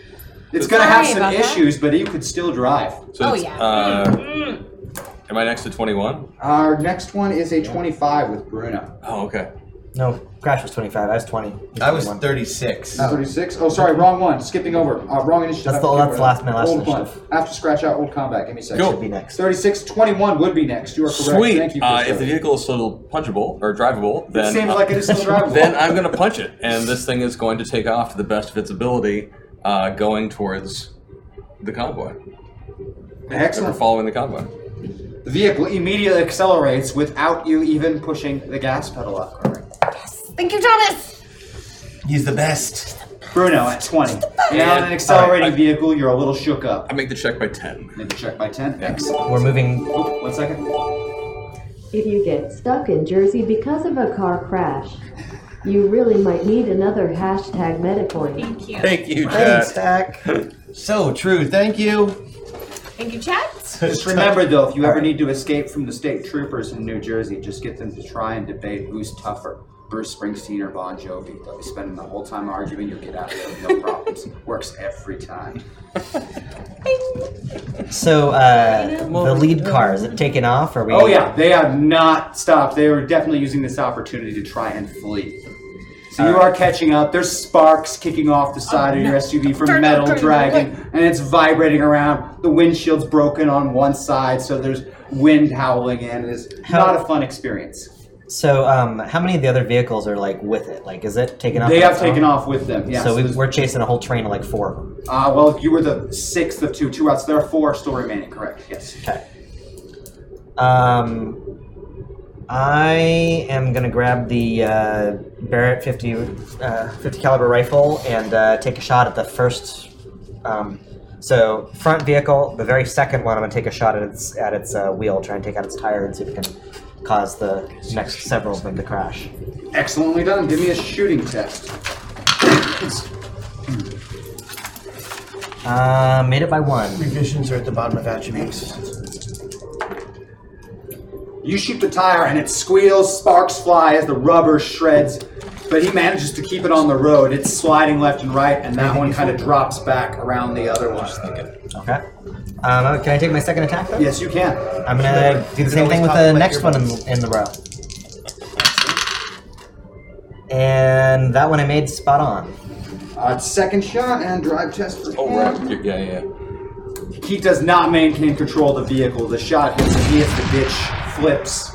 S4: it's gonna have
S7: Sorry
S4: some
S7: about that.
S4: issues, but you could still drive.
S3: So
S7: Oh,
S3: it's,
S7: yeah. Mm-hmm.
S3: Uh, am I next to 21?
S4: Our next one is a 25 with Bruno.
S3: Oh okay.
S9: No, Crash was 25. I was 20. He's
S12: I was
S9: 21.
S12: 36.
S4: 36. Oh, sorry, wrong one. Skipping over. Uh, wrong initiative.
S9: That's the-
S4: I forget
S9: that's
S4: what-
S9: last- my last
S4: old
S9: initiative.
S4: One. After scratch out, old combat. Give me a second.
S3: Go.
S9: Should be next.
S4: 36, 21 would be next. You are correct. Thank you.
S3: Sweet.
S4: For
S3: Uh, if the
S4: serving.
S3: vehicle is still punchable or drivable, then
S4: it seems
S3: uh,
S4: like it is still drivable.
S3: then uh, I'm going to punch it, and this thing is going to take off to the best of its ability, uh, going towards the convoy. Or
S4: Excellent.
S3: following the convoy.
S4: The vehicle immediately accelerates without you even pushing the gas pedal up.
S7: Thank you, Thomas.
S12: He's the best.
S4: Bruno at 20. Now in an
S3: All
S4: accelerating
S3: right, I-
S4: vehicle, you're a little shook up.
S3: I make the check by ten.
S4: Maybe check by 10. Excellent.
S9: We're moving.
S4: Oh, one second.
S10: If you get stuck in Jersey because of a car crash, you really might need another hashtag metacoin.
S7: Thank you.
S3: Thank you, Chad.
S12: So true. Thank you.
S7: Thank you, Chad.
S4: Just remember though, if you ever need to escape from the state troopers in New Jersey, just get them to try and debate who's tougher. Bruce Springsteen or Bon Jovi. They'll be spending the whole time arguing. You'll get out of there with no problems. Works every time.
S9: So, uh, the lead car, is it taken off? Or we,
S4: Oh yeah, they have not stopped. They were definitely using this opportunity to try and flee. So you are catching up. There's sparks kicking off the side of your SUV from
S7: Turn,
S4: metal
S7: turn,
S4: dragging, and it's vibrating around. The windshield's broken on one side, so there's wind howling in. It's not a fun experience.
S9: So, um, how many of the other vehicles are like with it? Like, is it taken off?
S4: They
S9: on
S4: have
S9: its own?
S4: taken off with them. Yes.
S9: so we, we're chasing a whole train of like four of them.
S4: uh, well, you were the sixth of two, two outs. There are four still remaining. Correct. Yes.
S9: Okay. Um, I am gonna grab the uh, Barrett 50, uh, 50 caliber rifle and uh, take a shot at the first. Um, so front vehicle, the very second one, I'm gonna take a shot at its at its uh, wheel, try and take out its tire and see if it can cause the next several of them to crash.
S4: Excellently done. Give me a shooting test.
S9: Uh, made it by one.
S12: Revisions are at the bottom of attributes.
S4: You shoot the tire and it squeals, sparks fly as the rubber shreds, but he manages to keep it on the road. It's sliding left and right, and that one kind of drops back around the other one.
S9: Okay. Um, can I take my second attack? Though?
S4: Yes, you can.
S9: I'm gonna do the same thing with the next one in, in the row. And that one I made spot on.
S4: Uh, second shot and drive test for
S3: Oh,
S4: him.
S3: right. Yeah, yeah, yeah.
S4: He does not maintain control of the vehicle. The shot hits him, he hits the ditch, flips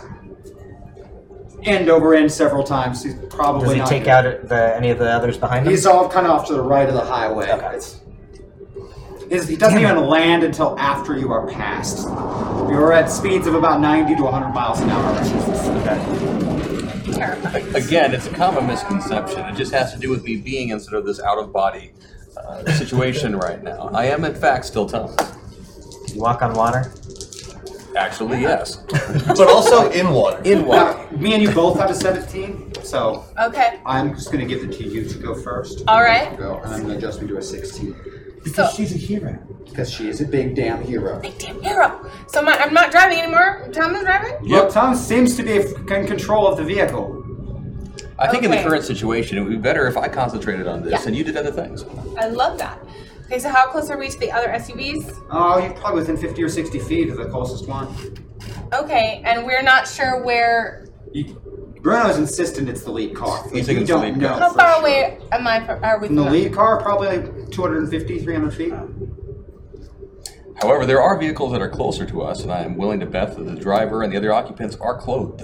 S4: end over end several times. He's
S11: Oh,
S4: probably
S9: Does he
S4: not
S9: take
S4: gonna-
S9: out the, any of the others behind him?
S4: He's all kind of off to the right of the highway. It's- his- he doesn't
S9: Damn it.
S4: even land until after you are past. You're at speeds of about 90 to 100 miles an hour.
S3: Again, it's a common misconception. It just has to do with me being in sort of this out of body uh, situation right now. I am, in fact, still Thomas.
S9: You walk on water?
S3: Actually, yes.
S12: but also in water.
S3: In water.
S4: Now, me and you both have a 17, so
S7: Okay.
S4: I'm just going to give it to you to go first.
S7: All right.
S4: Go, and I'm going to adjust me to a 16
S7: So
S12: She's a hero.
S4: because she is a big damn hero.
S7: big damn hero. So my, I'm not driving anymore. Tom is driving.
S4: Well, Tom seems to be in control of the vehicle.
S3: I think in
S7: Okay.
S3: the current situation, it would be better if I concentrated on this
S7: Yeah.
S3: and you did other things.
S7: I love that. Okay, so how close are we to the other SUVs?
S4: Oh, you're probably within 50 or 60 feet of the closest one.
S7: Okay, and we're not sure where.
S4: You, Bruno's insistent it's the lead car.
S3: He's
S4: you
S3: thinking it's the
S4: don't
S3: lead
S4: know.
S3: car.
S7: How
S4: for
S7: far
S4: sure.
S7: away am I? From, are we?
S4: From the
S7: from-
S4: lead car, probably like 250, 300 feet.
S3: However, there are vehicles that are closer to us, and I am willing to bet that the driver and the other occupants are clothed.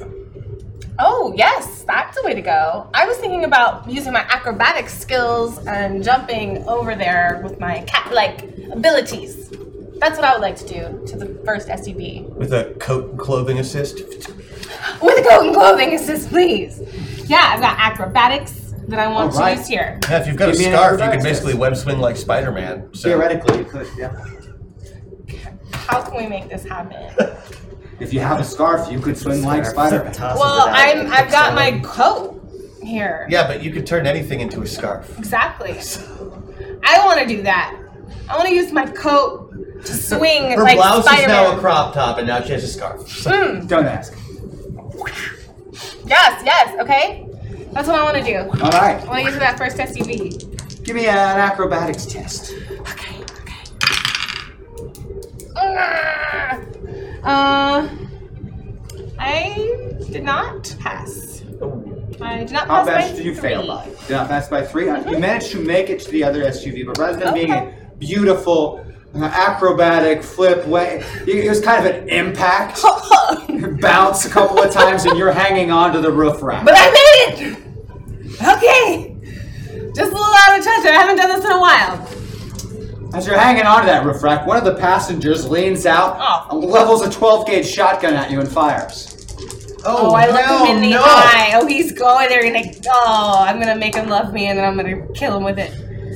S7: Oh yes, that's the way to go. I was thinking about using my acrobatic skills and jumping over there with my cat-like abilities. That's what I would like to do to the first SUV.
S12: With a coat and clothing assist.
S7: With a coat and clothing assist, please. Yeah, I've got acrobatics that I want
S4: Alright.
S7: to use here.
S12: Yeah, if you've got
S4: Give
S12: a
S4: me an
S12: scarf, you can
S4: acrobatics
S12: basically web swing like Spider Man. So.
S4: Theoretically, you could, yeah.
S7: How can we make this happen?
S4: If you have a scarf, you could swing like Spider Man.
S9: Tosses
S7: well,
S9: it out.
S7: I'm I've got my coat here.
S12: Yeah, but you could turn anything into a scarf.
S7: Exactly. I want to do that. I want to use my coat to swing
S12: Her
S7: like
S12: blouse
S7: Spider-Man.
S12: is now a crop top, and now she has a scarf. Uh, So
S4: Don't ask.
S7: Yes, yes, okay. That's what I want to do.
S4: All
S7: I
S4: right.
S7: want to use that first SUV.
S4: Give me an acrobatics test.
S7: Okay, okay. Ah! Uh, I did not pass. I did not pass
S4: How
S7: by
S4: bad did you
S7: three.
S4: fail by? Did not pass by 3 Uh, You managed to make it to the other SUV, but rather than being a beautiful, uh, acrobatic flip way, it it was kind of an impact. bounce a couple of times, and you're hanging onto the roof rack.
S7: But I made it! Okay! Just a little out of touch. I haven't done this in a while.
S4: As you're hanging onto that roof rack, one of the passengers leans out, and levels a 12 gauge shotgun at you, and fires.
S7: Oh, I look him in the
S12: no.
S7: eye. Oh, he's going there and like, oh, I'm gonna make him love me and then I'm gonna kill him with it.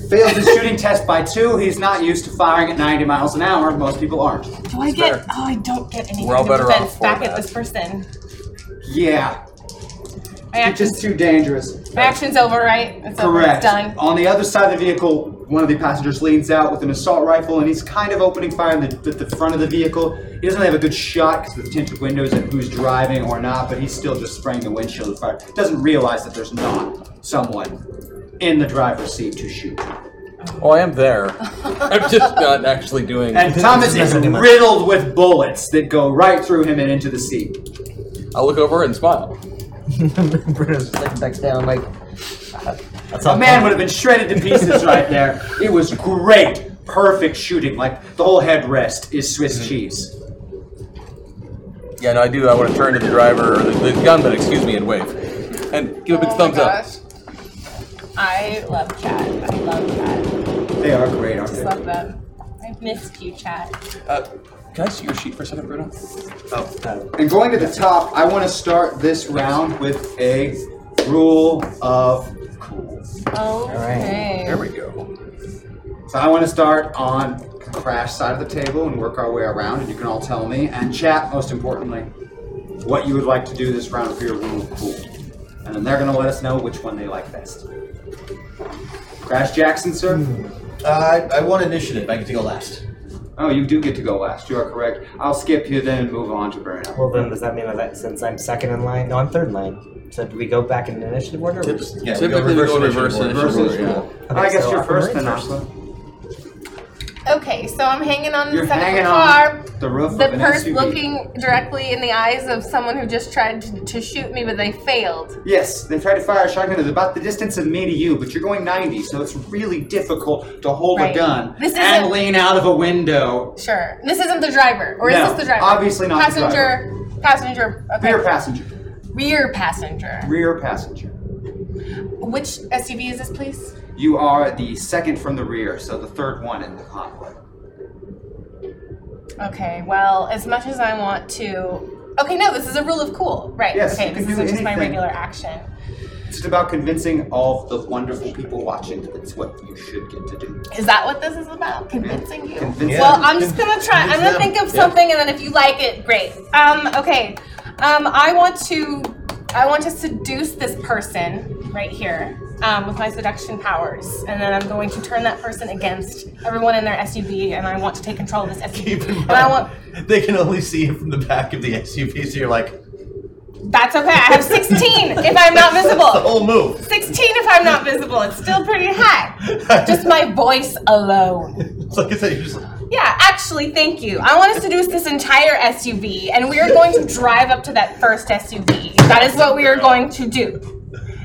S4: Fails the shooting test by two. He's not used to firing at 90 miles an hour. Most people aren't.
S7: Do I get? Oh, I don't get any
S3: We're all
S7: kind of
S3: better off
S7: defense
S3: for
S7: back at
S3: that.
S7: this person. My
S4: Yeah, it's
S7: action's,
S4: just too dangerous.
S7: my action's over, right? It's over. It's
S4: Correct.
S7: done.
S4: On the other side of the vehicle, one of the passengers leans out with an assault rifle, and he's kind of opening fire in the, at the front of the vehicle. He doesn't have a good shot because of the tinted windows and who's driving or not, but he's still just spraying the windshield with fire. Doesn't realize that there's not someone in the driver's seat to shoot.
S3: Oh, I am there. I'm just not actually doing.
S4: And Thomas is riddled with bullets that go right through him and into the seat.
S3: I look over and smile.
S11: Bruno's just like backs down, like "Oh,
S9: That's
S4: A
S9: all
S4: man would have been shredded to pieces right there. It was great, perfect shooting. Like the whole headrest is Swiss cheese.
S3: Yeah, no, I do. I want to turn to the driver or the, the gunman, excuse me, and wave, and give a big
S7: Oh my
S3: thumbs up.
S7: gosh. I love Chad. I love Chad.
S4: They are great, aren't
S7: Just
S4: they?
S7: love them. I've missed you, Chad.
S3: Uh, can I see your sheet for a second, Bruno?
S4: And going to the top, I want to start this round with a rule of cool.
S7: Okay.
S3: There we go.
S4: So I want to start on the crash side of the table and work our way around, and you can all tell me and chat, most importantly, what you would like to do this round for your rule of cool. And then they're going to let us know which one they like best. Crash Jackson, sir?
S12: I, I want initiative. I get to go last.
S4: Oh, you do get to go last. You are correct. I'll skip you then and move on to Bruno.
S11: Well, then does that mean that since I'm second in line? No, I'm third in line. So do we go back in initiative order? Or just,
S12: Yeah,
S3: Typically, we go reverse
S12: initiative order.
S3: initiative order,
S4: Versus
S3: yeah.
S4: cool. I guess
S11: so
S4: you're
S11: I'm
S4: first then,
S11: right
S4: Ashley.
S7: Okay, so I'm hanging on the
S4: You're
S7: side of the
S4: hanging
S7: car.
S4: on the roof
S7: The
S4: of an
S7: purse
S4: SUV.
S7: looking directly in the eyes of someone who just tried to, to shoot me, but they failed.
S4: Yes, they tried to fire a shotgun. It's about the distance of me to you, but you're going 90, so it's really difficult to hold
S7: Right.
S4: a gun
S7: This isn't-
S4: and lean out of a window.
S7: Sure. This isn't the driver, or
S4: No,
S7: is this the driver?
S4: obviously not the
S7: Passenger. Passenger. Okay.
S4: Rear passenger.
S7: Rear passenger.
S4: Rear passenger.
S7: Which SUV is this, please?
S4: You are the second from the rear, so the third one in the convoy.
S7: Okay. Well, as much as I want to. Okay, no, this is a rule of cool, right?
S4: Yes,
S7: okay,
S4: you can
S7: this isn't
S4: do
S7: just my
S4: anything.
S7: regular action.
S4: It's just about convincing all of the wonderful people watching that it's what you should get to do.
S7: Is that what this is about? Convincing you?
S4: Convince
S7: Well,
S4: them.
S7: I'm just gonna try. I'm gonna think of
S4: Yeah.
S7: something, and then if you like it, great. Um, okay. Um, I want to, I want to seduce this person right here um, with my seduction powers, and then I'm going to turn that person against everyone in their SUV, and I want to take control of this SUV. And I want.
S12: They can only see you from the back of the SUV, so you're like,
S7: That's okay. I have 16 if I'm not visible.
S12: the whole move.
S7: 16 if I'm not visible. It's still pretty high. Just my voice alone.
S12: It's like I said, you're just like,
S7: Yeah, actually, thank you. I want to seduce this entire SUV, and we are going to drive up to that first SUV. That is what we are going to do.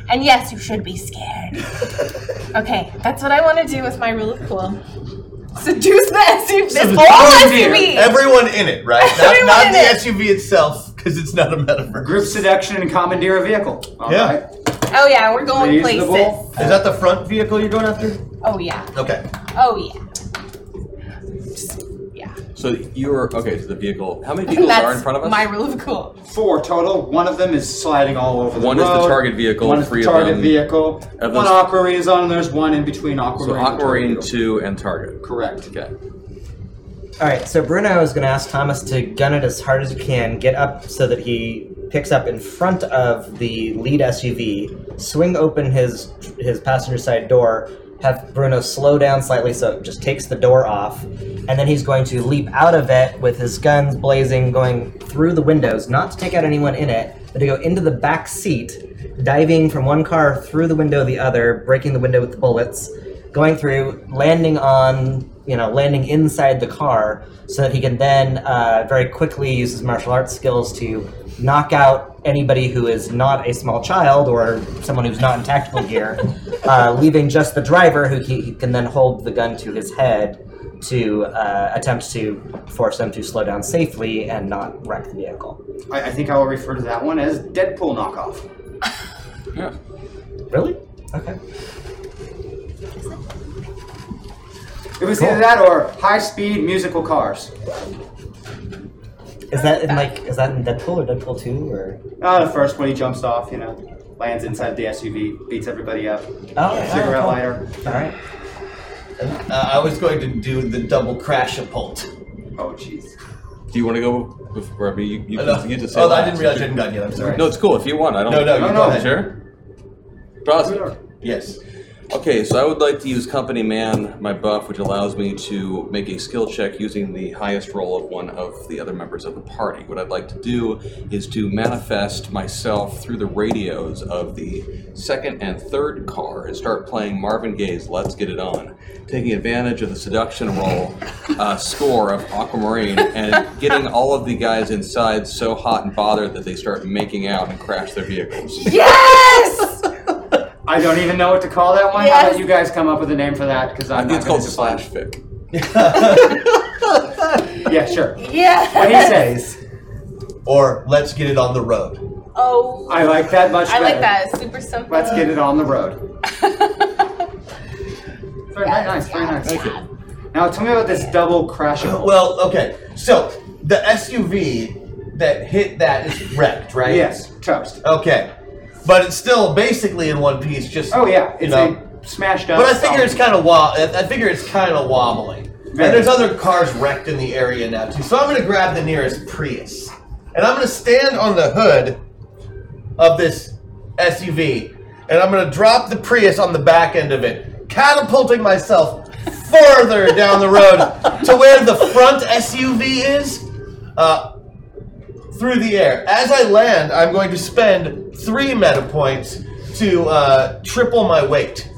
S7: And yes, you should be scared. Okay, that's what I want to do with my rule of cool. Seduce the SUV, this whole SUV.
S12: everyone in it, right? Not,
S7: Everyone
S12: not
S7: in
S12: the
S7: it.
S12: SUV itself, because it's not a metaphor.
S4: Group seduction and commandeer a vehicle. All
S12: Yeah.
S4: right.
S7: Oh yeah, we're going places.
S4: Reasonable.
S12: Is that the front vehicle you're going after?
S7: Oh yeah,
S12: Okay.
S7: oh yeah.
S3: So you're okay. So the vehicle. How many vehicles
S7: that's
S3: are in front of us?
S7: my rule of cool.
S4: Four total. One of them is sliding all over the
S3: One is
S4: road.
S3: the target vehicle,
S4: One is
S3: three
S4: the
S3: of
S4: target
S3: them-
S4: vehicle.
S3: of
S4: One
S3: those-
S4: aquamarine is on, and there's one in between
S3: so
S4: aquamarine. and target
S3: Aquarine
S4: vehicle.
S3: two and Target.
S4: Correct.
S3: Okay.
S9: All right, so Bruno is going to ask Thomas to gun it as hard as he can, get up so that he picks up in front of the lead SUV, swing open his his passenger side door, have Bruno slow down slightly so it just takes the door off, and then he's going to leap out of it with his guns blazing, going through the windows, not to take out anyone in it, but to go into the back seat, diving from one car through the window of the other, breaking the window with the bullets, going through, landing on, you know, landing inside the car so that he can then uh, very quickly use his martial arts skills to knock out anybody who is not a small child or someone who's not in tactical gear, uh, leaving just the driver who he, he can then hold the gun to his head to uh, attempt to force them to slow down safely and not wreck the vehicle.
S4: I, I think I will refer to that one as Deadpool knockoff.
S3: Yeah.
S9: Really? Okay.
S4: It was either that or high speed musical cars.
S9: Is that in like is that in Deadpool or Deadpool Two or?
S4: Uh, the first one he jumps off, you know, lands inside the SUV, beats everybody up.
S9: Oh, yeah.
S4: Cigarette
S9: cool.
S4: lighter.
S9: All right.
S12: Uh, I was going to do the double crash appult.
S4: Oh, jeez.
S3: Do you want to go before I mean, you, you,
S12: Oh, no.
S3: can- you just
S12: oh,
S3: said
S12: I
S3: that.
S12: didn't realize you hadn't gotten yet. I'm sorry.
S3: No, it's cool if you want. I don't.
S12: No, no, you
S4: No,
S12: go
S4: no.
S12: ahead.
S3: Sure. Bros-
S12: Yes.
S3: Okay, so I would like to use Company Man, my buff, which allows me to make a skill check using the highest roll of one of the other members of the party. What I'd like to do is to manifest myself through the radios of the second and third car and start playing Marvin Gaye's Let's Get It On, taking advantage of the seduction roll uh, score of Aquamarine and getting all of the guys inside so hot and bothered that they start making out and crash their vehicles.
S7: Yes!
S4: I don't even know what to call that one. How
S7: Yes.
S4: about you guys come up with a name for that? Because
S3: I
S4: I'm
S3: think it's
S4: not going
S3: called
S4: to define.
S3: Slash Fic.
S4: it. Yeah, sure. What he
S7: yes.
S4: says.
S12: Or let's get it on the road.
S7: Oh,
S4: I like that much
S7: I
S4: better.
S7: like that. It's super simple.
S4: Let's get it on the road. Very nice, very nice. Now tell me about this double crash.
S12: Oh, Well, okay. So the SUV that hit that is wrecked, right?
S4: yes, toast.
S12: Okay. But it's still basically in one piece. Just
S4: Oh yeah,
S12: you
S4: it's
S12: know.
S4: a smashed up.
S12: But I figure
S4: solid.
S12: it's kind of wa- I I figure it's kind of wobbling. And
S4: Very.
S12: there's other cars wrecked in the area now too. So I'm gonna grab the nearest Prius, and I'm gonna stand on the hood of this SUV, and I'm gonna drop the Prius on the back end of it, catapulting myself further down the road to where the front SUV is. Uh, through the air. As I land, I'm going to spend three meta points to uh, triple my weight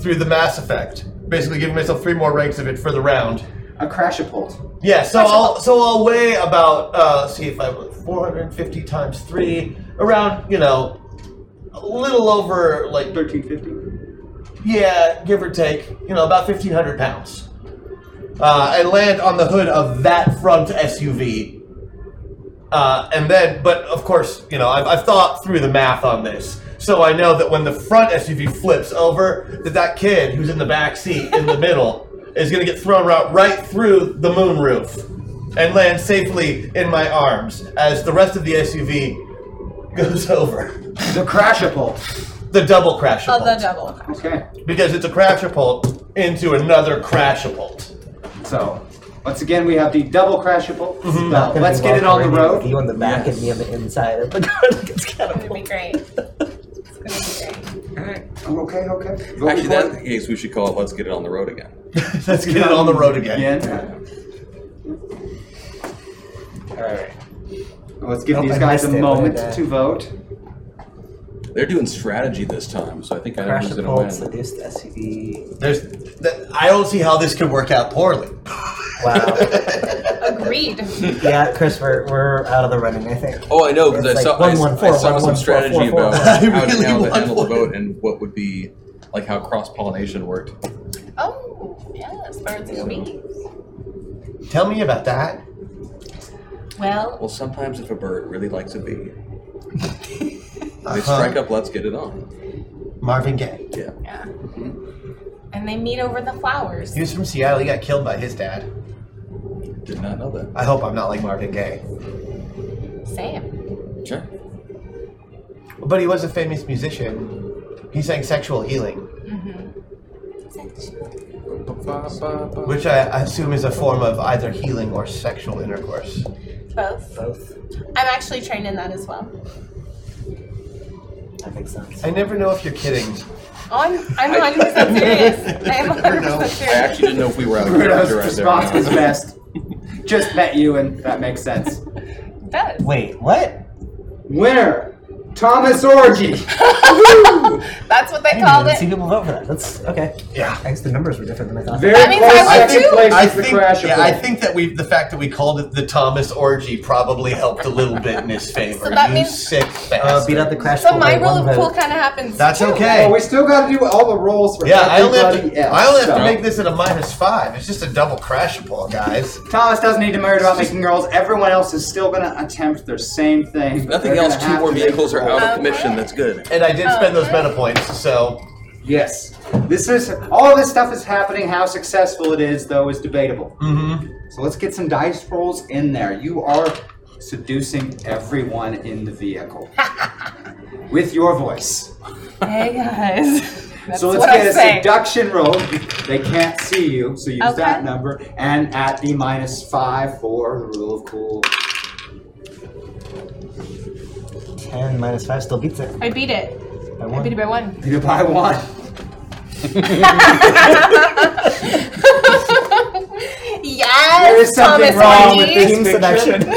S12: through the Mass Effect.
S8: basically giving myself three more ranks of it for the round.
S4: A crashapult.
S8: Yeah, so I'll so I'll weigh about uh, let's see if I 450 times three around you know a little over like
S4: 1350.
S8: yeah give or take you know about 1500 pounds uh, and land on the hood of that front SUV. Uh, and then, but of course, you know, I've, I've thought through the math on this. So I know that when the front SUV flips over, that that kid who's in the back seat in the middle is going to get thrown out right through the moonroof and land safely in my arms as the rest of the SUV goes over.
S4: The crashapult.
S8: The double crash.
S7: Oh, the double.
S4: Okay.
S8: Because it's a crashapult into another crashapult.
S4: So, once again, we have the double crashable
S8: Mm-hmm.
S4: spell. Let's get it on the road.
S9: You on the back and me on the inside of the car. Like it's
S7: It would be great. It's gonna be great.
S4: Okay, okay. Go
S3: Actually,
S4: for
S3: that's the case we should call it Let's Get It on the Road Again.
S8: Let's get it on the road again.
S4: it.
S9: All right.
S4: Let's give
S9: Nope,
S4: these
S9: I
S4: guys a
S9: missed it,
S4: moment
S9: but, uh,
S4: to vote.
S3: They're doing strategy this time, so I think I know
S9: Crash
S3: who's
S9: and
S3: going to win.
S9: Pulse, seduced SUV.
S8: There's, th- I don't see how this could work out poorly.
S9: Wow.
S7: Agreed.
S9: yeah, Chris, we're, we're out of the running, I think.
S3: Oh, I know because
S9: It's
S3: I
S9: like
S3: saw,
S9: one,
S3: I,
S9: one,
S3: I
S9: four,
S3: saw
S9: one,
S3: some
S9: one, four,
S3: strategy
S9: four, four.
S3: about
S8: I
S3: how
S8: really
S3: to, how to
S8: want
S3: handle the
S8: one.
S3: vote and what would be like how cross pollination worked.
S7: Oh, yes, birds and bees.
S8: Tell me about that.
S7: Well,
S3: Well, sometimes if a bird really likes a bee,
S8: Uh-huh.
S3: they strike up. Let's get it on.
S8: Marvin Gaye.
S3: Yeah.
S7: yeah. And they meet over the flowers.
S8: He was from Seattle. He got killed by his dad.
S3: Did not know that.
S8: I hope I'm not like Marvin Gaye.
S7: Same.
S3: Sure.
S8: But he was a famous musician. He sang Sexual Healing, which I I assume is a form of either healing or sexual intercourse.
S7: Both.
S9: Both.
S7: I'm actually trained in that as well.
S9: That makes sense.
S8: I never know if you're kidding.
S7: Oh, I'm, I'm 100% serious. I am 100%
S3: I
S7: serious.
S3: actually didn't know if we were out of
S4: Bruno's
S3: character right there.
S4: response was best. Just met you, and that makes sense.
S7: It does.
S9: Wait, what?
S4: Winner, Thomas Orgy.
S7: That's what they
S9: I
S7: called
S9: didn't see
S7: it.
S9: people vote for that. That's okay.
S8: Yeah.
S9: I guess the numbers were different than I thought.
S4: Very
S7: That means I
S4: close
S7: won
S4: second
S7: too.
S4: place
S8: I
S4: is the
S8: think,
S4: Crashable.
S8: yeah, I think that we the fact that we called it the Thomas orgy probably helped a little bit in his favor.
S7: So that
S8: you
S7: means-
S8: sick
S9: Uh, beat
S8: bastard.
S9: out the crash.
S7: So
S9: pool
S7: my
S9: by
S7: rule
S9: one
S7: of
S9: vote.
S7: cool kind of happens.
S8: That's
S7: too.
S8: okay.
S4: Oh, we still got to do all the rolls for
S8: Yeah, I only have
S4: everybody
S8: to,
S4: else,
S8: I only have
S4: so-
S8: to make this at a minus five. It's just a double crash pull, guys.
S4: Thomas doesn't need to worry about making rolls. Everyone else is still going to attempt their same thing. but
S3: Nothing
S4: they're
S3: else.
S4: gonna
S3: Two
S4: have
S3: more
S4: to
S3: vehicles
S4: make
S3: are out of
S7: Okay.
S3: commission. That's good.
S8: And I did spend those
S7: Okay.
S8: meta points, so
S4: Yes. This is all this stuff is happening. How successful it is, though, is debatable.
S7: Mm-hmm.
S4: So let's get some dice rolls in there. You are seducing everyone in the vehicle with your voice.
S7: Hey guys. That's
S4: so let's
S7: what
S4: get
S7: I
S4: a
S7: say.
S4: seduction roll. They can't see you, so use
S7: Okay.
S4: that number. And at the minus five for the rule of cool.
S9: Ten minus five still beats it.
S7: I beat it.
S9: By
S7: I beat it
S9: one.
S7: by one.
S4: You buy one.
S7: yes.
S4: There is something
S7: Thomas
S4: wrong with
S7: Hardy.
S4: this picture.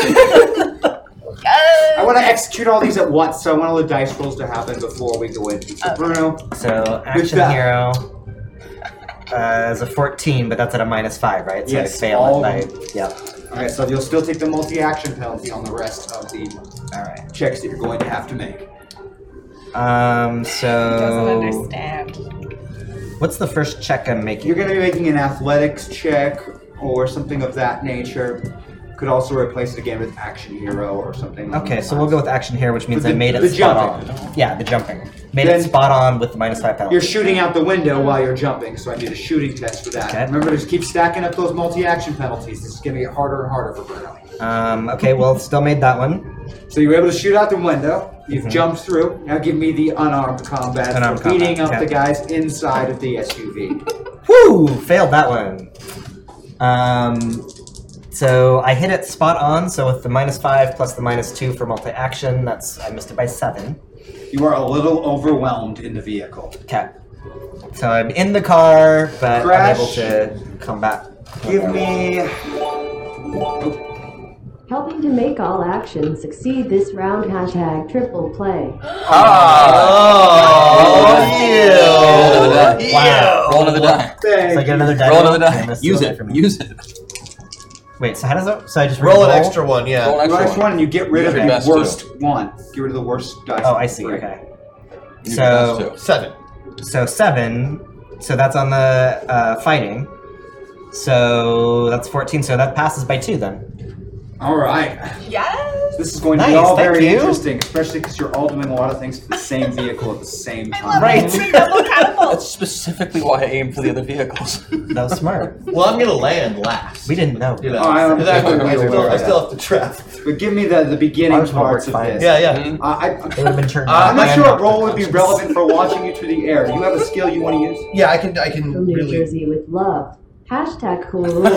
S7: Yes.
S4: I want to execute all these at once, so I want all the dice rolls to happen before we go in. So Bruno,
S9: So action
S4: that.
S9: hero uh, is a fourteen, but that's at a minus five, right? So
S4: Yes,
S9: I fail
S4: all
S9: if
S4: of
S9: I. Yep.
S4: All right, so you'll still take the multi-action penalty on the rest of the uh,
S9: All right.
S4: checks that you're going to have to make.
S9: Um. So.
S7: Doesn't
S4: Oh.
S7: understand.
S9: What's the first check I'm making?
S4: You're going to be making an athletics check or something of that nature. Could also replace it again with action hero or something. along
S9: Okay,
S4: those
S9: so we'll
S4: lines.
S9: go with action here, which means
S4: The-
S9: I made it
S4: the
S9: spot
S4: jumping.
S9: on. Yeah, the jumping. Made
S4: Then-
S9: it spot on with the minus five penalty.
S4: You're shooting out the window while you're jumping, so I need a shooting test for that.
S9: Okay.
S4: Remember, just keep stacking up those multi-action penalties. This is going to get harder and harder for Bruno.
S9: um, okay, well, still made that one.
S4: So you were able to shoot out the window. You've jumped through. Now give me the unarmed combat
S9: Mm-hmm. Unarmed
S4: for beating
S9: combat,
S4: up the
S9: okay.
S4: guys inside of the SUV.
S9: Woo! Failed that one. Um, so I hit it spot on, so with the minus five plus the minus two for multi action, that's I missed it by seven.
S4: You are a little overwhelmed in the vehicle.
S9: Okay. So I'm in the car, but
S4: Crash.
S9: I'm able to combat.
S4: Give me.
S10: helping to make all actions succeed this round. Hashtag triple play.
S3: Ah! Roll another die.
S9: Wow.
S3: Roll another die.
S9: So I get another die.
S3: Roll another
S9: roll? Okay,
S3: die.
S9: that's
S3: Use
S9: another
S3: it.
S9: die for me.
S3: Use it.
S9: Wait, so how does that? So I just
S12: Roll an
S9: re-roll?
S12: extra one, yeah.
S3: Roll an
S4: Roll
S3: extra
S4: next
S3: one.
S4: one, and you get rid
S3: Use
S4: of
S3: your
S4: the
S3: best
S4: worst one. Get rid of the worst dice.
S9: Oh, I see.
S4: Three.
S9: Okay.
S3: Use your best
S9: So
S3: two.
S12: Seven.
S9: so seven. So that's on the uh, fighting. So that's fourteen. So that passes by two then.
S4: All right.
S7: Yes.
S4: This is going to be
S9: Nice,
S4: all
S9: thank
S4: very
S9: you.
S4: interesting, especially because you're all doing a lot of things to the same vehicle at the same
S7: I love
S4: time.
S9: Right.
S7: it. Double catapult.
S3: That's specifically why I aim for the other vehicles.
S9: That was smart.
S12: Well, I'm gonna land last.
S9: we didn't know.
S12: You know,
S4: Oh, I don't-
S12: Because I, have to
S4: I
S12: wheel
S4: don't-
S12: well, I still have to trap.
S4: But give me the, the beginning
S9: Ours would work
S4: parts of
S9: fine.
S4: this.
S12: Yeah, yeah.
S4: Uh, I,
S9: It would have been turned.
S12: Uh,
S4: I'm not
S9: off.
S4: sure a
S9: And
S4: roll
S9: off.
S4: would be relevant for watching you through the air. Do you have a skill you want to use?
S12: Yeah, I can. I can
S10: From New
S12: really.
S10: Jersey with love. Hashtag cool rules.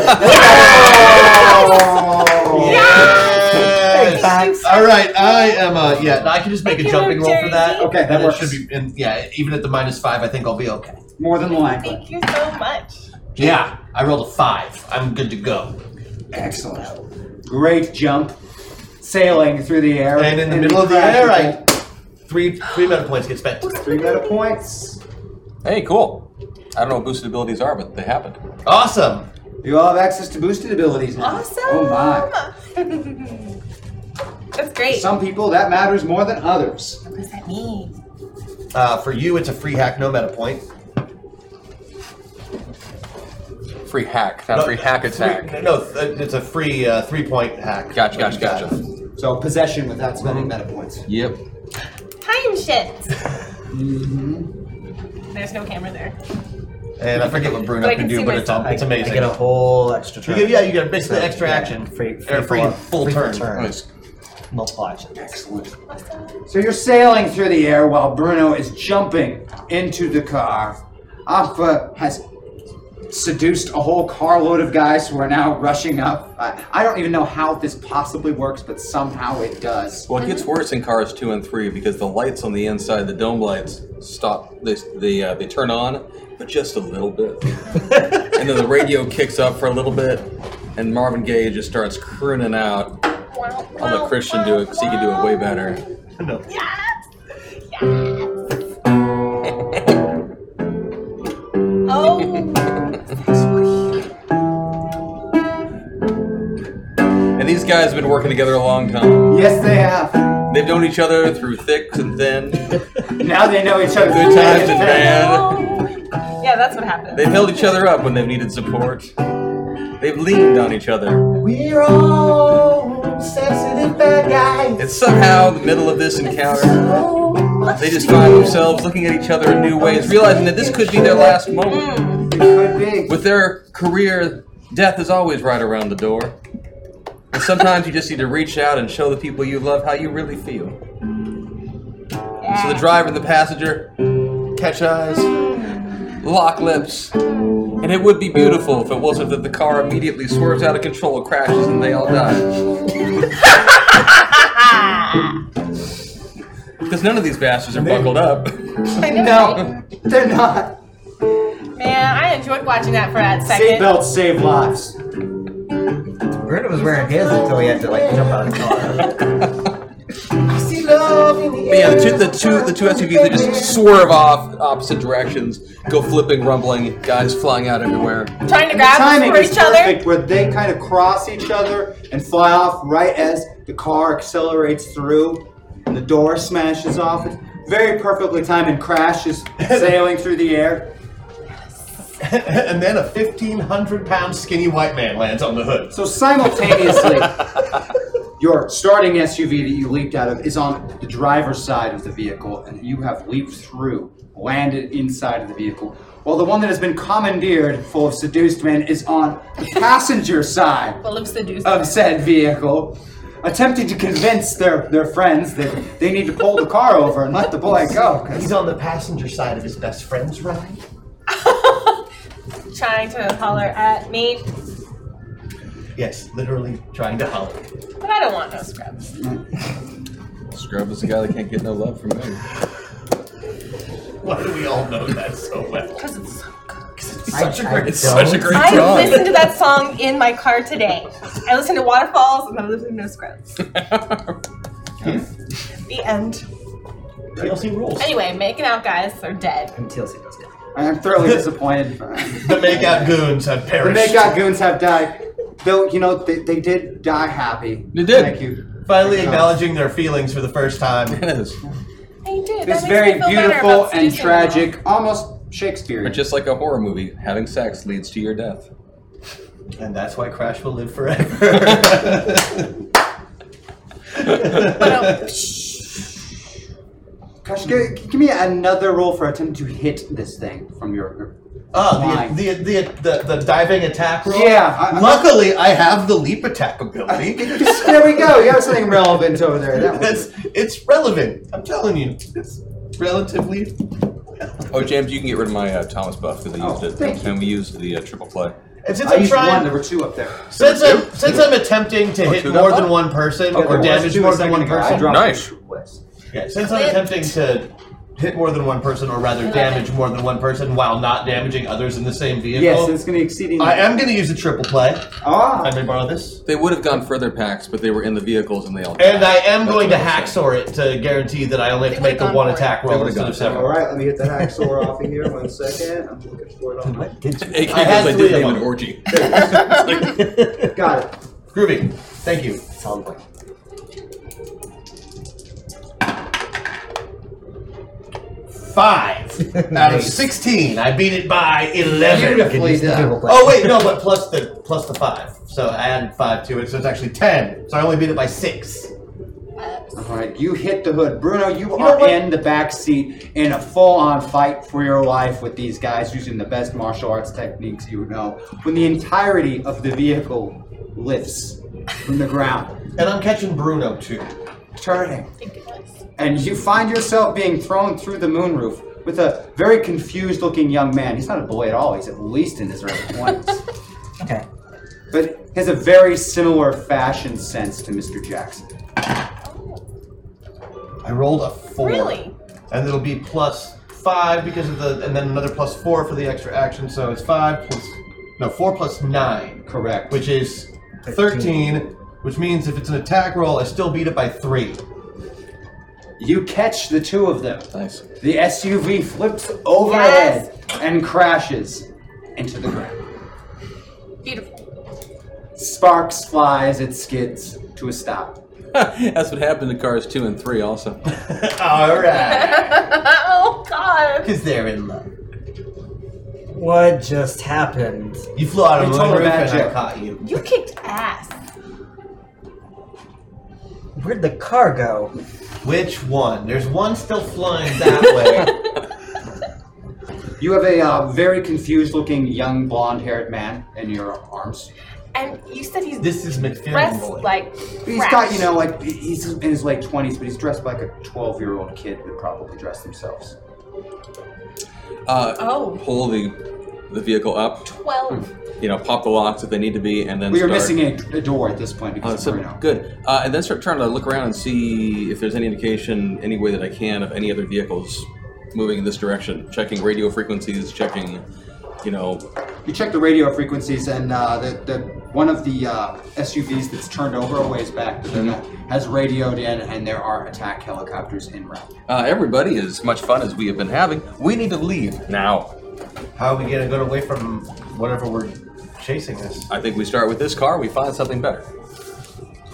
S12: Yes!
S9: Thanks.
S12: All right, I am. Uh, yeah, I can just make
S7: Thank
S12: a
S7: you,
S12: jumping roll for that.
S7: Jersey.
S4: Okay, that
S12: and it
S4: works.
S12: should be. And yeah, even at the minus five, I think I'll be okay.
S4: More than likely.
S7: Thank you so much.
S12: Yeah, I rolled a five. I'm good to go.
S4: Excellent. Great jump. Sailing through the air.
S12: And in the middle of the
S4: crash
S12: air, I
S4: with
S12: three three meta points get spent.
S4: that. Three meta points.
S3: hey, cool. I don't know what boosted abilities are, but they happened.
S12: Awesome.
S4: You all have access to boosted abilities now.
S7: Awesome.
S4: Oh my.
S7: That's great.
S4: Some people, that matters more than others.
S7: what does that mean?
S12: Uh, for you, it's a free hack, no meta point.
S3: Free hack, not
S12: No,
S3: free hack attack.
S12: Free- no, th- it's a free uh, three point hack.
S3: Gotcha, gotcha, gotcha.
S4: So possession without spending meta points.
S3: Yep.
S7: Time shit.
S4: Mm-hmm.
S7: There's no camera there.
S12: And I forget what Bruno
S7: But I
S12: can
S7: can
S12: do,
S7: see
S12: but it's, um,
S7: myself.
S12: it's amazing.
S9: I get a whole extra
S12: You
S9: turn.
S12: get, yeah, you get basically extra
S9: yeah,
S12: action.
S9: free- free
S12: or free
S9: full-
S12: full
S9: free full
S12: turn.
S9: turn.
S3: Nice.
S9: multiple actions.
S4: Excellent.
S7: Awesome.
S4: So you're sailing through the air while Bruno is jumping into the car. Aqua has seduced a whole carload of guys who are now rushing up. I, I don't even know how this possibly works, but somehow it does.
S3: Well, it gets worse in cars two and three because the lights on the inside, the dome lights, stop. They they, uh, they turn on, but just a little bit, and then the radio kicks up for a little bit, and Marvin Gaye just starts crooning out. I'll let Christian do it because he can do it way better.
S7: Yes. Yes. oh.
S3: And these guys have been working together a long time.
S4: Yes, they have.
S3: They've known each other through thick and thin,
S4: Now they know each other.
S3: good times and bad.
S7: Oh. Yeah, that's what happened.
S3: They've held each other up when they've needed support. They've leaned on each other.
S8: We're all sensitive bad guys.
S3: And somehow, in the middle of this encounter, They just find themselves looking at each other in new ways, realizing that this could be their last moment.
S4: It could be.
S3: With their career, death is always right around the door. And sometimes you just need to reach out and show the people you love how you really feel. So the driver and the passenger catch eyes, lock lips, and it would be beautiful if it wasn't that the car immediately swerves out of control, crashes, and they all die. Because none of these bastards are buckled up.
S7: I know, right?
S4: No, they're not.
S7: Man, I enjoyed watching that for that second.
S4: Seatbelts save lives.
S9: Bruno was wearing his until he had to like jump out of the car.
S8: See love in the
S3: But yeah,
S8: air.
S3: the two, the two, the two SUVs, they just swerve off opposite directions, go flipping, rumbling, guys flying out everywhere.
S7: Trying to
S4: The
S7: grab
S4: timing
S7: for
S4: is
S7: each other.
S4: perfect where they kind of cross each other and fly off right as the car accelerates through and the door smashes off. It's very perfectly timed and crashes sailing through the air.
S12: and then a 1,500 pound skinny white man lands on the hood.
S4: So simultaneously, your starting SUV that you leaped out of is on the driver's side of the vehicle, and you have leaped through, landed inside of the vehicle. While the one that has been commandeered, full of seduced men, is on the passenger side.
S7: Full of seduced.
S4: of said vehicle, attempting to convince their, their friends that they need to pull the car over and let the boy go. 'cause
S12: He's on the passenger side of his best friend's ride.
S7: trying to holler at me,
S12: Yes, literally trying to holler.
S7: but I don't want no scrubs.
S3: Scrub is the guy that can't get no love from me.
S12: Why do we all know that so well?
S7: Because it's
S12: Such a great,
S3: It's such a great
S7: I
S3: song.
S7: listened to that song in my car today. I listen to waterfalls and I listen to no scrubs. the end.
S9: TLC rules.
S7: Anyway, make it out, guys. They're dead.
S9: And TLC does good.
S4: I'm thoroughly disappointed.
S8: The makeout goons have
S4: the
S8: perished.
S4: Makeout goons have died. Though, you know, they, they did die happy.
S3: They did.
S4: Thank you.
S8: Finally acknowledging their feelings for the first time.
S3: Yes.
S7: They did.
S4: It's
S7: that makes me
S4: very
S7: feel better
S4: beautiful
S7: about
S4: and
S7: seducing
S4: tragic, almost Shakespearean.
S3: But just like a horror movie, having sex leads to your death.
S8: And that's why Crash will live forever.
S4: Gosh, give, give me another roll for attempt to hit this thing from your.
S8: oh,
S4: Why?
S8: the, the, the, the, the diving attack roll?
S4: Yeah, I- I-
S8: Luckily, I have the leap attack ability.
S4: there we go. You have something relevant over there. That was
S8: That's it's relevant. I'm telling you, it's relatively.
S3: Oh, James, you can get rid of my uh, Thomas buff because I used
S4: Oh,
S3: it,
S4: thank
S3: and we used the uh, triple play.
S8: And since
S4: I
S8: I'm
S4: used one. There
S8: trying,
S4: were two up there.
S8: since I'm since I'm attempting to hit
S3: two.
S8: more than one person
S4: Yeah, there
S8: or
S4: was
S8: damage
S4: two a
S8: more than
S4: second
S8: one
S4: ago. I
S8: person,
S4: dropped
S3: Nice.
S4: the list.
S8: yeah, since I'm attempting to hit more than one person or rather damage more than one person while not damaging others in the same vehicle,
S4: Yes, it's going to exceedingly.
S8: I am going to use a triple play.
S4: Ah,
S8: I may borrow this,
S3: They would have gone further packs, but they were in the vehicles and they all.
S8: and I am
S3: That's
S8: going to
S3: what I'm
S8: hacksaw it to guarantee that I only have to
S7: They
S8: make the
S7: would've
S8: one
S7: gone for it.
S8: attack
S3: They
S8: roll
S3: would've
S8: instead
S3: gone
S8: of
S3: for it.
S8: several.
S13: All right, let me get that hacksaw off of here. One second. I'm looking for it on my.
S9: did you?
S3: AKA
S8: I had
S3: they
S8: three
S3: did
S8: of
S3: name an
S8: them.
S3: orgy.
S4: got it.
S8: Groovy. Thank you.
S9: Solid point.
S8: Five out of sixteen. I beat it by eleven.
S4: Beautifully done.
S8: Oh wait, no, but plus the plus the five. So I added five to it, so it's actually ten. So I only beat it by six.
S4: All right, you hit the hood, Bruno. You,
S8: know
S4: are
S8: what?
S4: in the back seat in a full-on fight for your life with these guys using the best martial arts techniques you know. When the entirety of the vehicle lifts from the ground,
S8: And I'm catching Bruno too.
S4: turning,
S7: Ridiculous.
S4: and you find yourself being thrown through the moonroof with a very confused-looking young man. He's not a boy at all. He's at least in his early twenties,
S9: Okay.
S4: but has a very similar fashion sense to Mr. Jackson.
S8: I rolled a four.
S7: Really?
S8: And it'll be plus five because of the and then another plus four for the extra action, so it's five plus no, four plus nine.
S4: Correct.
S8: Which is thirteen, which means if it's an attack roll, I still beat it by three.
S4: You catch the two of them.
S3: Nice.
S4: The SUV flips overhead and crashes into the ground.
S7: Beautiful.
S4: Sparks flies, it skids to a stop.
S3: That's what happened to cars two and three, also.
S8: Alright.
S7: oh God.
S8: Because they're in love.
S9: What just happened?
S8: You flew out of
S4: It's
S8: the
S4: all
S8: moonroof and I
S4: magic.
S8: caught you.
S7: You kicked ass.
S9: Where'd the car go?
S8: Which one? There's one still flying that way.
S4: You have a uh, very confused looking young blonde haired man in your arms.
S7: And you said he's
S8: this is McPherson
S7: dressed
S8: boy.
S7: like.
S4: He's got, you know, like, he- he's in his late 20s, but he's dressed like a 12 year old kid that probably dressed themselves.
S3: Uh,
S7: Oh.
S3: Pull the the vehicle up.
S7: Twelve.
S3: You know, pop the locks if they need to be, and then
S4: We are
S3: start-
S4: missing a, a door at this point
S3: Uh,
S4: because
S3: so
S4: of Bruno.
S3: good, uh, and then start trying to look around and see if there's any indication, any way that I can, of any other vehicles moving in this direction. Checking radio frequencies, checking, you know,
S4: You check the radio frequencies, and uh, the, the one of the uh, SUVs that's turned over a ways back has radioed in, and there are attack helicopters in route.
S3: uh, everybody. As much fun as we have been having, we need to leave now.
S8: How are we gonna get away from whatever we're chasing this?
S3: I think we start with this car. We find something better.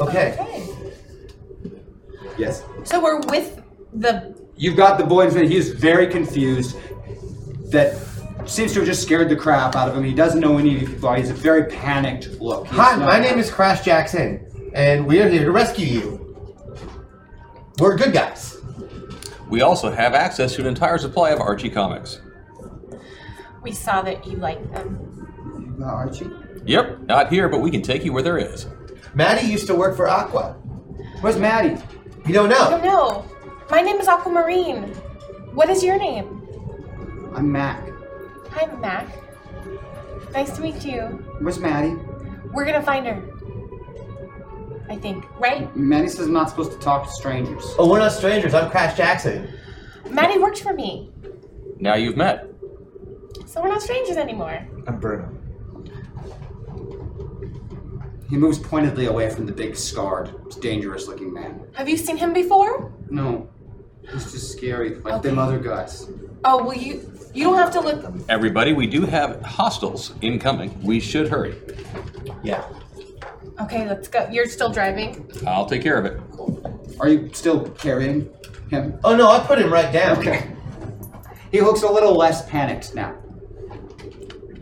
S8: Okay.
S7: Okay.
S4: Yes.
S7: So we're with the.
S4: You've got the boy in front. He is very confused. That seems to have just scared the crap out of him. He doesn't know any of you people are. He's a very panicked look. He
S8: Hi,
S4: is not-
S8: my name is Crash Jackson, and we are here to rescue you. We're good guys.
S3: We also have access to an entire supply of Archie comics.
S7: We saw that you like them.
S4: Uh, Archie.
S3: Yep, not here, but we can take you where there is.
S8: Maddie used to work for Aqua.
S4: Where's Maddie?
S8: You don't
S7: I don't
S8: know.
S7: know. Oh, My name is Aquamarine. What is your name?
S4: I'm Mac.
S7: Hi, Mac. Nice to meet you.
S4: Where's Maddie?
S7: We're gonna find her. I think, right?
S4: Maddie says I'm not supposed to talk to strangers.
S8: Oh, we're not strangers. I'm Crash Jackson.
S7: Maddie worked for me,
S3: Now you've met.
S7: so we're not strangers anymore.
S9: I'm Bruno.
S4: He moves pointedly away from the big, scarred, dangerous looking man.
S7: Have you seen him before?
S4: No, he's just scary, like them other guys.
S7: Oh, well, you you don't have to look.
S3: Everybody, we do have hostiles incoming. We should hurry.
S8: Yeah.
S7: Okay, let's go. You're still driving.
S3: I'll take care of it.
S4: Are you still carrying him?
S8: Oh no, I put him right down.
S4: Okay. He looks a little less panicked now.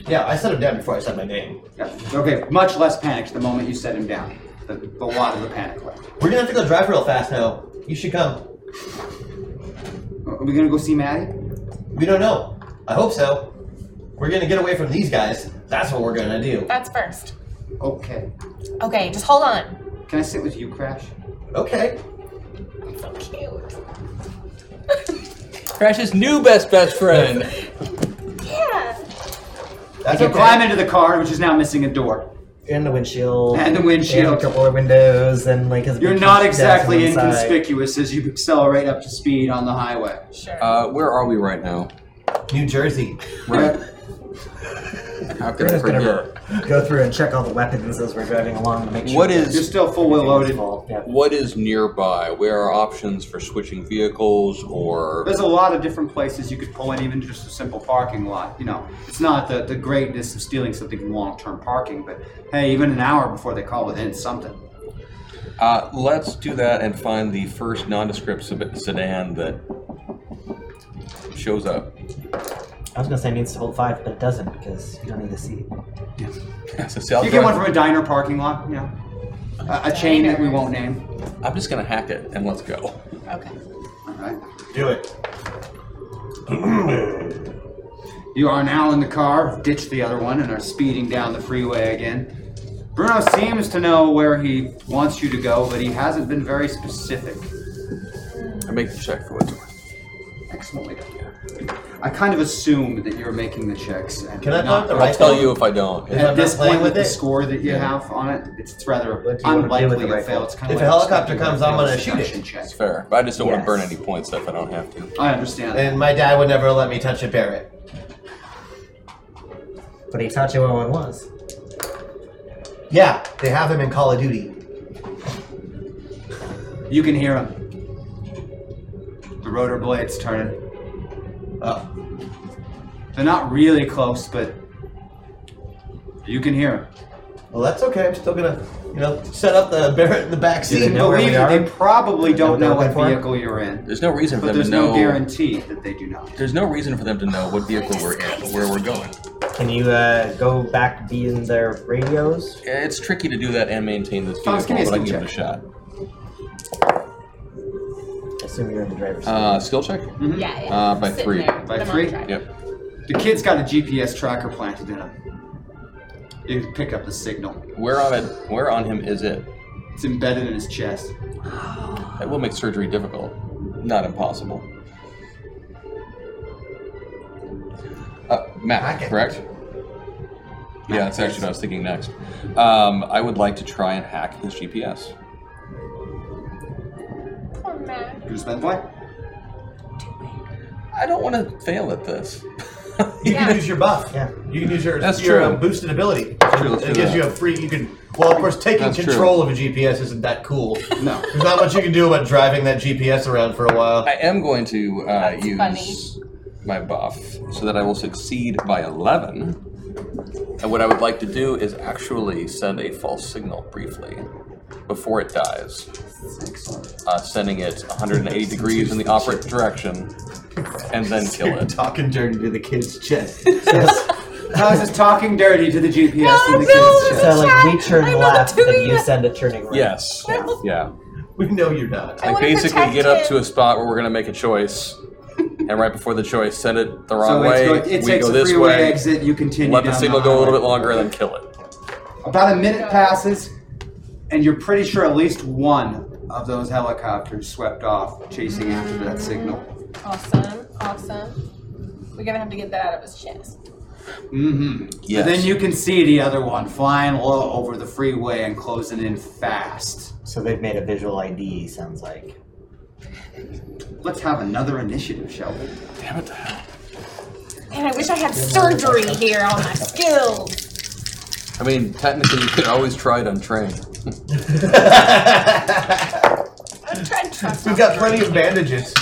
S8: Yeah, I set him down before I said my name.
S4: Yeah. Okay, much less panicked the moment you set him down. The, the lot of the panic left.
S8: We're gonna have to go drive real fast now. You should come.
S4: Are we gonna go see Maddie?
S8: We don't know. I hope so. We're gonna get away from these guys. That's what we're gonna do.
S7: That's first.
S4: Okay.
S7: Okay, just hold on.
S4: Can I sit with you, Crash?
S8: Okay.
S7: So cute.
S14: Crash's new best best friend.
S7: Yeah.
S8: That's
S4: you
S8: okay.
S4: climb into the car, which is now missing a door.
S9: And the windshield.
S4: And the windshield.
S9: And a couple of windows and like his.
S4: You're
S9: big
S4: not
S9: dash
S4: exactly
S9: on the side.
S4: inconspicuous as you accelerate up to speed on the highway.
S7: Sure.
S3: Uh, where are we right now?
S8: New Jersey.
S3: Right. How could I
S9: Just gonna
S3: forget?
S9: Go through and check all the weapons as we're driving along to make sure.
S3: What
S9: that
S4: You're
S3: is
S4: still full wheel loaded.
S9: Yeah.
S3: what is nearby? Where are options for switching vehicles or
S4: There's a lot of different places you could pull in, even just a simple parking lot. You know, it's not the, the greatness of stealing something from long term parking, but hey, even an hour before they call within something.
S3: Uh, let's do that and find the first nondescript sed- sedan that shows up.
S9: I was gonna say it needs to hold five, but it doesn't because you don't need a seat.
S3: So, see, I'll
S4: You get one
S3: drive-
S4: from a diner parking lot, you know, a, a chain that we won't name.
S3: I'm just gonna hack it and let's go.
S7: Okay.
S4: All right.
S8: Do it.
S4: You are now in the car, ditched the other one, and are speeding down the freeway again. Bruno seems to know where he wants you to go, but he hasn't been very specific.
S3: I make the check for what's worth.
S4: Excellently done. I kind of assume that you're making the checks. And
S8: Can I
S4: not
S8: put the
S3: I'll
S8: right
S3: tell
S8: one?
S3: you if I don't.
S8: If I'm
S4: At
S8: not
S4: this
S8: playing
S4: point, with
S8: with
S4: the
S8: it?
S4: score that you have on it, it's, it's rather
S9: What do you wanna do with
S4: unlikely
S9: the
S4: you'll
S9: rifle?
S4: fail. It's kind
S8: If
S4: of
S8: a
S4: like
S8: helicopter
S4: stepping
S8: comes,
S4: on a
S8: I'm gonna
S4: failed
S8: shoot it.
S4: seduction check.
S3: It's fair, but I just don't want to
S9: Yes.
S3: burn any points if I don't have to.
S4: I understand.
S8: And my dad would never let me touch a Barrett.
S9: But he taught you what one was.
S8: Yeah, they have him in Call of Duty.
S4: you can hear him. The rotor blades turning.
S8: Oh.
S4: They're not really close, but you can hear him.
S8: Well, that's okay. I'm still gonna, you know, set up the Barrett in the back
S9: Do
S8: seat.
S9: they
S4: Can
S9: know where
S4: believe
S9: we
S4: that
S9: are?
S4: they probably don't
S9: know
S4: know
S9: what
S4: what
S9: for?
S4: vehicle you're in,
S3: There's no reason for
S4: but
S3: them to
S4: there's no
S3: know.
S4: guarantee that they do not.
S3: There's no reason for them to know what vehicle we're in or where we're going.
S9: Can you uh, go back be in their radios?
S3: It's tricky to do that and maintain this
S4: Thomas,
S3: vehicle,
S4: give me a
S3: but I can give
S4: skill
S3: it a shot.
S9: Assume you're in the driver's seat.
S3: Uh, skill check.
S9: Mm-hmm.
S7: Yeah. yeah.
S3: Uh, by
S7: Sitting
S3: three.
S7: there with
S4: By
S7: them on
S4: three?
S7: track.
S3: Yep.
S4: The kid's got a GPS tracker planted in him. You can pick up the signal.
S3: Where on it? Where on him is it?
S4: It's embedded in his chest.
S3: That will make surgery difficult, not impossible. Uh,
S8: Hack
S3: Matt,
S8: it.
S3: correct? Yeah, that's actually what I was thinking next. Um, I would like to try and hack his GPS.
S7: Poor man.
S4: You gonna spend what?
S3: I don't want to fail at this.
S8: You
S7: Yeah.
S8: can use your buff.
S9: Yeah.
S8: You can use your
S3: That's
S8: your
S3: true.
S8: uh, boosted ability.
S3: true, let's do
S8: it gives
S3: that.
S8: you a free. You can. Well, of course, taking
S3: That's true.
S8: control of a GPS isn't that cool.
S4: No.
S8: There's not much you can do about driving that GPS around for a while.
S3: I am going to uh,
S7: That's
S3: use
S7: funny.
S3: my buff so that I will succeed by 11. And what I would like to do is actually send a false signal briefly before it dies, uh, sending it 180 degrees in the opposite direction, and then kill it.
S8: Talking dirty to the kid's chest.
S4: Thomas is talking dirty to the GPS
S7: No,
S4: in the
S7: no,
S4: kid's chest.
S9: Uh, so like we turn
S7: I know
S9: left
S7: the two
S9: and you
S7: of you.
S9: send it turning right.
S3: Yes.
S7: No.
S3: Yeah.
S8: we know you're not.
S7: I
S3: Like
S7: wanna
S3: basically
S7: protect
S3: get up to
S7: him.
S3: a spot where we're gonna make a choice, and right before the choice, send it the wrong
S4: so it's
S3: way.
S4: go- it
S3: we
S4: takes
S3: go
S4: a
S3: this
S4: freeway
S3: way.
S4: exit. You continue.
S3: let the
S4: down
S3: signal go a little bit
S4: highway.
S3: longer, and then kill it.
S4: About a minute passes, and you're pretty sure at least one of those helicopters swept off, chasing after that signal.
S7: Awesome. Awesome. We're gonna have to get that out of his chest.
S4: Mm-hmm.
S3: Yes.
S4: Then you can see the other one flying low over the freeway and closing in fast.
S9: So they've made a visual ID. Sounds like.
S4: Let's have another initiative, shall we?
S3: Damn it!
S7: And I wish I had surgery here on my skills.
S3: I mean, technically, you could always try it on train.
S8: We've got plenty of bandages.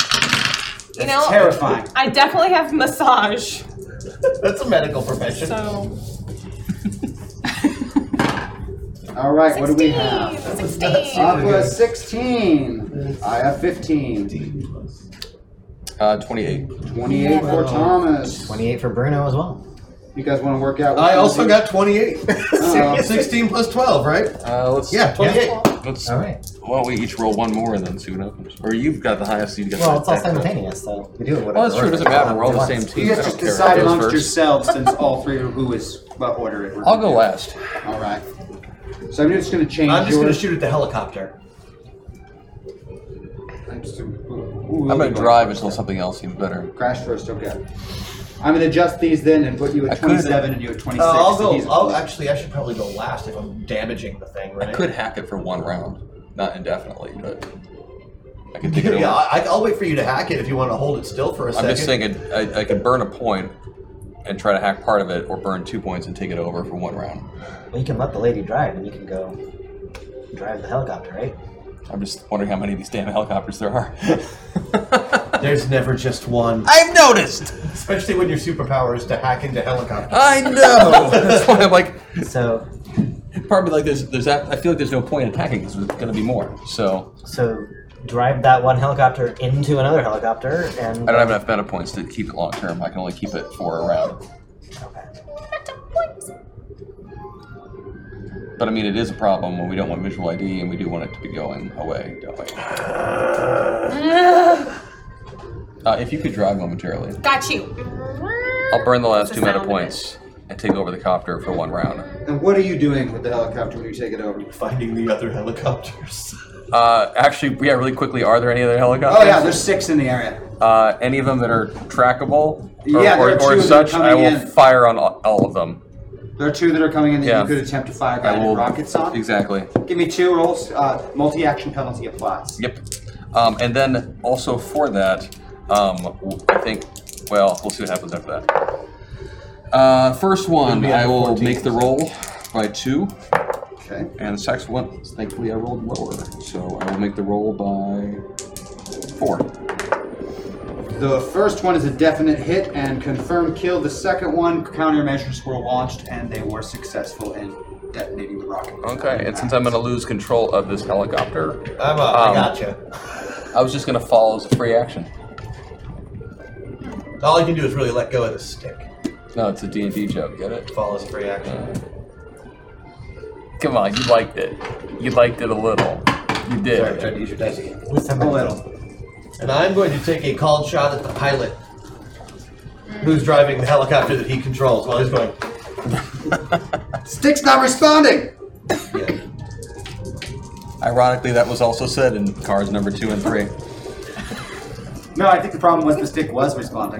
S7: You know,
S8: terrifying.
S7: I definitely have massage.
S8: That's a medical profession.
S7: So
S4: All right, what do we have?
S7: 16.
S4: Aqua is 16. I have 15.
S3: Uh, 28.
S4: 28 for Thomas.
S9: 28 for Bruno as well.
S4: You guys want to work out?
S8: I also got 28.
S4: Uh,
S8: 16 plus 12, right?
S3: Uh, let's
S8: Yeah, 28.
S3: Let's,
S9: All right.
S3: Why don't we each roll one more and then see what happens? Or you've got the highest. You've got
S9: Well, it's all
S3: the
S9: simultaneous, so we do it whatever.
S3: Well, that's true. It doesn't matter. We're all the same team.
S4: You
S3: I
S4: guys
S3: don't
S4: just
S3: care.
S4: decide
S3: Who goes
S4: amongst
S3: first?
S4: yourselves since all three of who is what order it.
S3: I'll go last.
S4: All right. So I'm just going to change.
S8: I'm just going to
S4: yours.
S8: shoot at the helicopter.
S4: I'm just gonna-
S3: I'm
S4: ooh,
S3: going to
S4: ooh,
S3: drive until something else seems better.
S4: Crash first, okay. I'm gonna adjust these then and put you
S3: I
S4: at
S3: could've-
S4: 27 and you at 26.
S8: Uh, I'll
S4: so
S8: go.
S4: he's-
S8: I'll, actually, I should probably go last if I'm damaging the thing,
S3: I
S8: right?
S3: could hack it for one round. Not indefinitely, but I could think it
S8: yeah,
S3: over.
S8: I, I'll wait for you to hack it if you want to hold it still for a
S3: I'm
S8: second.
S3: just thinking I, I could burn a point and try to hack part of it, or burn two points and take it over for one round.
S9: Well, you can let the lady drive, and you can go drive the helicopter, right?
S3: I'm just wondering how many of these damn helicopters there are.
S8: There's never just one,
S3: I've noticed.
S8: especially when your superpower is to hack into helicopters.
S3: I know. That's why I'm like,
S9: So,
S3: probably like there's there's act- I feel like there's no point in attacking because there's going to be more. So
S9: so drive that one helicopter into another helicopter, and
S3: I don't have enough meta points to keep it long term. I can only keep it for a round. But I mean, it is a problem when we don't want visual ID and we do want it to be going away, don't we? Uh, if you could drive momentarily,
S7: got you.
S3: I'll burn the last two
S7: That's the sound
S3: meta
S7: of it.
S3: points and take over the copter for one round.
S4: And what are you doing with the helicopter when you take it over?
S8: Finding the other helicopters.
S3: Uh, actually, yeah, really quickly, are there any other helicopters?
S4: Oh yeah, there's six in the area.
S3: uh, any of them that are trackable or,
S4: Yeah, there
S3: or,
S4: are
S3: or
S4: two that are
S3: such, I
S4: coming
S3: will
S4: in.
S3: fire on all, all of them.
S4: There are two that are coming in that
S3: Yeah.
S4: you could attempt to fire
S3: I will
S4: guided rockets on.
S3: exactly.
S4: Give me two rolls. Uh, multi-action penalty applies.
S3: Yep. Um, and then also for that, um, w- I think. Well, we'll see what happens after that. Uh, first one, I will make the roll by two,
S4: Okay.
S3: and the second one, thankfully, I rolled lower, so I will make the roll by four.
S4: The first one is a definite hit and confirmed kill. The second one, countermeasures were launched and they were successful in detonating the rocket.
S3: Okay, and since I'm going to lose control of this helicopter,
S8: I'm a,
S3: Um,
S8: I gotcha.
S3: I was just going to follow as a free action.
S8: All you can do is really let go of the stick.
S3: No, it's a D&D joke. Get it?
S8: Follows free action.
S3: Come on, you liked it. You liked it a little. You did.
S8: Sorry, I tried to use your dice again.
S4: A
S9: Oh,
S4: little.
S8: And I'm going to take a called shot at the pilot who's driving the helicopter that he controls while he's going.
S4: Stick's not responding.
S8: Yeah.
S3: Ironically, that was also said in cars number two and three.
S4: No, I think the problem was the stick was responding.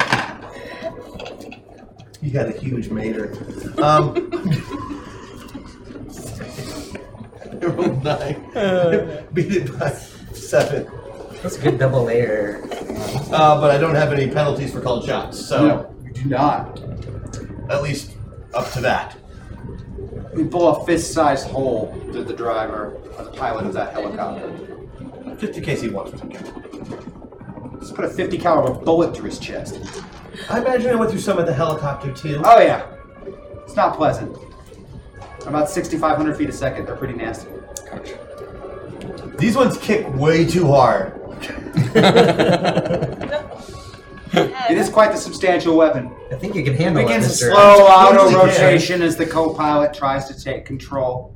S8: You got a huge mater. Um, I rolled nine. Beat it by seven.
S9: that's a good double layer.
S8: Uh, but I don't have any penalties for called shots, so
S4: No, you do not.
S8: at least up to that.
S4: You blow a fist-sized hole through the driver or the pilot of that helicopter.
S8: Just in case he wants to.
S4: Just put a 50 caliber bullet through his chest.
S8: I imagine I went through some of the helicopter too.
S4: Oh yeah, it's not pleasant. About 6,500 feet a second. They're pretty nasty.
S8: These ones kick way too hard.
S4: It is quite the substantial weapon.
S9: I think you can handle it,
S4: Begins a
S9: Mister.
S4: slow auto
S8: clumsy hair.
S4: rotation as the co-pilot tries to take control.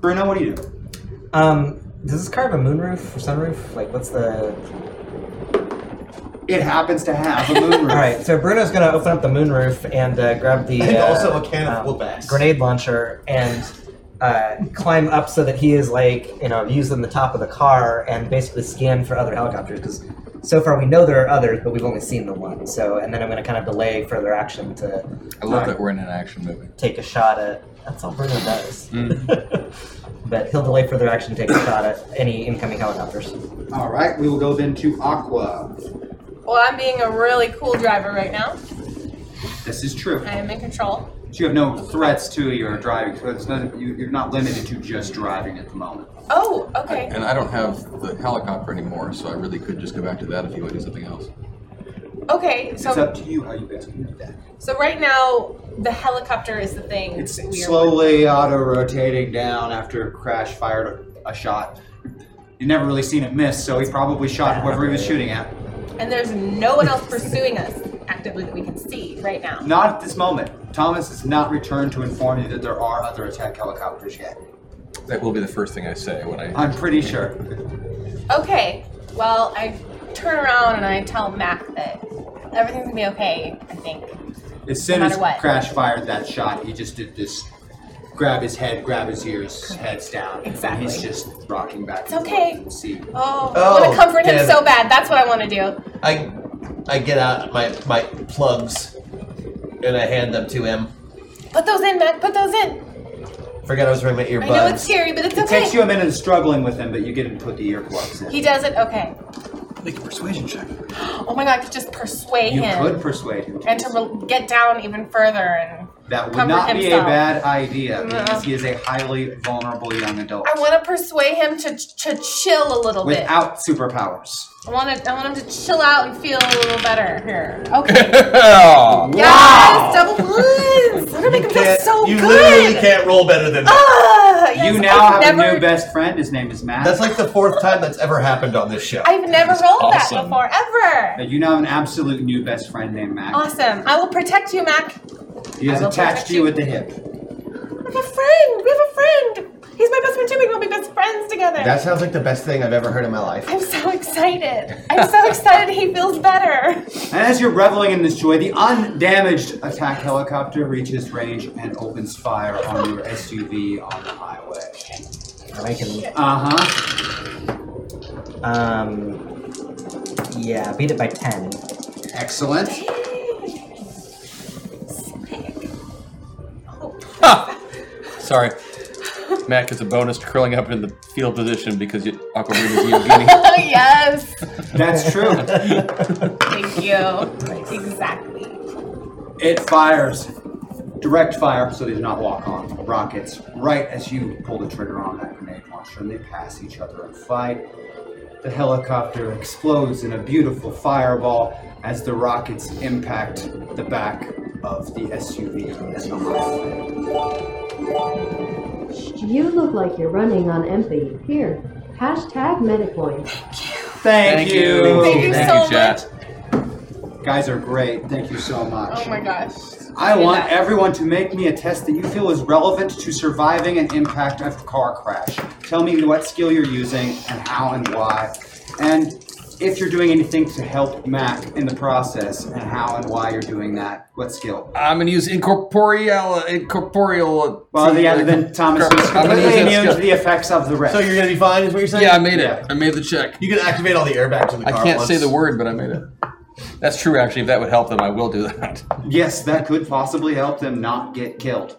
S4: Bruno, what do you do?
S9: Um, does this car have a moonroof or sunroof? Like, what's the?
S4: It happens to have a moonroof.
S9: All right, so Bruno's gonna open up the moonroof and uh, grab the
S8: And
S9: uh, um,
S8: also a can of whoop-ass.
S9: grenade launcher and uh, climb up so that he is like you know using the top of the car and basically scan for other helicopters because so far we know there are others but we've only seen the one. So and then I'm gonna kind of delay further action to
S3: I love that we're in an action movie.
S9: take a shot at. That's all Bruno does.
S12: Mm.
S9: but he'll delay further action, take a shot at any incoming helicopters.
S4: All right, we will go then to Aqua.
S7: Well, I'm being a really cool driver right now.
S4: This is true.
S7: I am in control.
S4: So you have no threats to your driving. So it's not, you, you're not limited to just driving at the moment.
S7: Oh, okay.
S3: And I don't have the helicopter anymore, so I really could just go back to that if you want to do something else.
S7: Okay,
S4: it's
S7: so
S4: up to you how you guys can do that.
S7: so right now the helicopter is the thing.
S4: It's
S7: we are-
S4: slowly auto rotating down after Crash fired a, a shot. You never really seen it miss, so he probably shot whoever he was shooting at.
S7: and there's no one else pursuing us actively that we can see right now.
S4: Not at this moment. Thomas has not returned to inform you that there are other attack helicopters yet.
S3: That will be the first thing I say when I.
S4: I'm pretty sure.
S7: Okay, well I turn around and I tell Mac that everything's gonna be okay. I think.
S4: As soon
S7: No
S4: as
S7: matter what.
S4: Crash fired that shot, he just did this grab his head, grab his ears, heads down.
S7: Exactly.
S4: And he's just rocking back.
S7: It's
S4: and forth.
S7: okay.
S4: See.
S7: Oh, I
S12: Oh,
S7: want to comfort him
S12: damn
S7: so
S12: it.
S7: bad. That's what I want to do.
S12: I I get out my my plugs and I hand them to him.
S7: Put those in, Mac. Put those in.
S12: Forgot I was wearing my
S7: I know
S12: earbuds.
S7: it's scary, but it's
S4: It
S7: okay.
S4: takes you a minute of struggling with him, but you get him to put the earplugs in.
S7: He does it. Okay.
S3: Make a persuasion check.
S7: Oh my god, I could just persuade
S4: You
S7: him
S4: could persuade him.
S7: and to re- get down even further and
S4: That would
S7: comfort
S4: not be a
S7: himself.
S4: bad idea
S7: No.
S4: because he is a highly vulnerable young adult
S7: I want to persuade him to to chill a little bit.
S4: without superpowers.
S7: I want to, I want him to chill out and feel a little better here. Okay. Yes, double ones. I'm gonna make him feel so
S12: you literally
S7: good.
S12: can't roll better than that.
S7: Ah, yes,
S4: You now
S7: I've
S4: have
S7: never,
S4: a new best friend. His name is Matt.
S12: That's like the fourth time that's ever happened on this show.
S7: I've never rolled that
S3: awesome.
S7: before ever.
S4: you now have an absolute new best friend named Matt.
S7: Awesome. I will protect you, Mac.
S4: He has
S7: I will
S4: attached
S7: protect
S4: you
S7: you.
S4: at the hip.
S7: I have a friend. We have a friend. He's my best friend too. We can all be best friends together.
S12: That sounds like the best thing I've ever heard in my life.
S7: I'm so excited. I'm so excited. He feels better.
S4: And as you're reveling in this joy, the undamaged attack helicopter reaches range and opens fire on your SUV on the highway.
S9: I can,
S4: Uh huh.
S9: um, yeah, beat it by 10.
S4: Excellent.
S3: Sorry. Mac gets a bonus to curling up in the field position because you Aquamarine is Yogini.
S7: Oh yes.
S4: That's true.
S7: Thank you. Exactly.
S4: It fires. Direct fire, so they do not walk on rockets. Right as you pull the trigger on that grenade launcher, and they pass each other and fight. The helicopter explodes in a beautiful fireball as the rockets impact the back of the SUV. as the rocket-
S10: You look like you're running on empty. Here, hashtag medic points.
S4: Thank, you.
S7: Thank you so much.
S3: chat.
S4: Guys are great. Thank you so much.
S7: Oh my gosh.
S4: I
S7: Did
S4: want
S7: that.
S4: everyone to make me a test that you feel is relevant to surviving an impact of car crash. Tell me what skill you're using and how and why, and if you're doing anything to help Mac in the process and how and why you're doing that. What skill?
S3: I'm gonna use incorporeal incorporeal.
S4: Well, the other than Thomas is
S3: I'm gonna use
S4: completely
S3: that
S4: immune to
S3: skill.
S4: the effects of the wreck.
S12: So you're gonna be fine, is what you're saying?
S3: Yeah, I made it.
S4: Yeah.
S3: I made the check.
S12: You can activate all the airbags in the
S3: I
S12: car.
S3: can't
S12: once.
S3: say the word, but I made it. That's true, actually. If that would help them, I will do that.
S4: yes, that could possibly help them not get killed.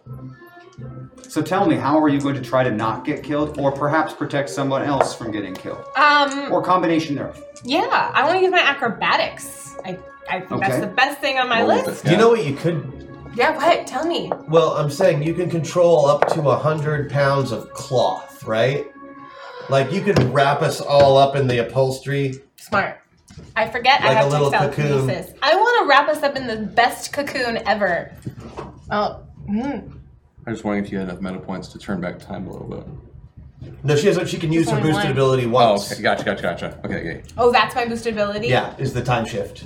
S4: So tell me, how are you going to try to not get killed, or perhaps protect someone else from getting killed,
S7: Um.
S4: or combination thereof?
S7: Yeah. I want to use my acrobatics. I. I think
S4: Okay.
S7: that's the best thing on my
S3: Roll with
S7: list.
S3: it.
S12: You know what you could?
S7: Yeah. What? Tell me.
S12: Well, I'm saying you can control up to a hundred pounds of cloth, right? Like you could wrap us all up in the upholstery.
S7: Smart. I forget I
S12: Like a
S7: have
S12: little
S7: textile
S12: cocoon.
S7: pieces. I want to wrap us up in the best cocoon ever. Oh. Mm.
S3: I was wondering if you had enough meta points to turn back time a little bit.
S12: No, she has. She can use her
S7: only
S12: boosted
S7: one.
S12: ability
S3: Oh,
S12: once.
S3: okay. Gotcha, gotcha, gotcha. Okay, okay.
S7: Oh, that's my boosted ability.
S12: Yeah, is the time shift.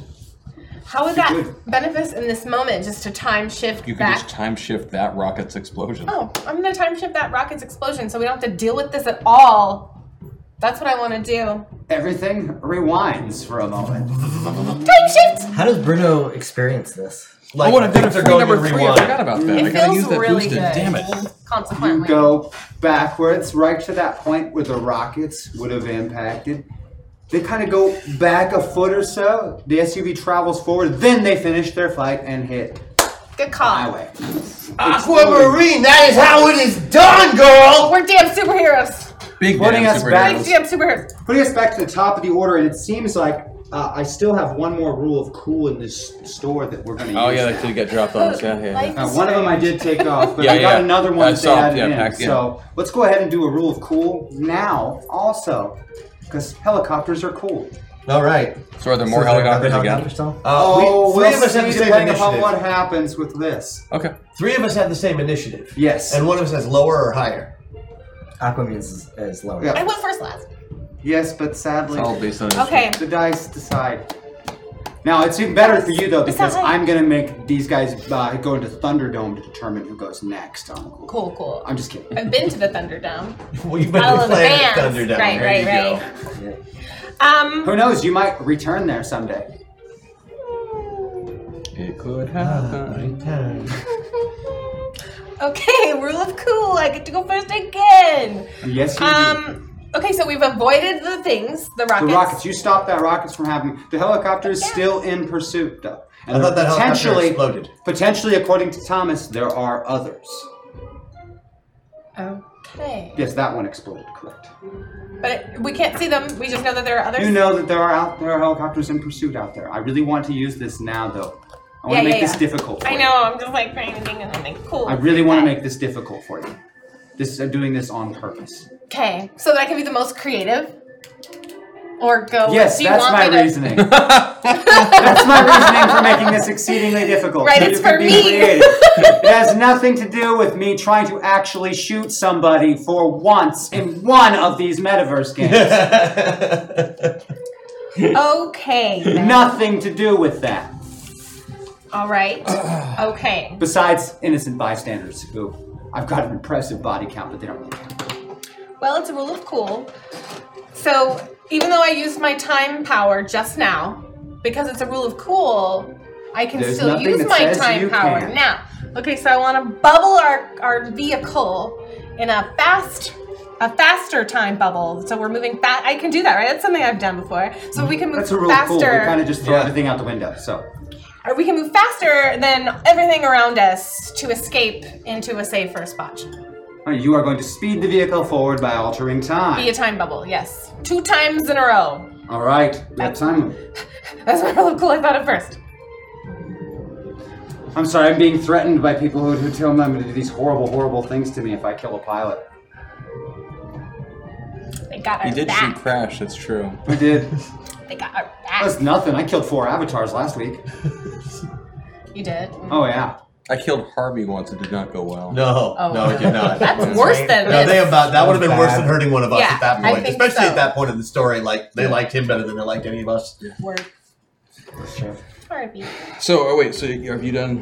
S7: How would that benefit us in this moment? Just to time shift
S3: You can
S7: back.
S3: just time shift that rocket's explosion.
S7: oh, I'm gonna time shift that rocket's explosion, so we don't have to deal with this at all. That's what I want to do.
S4: Everything rewinds for a moment.
S7: Time shift.
S9: How does Bruno experience this?
S12: Like
S3: what I've done
S12: things
S3: for
S12: are going
S3: number
S12: to
S3: three. I
S12: rewind.
S3: forgot about that. I
S7: It
S3: gotta
S7: feels
S3: use that
S7: really
S3: boosted.
S7: good.
S3: Damn it.
S4: You
S7: Consequently,
S4: go backwards, right to that point where the rockets would have impacted. They kind of go back a foot or so. The SUV travels forward, then they finish their flight and hit
S7: good call.
S4: highway.
S12: Aquamarine, that is how it is done, girl.
S7: We're damn superheroes.
S3: Big
S4: Putting
S3: damn
S4: us
S3: superheroes.
S4: back-
S7: Big damn superheroes.
S4: Putting us back to the top of the order, and it seems like Uh, I still have one more rule of cool in this store that we're going to
S3: Oh
S4: use.
S3: yeah, that did get dropped on us. Yeah, yeah. yeah.
S4: Uh, one of them I did take off, but
S3: Yeah,
S4: I got
S3: yeah.
S4: another
S3: I
S4: one that they
S3: saw it,
S4: added
S3: yeah,
S4: in.
S3: packed in.
S4: So let's go ahead and do a rule of cool now, also, because helicopters are cool.
S12: All right. Uh,
S3: So are there more helicopters again?
S4: oh,
S12: we,
S4: we'll
S12: three of us have the
S4: see,
S12: same
S4: depending upon
S12: initiative.
S4: what happens with this.
S3: Okay.
S12: Three of us have the same initiative.
S4: Yes.
S12: And one of us has lower or higher.
S11: Aquaman is, is lower.
S4: Yeah.
S7: I went first last.
S4: Yes, but sadly,
S3: It's all based on.
S7: Okay.
S4: the dice decide. Now it's even better for you though
S7: It's not
S4: because
S7: like-
S4: I'm gonna make these guys uh, go into Thunderdome to determine who goes next. On the cool.
S7: Cool, cool.
S4: I'm just kidding.
S7: I've been to the Thunderdome.
S12: Well, you've
S7: I love the
S12: playing at
S7: bands.
S12: Thunderdome.
S7: Right,
S12: There
S7: right,
S12: you go.
S7: right. Um,
S4: Who knows? You might return there someday.
S3: It could happen.
S7: okay, rule of cool. I get to go first again.
S4: Yes, you do.
S7: Um, okay, so we've avoided the things, the rockets.
S4: The rockets. You stop that rockets from happening. The helicopter is still in pursuit though,
S12: I thought that helicopter
S4: potentially,
S12: exploded.
S4: potentially, according to Thomas, there are others.
S7: Okay.
S4: Yes, that one exploded. Correct.
S7: But it- we can't see them. We just know that there are others.
S4: You know that there are out there are helicopters in pursuit out there. I really want to use this now though. I want
S7: Yeah,
S4: to
S7: yeah,
S4: make this
S7: yeah.
S4: difficult. For
S7: I
S4: you.
S7: know. I'm just like trying to think of something cool.
S4: I really want to make this difficult for you. This I'm doing this on purpose.
S7: Okay, so that I can be the most creative, or go.
S4: yes,
S7: do you
S4: that's
S7: want
S4: my
S7: me to-
S4: reasoning. that's my reasoning for making this exceedingly difficult.
S7: Right,
S4: You
S7: it's
S4: can
S7: for
S4: be
S7: me.
S4: creative. it has nothing to do with me trying to actually shoot somebody for once in one of these metaverse games.
S7: Okay. then.
S4: nothing to do with that.
S7: All right. Okay.
S4: Besides innocent bystanders who I've got an impressive body count, but they don't really count.
S7: Well, it's a rule of cool. So even though I used my time power just now, because it's a rule of cool, I can
S4: There's
S7: still
S4: nothing
S7: use
S4: that
S7: my
S4: says
S7: time
S4: you
S7: power
S4: can't.
S7: now. Okay, so I want to bubble our our vehicle in a fast. A faster time bubble, so we're moving fast. I can do that, right? That's something I've done before. So we can move
S4: That's a rule of
S7: faster.
S4: cool. We kind of just throw
S12: Yeah.
S4: everything out the window. So
S7: or we can move faster than everything around us to escape into a safer spot.
S4: All right, you are going to speed the vehicle forward by altering
S7: Be a
S4: time.
S7: time bubble, yes. Two times in a row.
S4: All right, we have time.
S7: That's my rule of cool. I thought of first.
S4: I'm sorry, I'm being threatened by people who, who tell me I'm going to do these horrible, horrible things to me if I kill a pilot.
S7: They got our
S3: He did shoot
S7: back.
S3: Crash. That's true.
S4: I did.
S7: They got our
S4: That's
S7: back.
S4: nothing. I killed four avatars last week.
S7: You did.
S4: Oh yeah.
S3: I killed Harvey once. It did not go well.
S12: No,
S7: Oh.
S12: no, it did not.
S7: That's worse than
S12: No,
S7: this.
S12: they about that would have
S11: That
S12: been
S11: was
S12: worse
S11: bad.
S12: than hurting one of us
S7: Yeah,
S12: at that
S7: I
S12: point,
S7: think
S12: especially
S7: so.
S12: at that point in the story. Like they liked him better than they liked any of us.
S7: Word. Sorry, B.
S3: So oh wait. So have you done?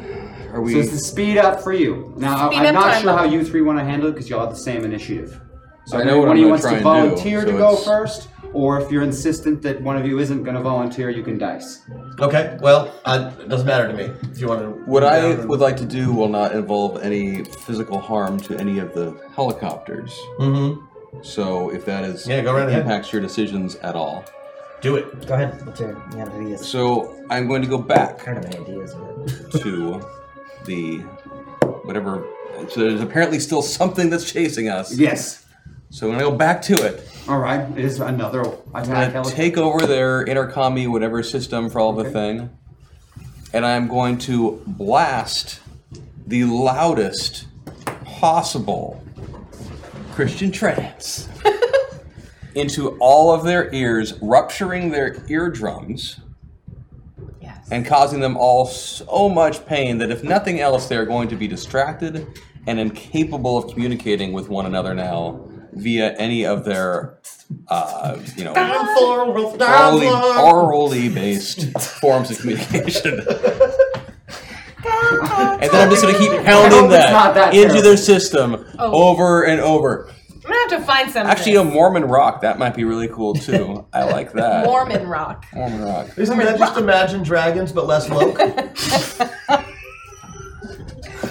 S3: Are
S4: So
S3: we?
S4: it's the speed up for you. Now
S7: Speed
S4: I'm
S7: up
S4: not
S7: time,
S4: sure how
S7: though.
S4: you three want to handle it because you all have the same initiative. So
S3: I know what I'm
S4: one of you
S3: gonna
S4: wants
S3: try
S4: to
S3: and do,
S4: volunteer
S3: so
S4: to go
S3: it's-
S4: first, or if you're insistent that one of you isn't going to volunteer, you can dice.
S12: Okay, well, uh, it doesn't matter to me. If you want to,
S3: What I would like to do will not involve any physical harm to any of the helicopters.
S12: hmm
S3: So if that is
S12: Yeah, go right ahead.
S3: impacts your decisions at all.
S12: do it.
S11: Go ahead. What's your you have ideas?
S3: So I'm going to go back
S11: Kind of an ideas. but-
S3: to the whatever. So there's apparently still something that's chasing us.
S4: Yes.
S3: So I'm gonna go back to it.
S4: All right. It is another
S3: I'm
S4: attack.
S3: gonna
S4: heli-
S3: take over their intercommy, whatever system for all the thing, and I'm going to blast the loudest possible Christian trance into all of their ears, rupturing their eardrums
S7: Yes.
S3: and causing them all so much pain that if nothing else, they are going to be distracted and incapable of communicating with one another now via any of their, uh, you know, orally, orally e-, based forms of communication. and then I'm just going to keep pounding
S4: hope it's
S3: that,
S4: not that
S3: into
S4: terrible.
S3: their system
S7: Oh.
S3: over and over.
S7: I'm gonna have to find some.
S3: Actually, um, you know, Mormon rock, that might be really cool too. I like that.
S7: Mormon rock.
S3: Mormon rock.
S12: Isn't that just Imagine Dragons but less woke?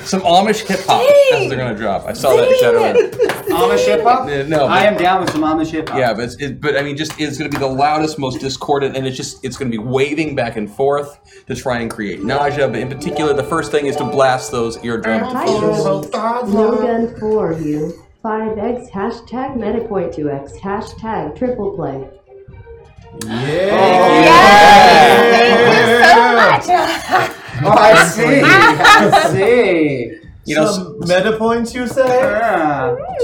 S3: Some Amish hip hop. That's what they're gonna drop. I saw that. Shadow.
S4: Amish hip hop.
S3: Yeah, Uh, no,
S4: I
S3: but-
S4: am down with some Amish hip hop.
S3: Yeah, but it's, it, but I mean, just it's gonna be the loudest, most discordant, and it's just it's gonna be waving back and forth to try and create nausea. But in particular, the first thing is to blast those eardrums.
S10: Hi, Jules. No gun for you. 5x hashtag metapoint2x hashtag triple play.
S4: Oh, I see. I see.
S3: You know,
S1: Some meta points, you say?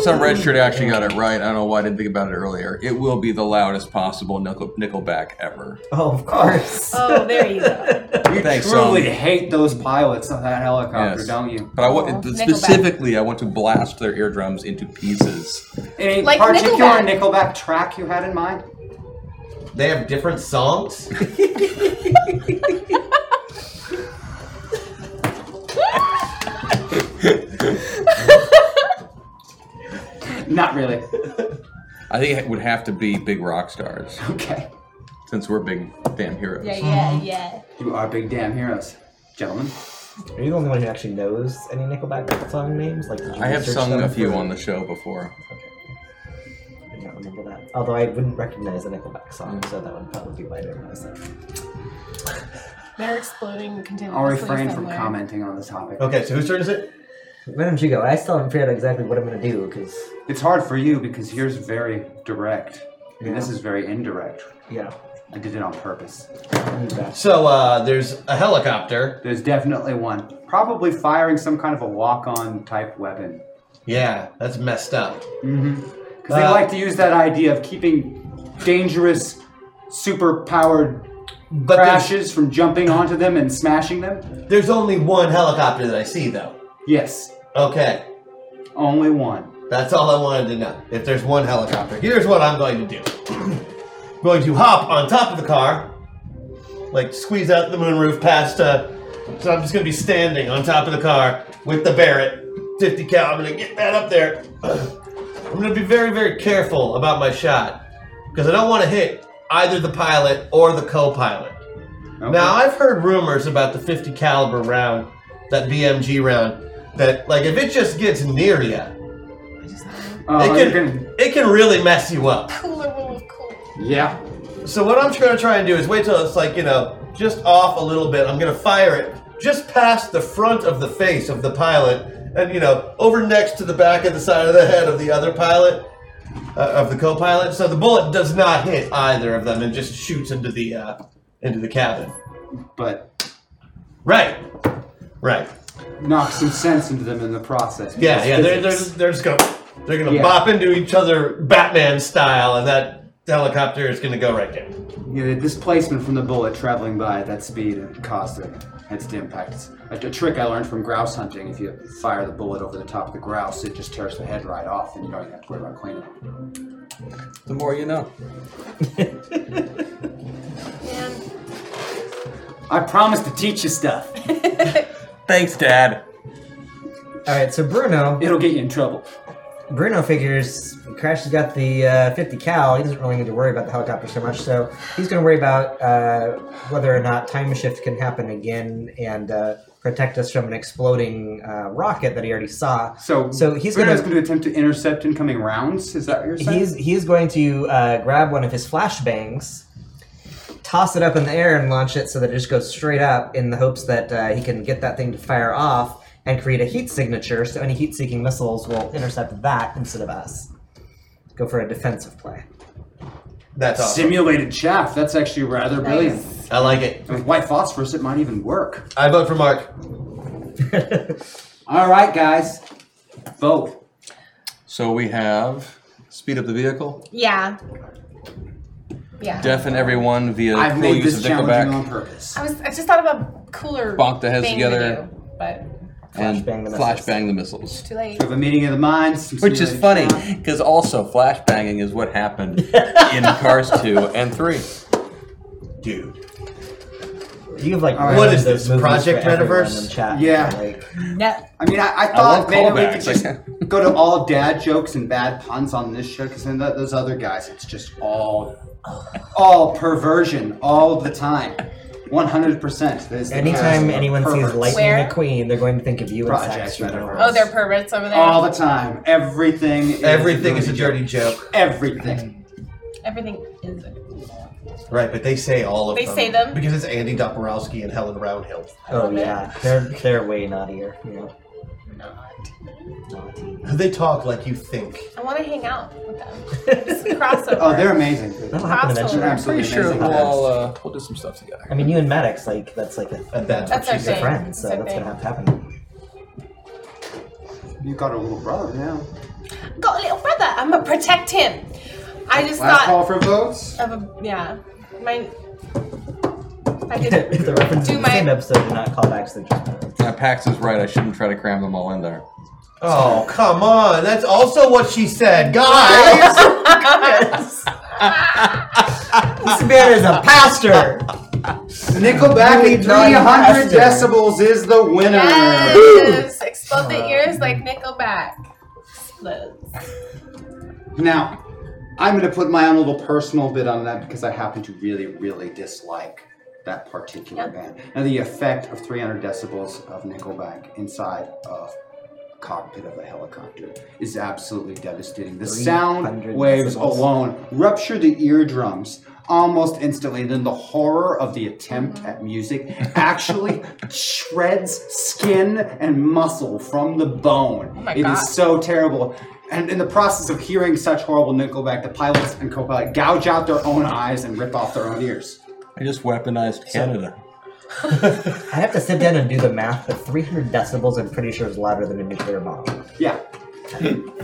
S3: Some redshirt actually got it right. I don't know why I didn't think about it earlier. It will be the loudest possible nickel, Nickelback ever.
S9: Oh, of course.
S7: Oh, there you go.
S4: You
S3: Thanks, Solomon.
S4: truly hate those pilots of that helicopter,
S3: Yes.
S4: don't you?
S3: But I want
S7: Nickelback.
S3: specifically, I want to blast their eardrums into pieces.
S4: Any
S7: Like
S4: particular
S7: Nickelback.
S4: Nickelback. track you had in mind?
S8: They have different songs.
S4: Not really.
S3: I think it would have to be big rock stars,
S4: Okay.
S3: since we're big damn heroes.
S7: Yeah,
S3: Mm-hmm.
S7: yeah, yeah.
S4: You are big damn heroes, gentlemen.
S9: Are you the only one who actually knows any Nickelback song names? Like, did you
S3: I have
S9: research
S3: sung
S9: them
S3: a few
S9: for-
S3: on the show before.
S9: I don't remember that. Although I wouldn't recognize the Nickelback song, so that would probably be why I didn't recognize it.
S7: They're exploding continuously.
S4: I'll refrain from
S7: somewhere.
S4: commenting on the topic.
S1: Okay, so whose turn is it?
S9: Why don't you go? I still haven't figured out exactly what I'm gonna do because
S4: It's hard for you because here's very direct, and this is very indirect.
S9: yeah,
S4: I did it on purpose.
S9: I need that.
S1: So uh, there's a helicopter.
S4: There's definitely one. Probably firing some kind of a walk-on type weapon.
S1: Yeah, that's messed up.
S4: Because they
S1: Uh,
S4: like to use that idea of keeping dangerous, super-powered
S1: But there's,
S4: crashes from jumping onto them and smashing them.
S1: there's only one helicopter that I see, though.
S4: Yes,
S1: Okay,
S4: only one.
S1: that's all I wanted to know. If there's one helicopter, here's what I'm going to do. I'm going to hop on top of the car, like squeeze out the moonroof past. Uh, so I'm just going to be standing on top of the car with the Barrett 50 cal. I'm going to get that up there. I'm going to be very, very careful about my shot because I don't want to hit either the pilot or the co-pilot.
S4: Okay.
S1: Now I've heard rumors about the 50 caliber round, that BMG round, that like if it just gets near you,
S4: Oh,
S1: it
S4: you're
S1: can
S4: gonna-
S1: it can really mess you up.
S7: Cooler rule of cool.
S4: yeah.
S1: So what I'm gonna try and do is wait till it's like you know just off a little bit. I'm gonna fire it just past the front of the face of the pilot, and you know over next to the back of the side of the head of the other pilot, uh, of the co-pilot. So the bullet does not hit either of them and just shoots into the uh, into the cabin.
S4: But
S1: Right, right.
S4: knock some sense into them in the process.
S1: Yeah,
S4: Because
S1: yeah. They're, they're,
S4: physics.
S1: they're just gonna they're gonna
S4: Yeah.
S1: bop into each other Batman style, and that helicopter is gonna go right down.
S4: You know, the displacement from the bullet traveling by at that speed caused it. Hence the impact. It's a, a trick I learned from grouse hunting. If you fire the bullet over the top of the grouse, it just tears the head right off, and you don't even have to worry about cleaning it.
S3: The more you know.
S4: I promise to teach you stuff.
S3: Thanks, Dad.
S9: All right, so Bruno,
S4: It'll get you in trouble.
S9: Bruno figures Crash has got the uh, 50 cal. He doesn't really need to worry about the helicopter so much, so he's going to worry about uh, whether or not time shift can happen again and uh, protect us from an exploding uh, rocket that he already saw.
S4: So,
S9: so he's
S4: Bruno's
S9: going
S4: going
S9: to
S4: to attempt to intercept incoming rounds. Is that what you're saying?
S9: he's he's going to uh, grab one of his flashbangs, toss it up in the air, and launch it so that it just goes straight up in the hopes that uh, he can get that thing to fire off and create a heat signature, so any heat-seeking missiles will intercept that instead of us. Go for a defensive play.
S1: That's awesome.
S4: Simulated chaff. That's actually rather brilliant.
S1: I like it.
S4: With white phosphorus, it might even work.
S1: I vote for Mark.
S4: All right, guys, vote.
S3: So we have speed up the vehicle,
S7: Yeah. Yeah.
S3: deafen everyone via
S4: I've
S3: cool
S4: made
S3: use of
S4: this challenging on
S3: Nickelback,
S4: purpose.
S7: I was. I just thought of a cooler.
S3: Bonk the heads
S7: thing
S3: together.
S7: To do, but
S3: and
S9: Flashbang the missiles.
S3: flashbang the missiles.
S7: too late.
S4: We have a meeting of the minds. some
S3: Which is
S4: simulated
S3: funny,
S4: chaff.
S3: because also flashbanging is what happened in Cars 2 and 3.
S1: Dude.
S9: You have like
S4: All right.
S1: What
S9: random
S1: is this,
S9: those movements
S1: Project
S9: for everyone
S1: Metaverse?
S9: in Chat.
S4: Yeah.
S9: Like,
S7: No.
S4: I mean, I, I
S3: love
S4: thought maybe we could
S3: callbacks.
S4: just go to all dad jokes and bad puns on this show because then th- those other guys, it's just all, all perversion all the time, one hundred percent.
S9: anytime anyone sees Lightning
S7: Where?
S9: McQueen, they're going to think of you
S4: Project
S9: and Sax.
S4: Metaverse.
S7: Oh, they're perverts over there.
S4: all the time, everything, is
S1: Everything is a
S4: dirty
S1: dirty joke.
S4: joke. Everything.
S7: Everything is.
S1: Right, but they say all of
S7: They
S1: them.
S7: say them?
S1: Because it's Andy Doporowski and Helen Roundhill.
S9: Oh
S7: love it.
S9: yeah, they're they're way naughtier. Yeah.
S1: They talk like you think.
S7: I want to hang out with them. crossover.
S4: Oh, they're amazing.
S9: That'll happen eventually.
S4: Crossover. Absolutely
S3: Pretty sure
S4: amazing.
S3: we'll all, uh, we'll do some stuff together.
S9: I mean, you and Maddox, like, that's like a.
S7: That's what our she's-
S9: she's a
S7: thing.
S9: friend, so
S7: That's
S9: that's,
S7: our
S9: gonna
S7: thing.
S9: have to happen.
S4: You got a little brother now.
S7: Got a little brother. I'm gonna protect him. I just thought
S4: Last call for votes.
S7: of a yeah. My I did
S9: if the reference
S7: Do
S9: is the
S7: my-
S9: same episode and not callbacks, they're just.
S3: Yeah, Pax is right. I shouldn't try to cram them all in there.
S8: Oh, come on. That's also what she said. Guys!
S9: This man is a pastor!
S4: Nickelback
S9: Really
S4: at
S9: not
S4: 300 decibels is the winner.
S7: yes. Explode the ears like Nickelback. Explodes.
S4: Now, I'm going to put my own little personal bit on that because I happen to really, really dislike that particular band and the effect of 300 decibels of Nickelback inside of cockpit of a helicopter is absolutely devastating. The sound
S9: 300
S4: waves
S9: decibels.
S4: alone rupture the eardrums almost instantly. Then the horror of the attempt at music actually shreds skin and muscle from the bone.
S7: Oh my
S4: It is
S7: God.
S4: so terrible. And in the process of hearing such horrible Nickelback, the pilots and co-pilot gouge out their own eyes and rip off their own ears.
S3: I just weaponized Canada.
S9: I have to sit down and do the math, but 300 decibels, I'm pretty sure, is louder than a nuclear bomb.
S4: Yeah.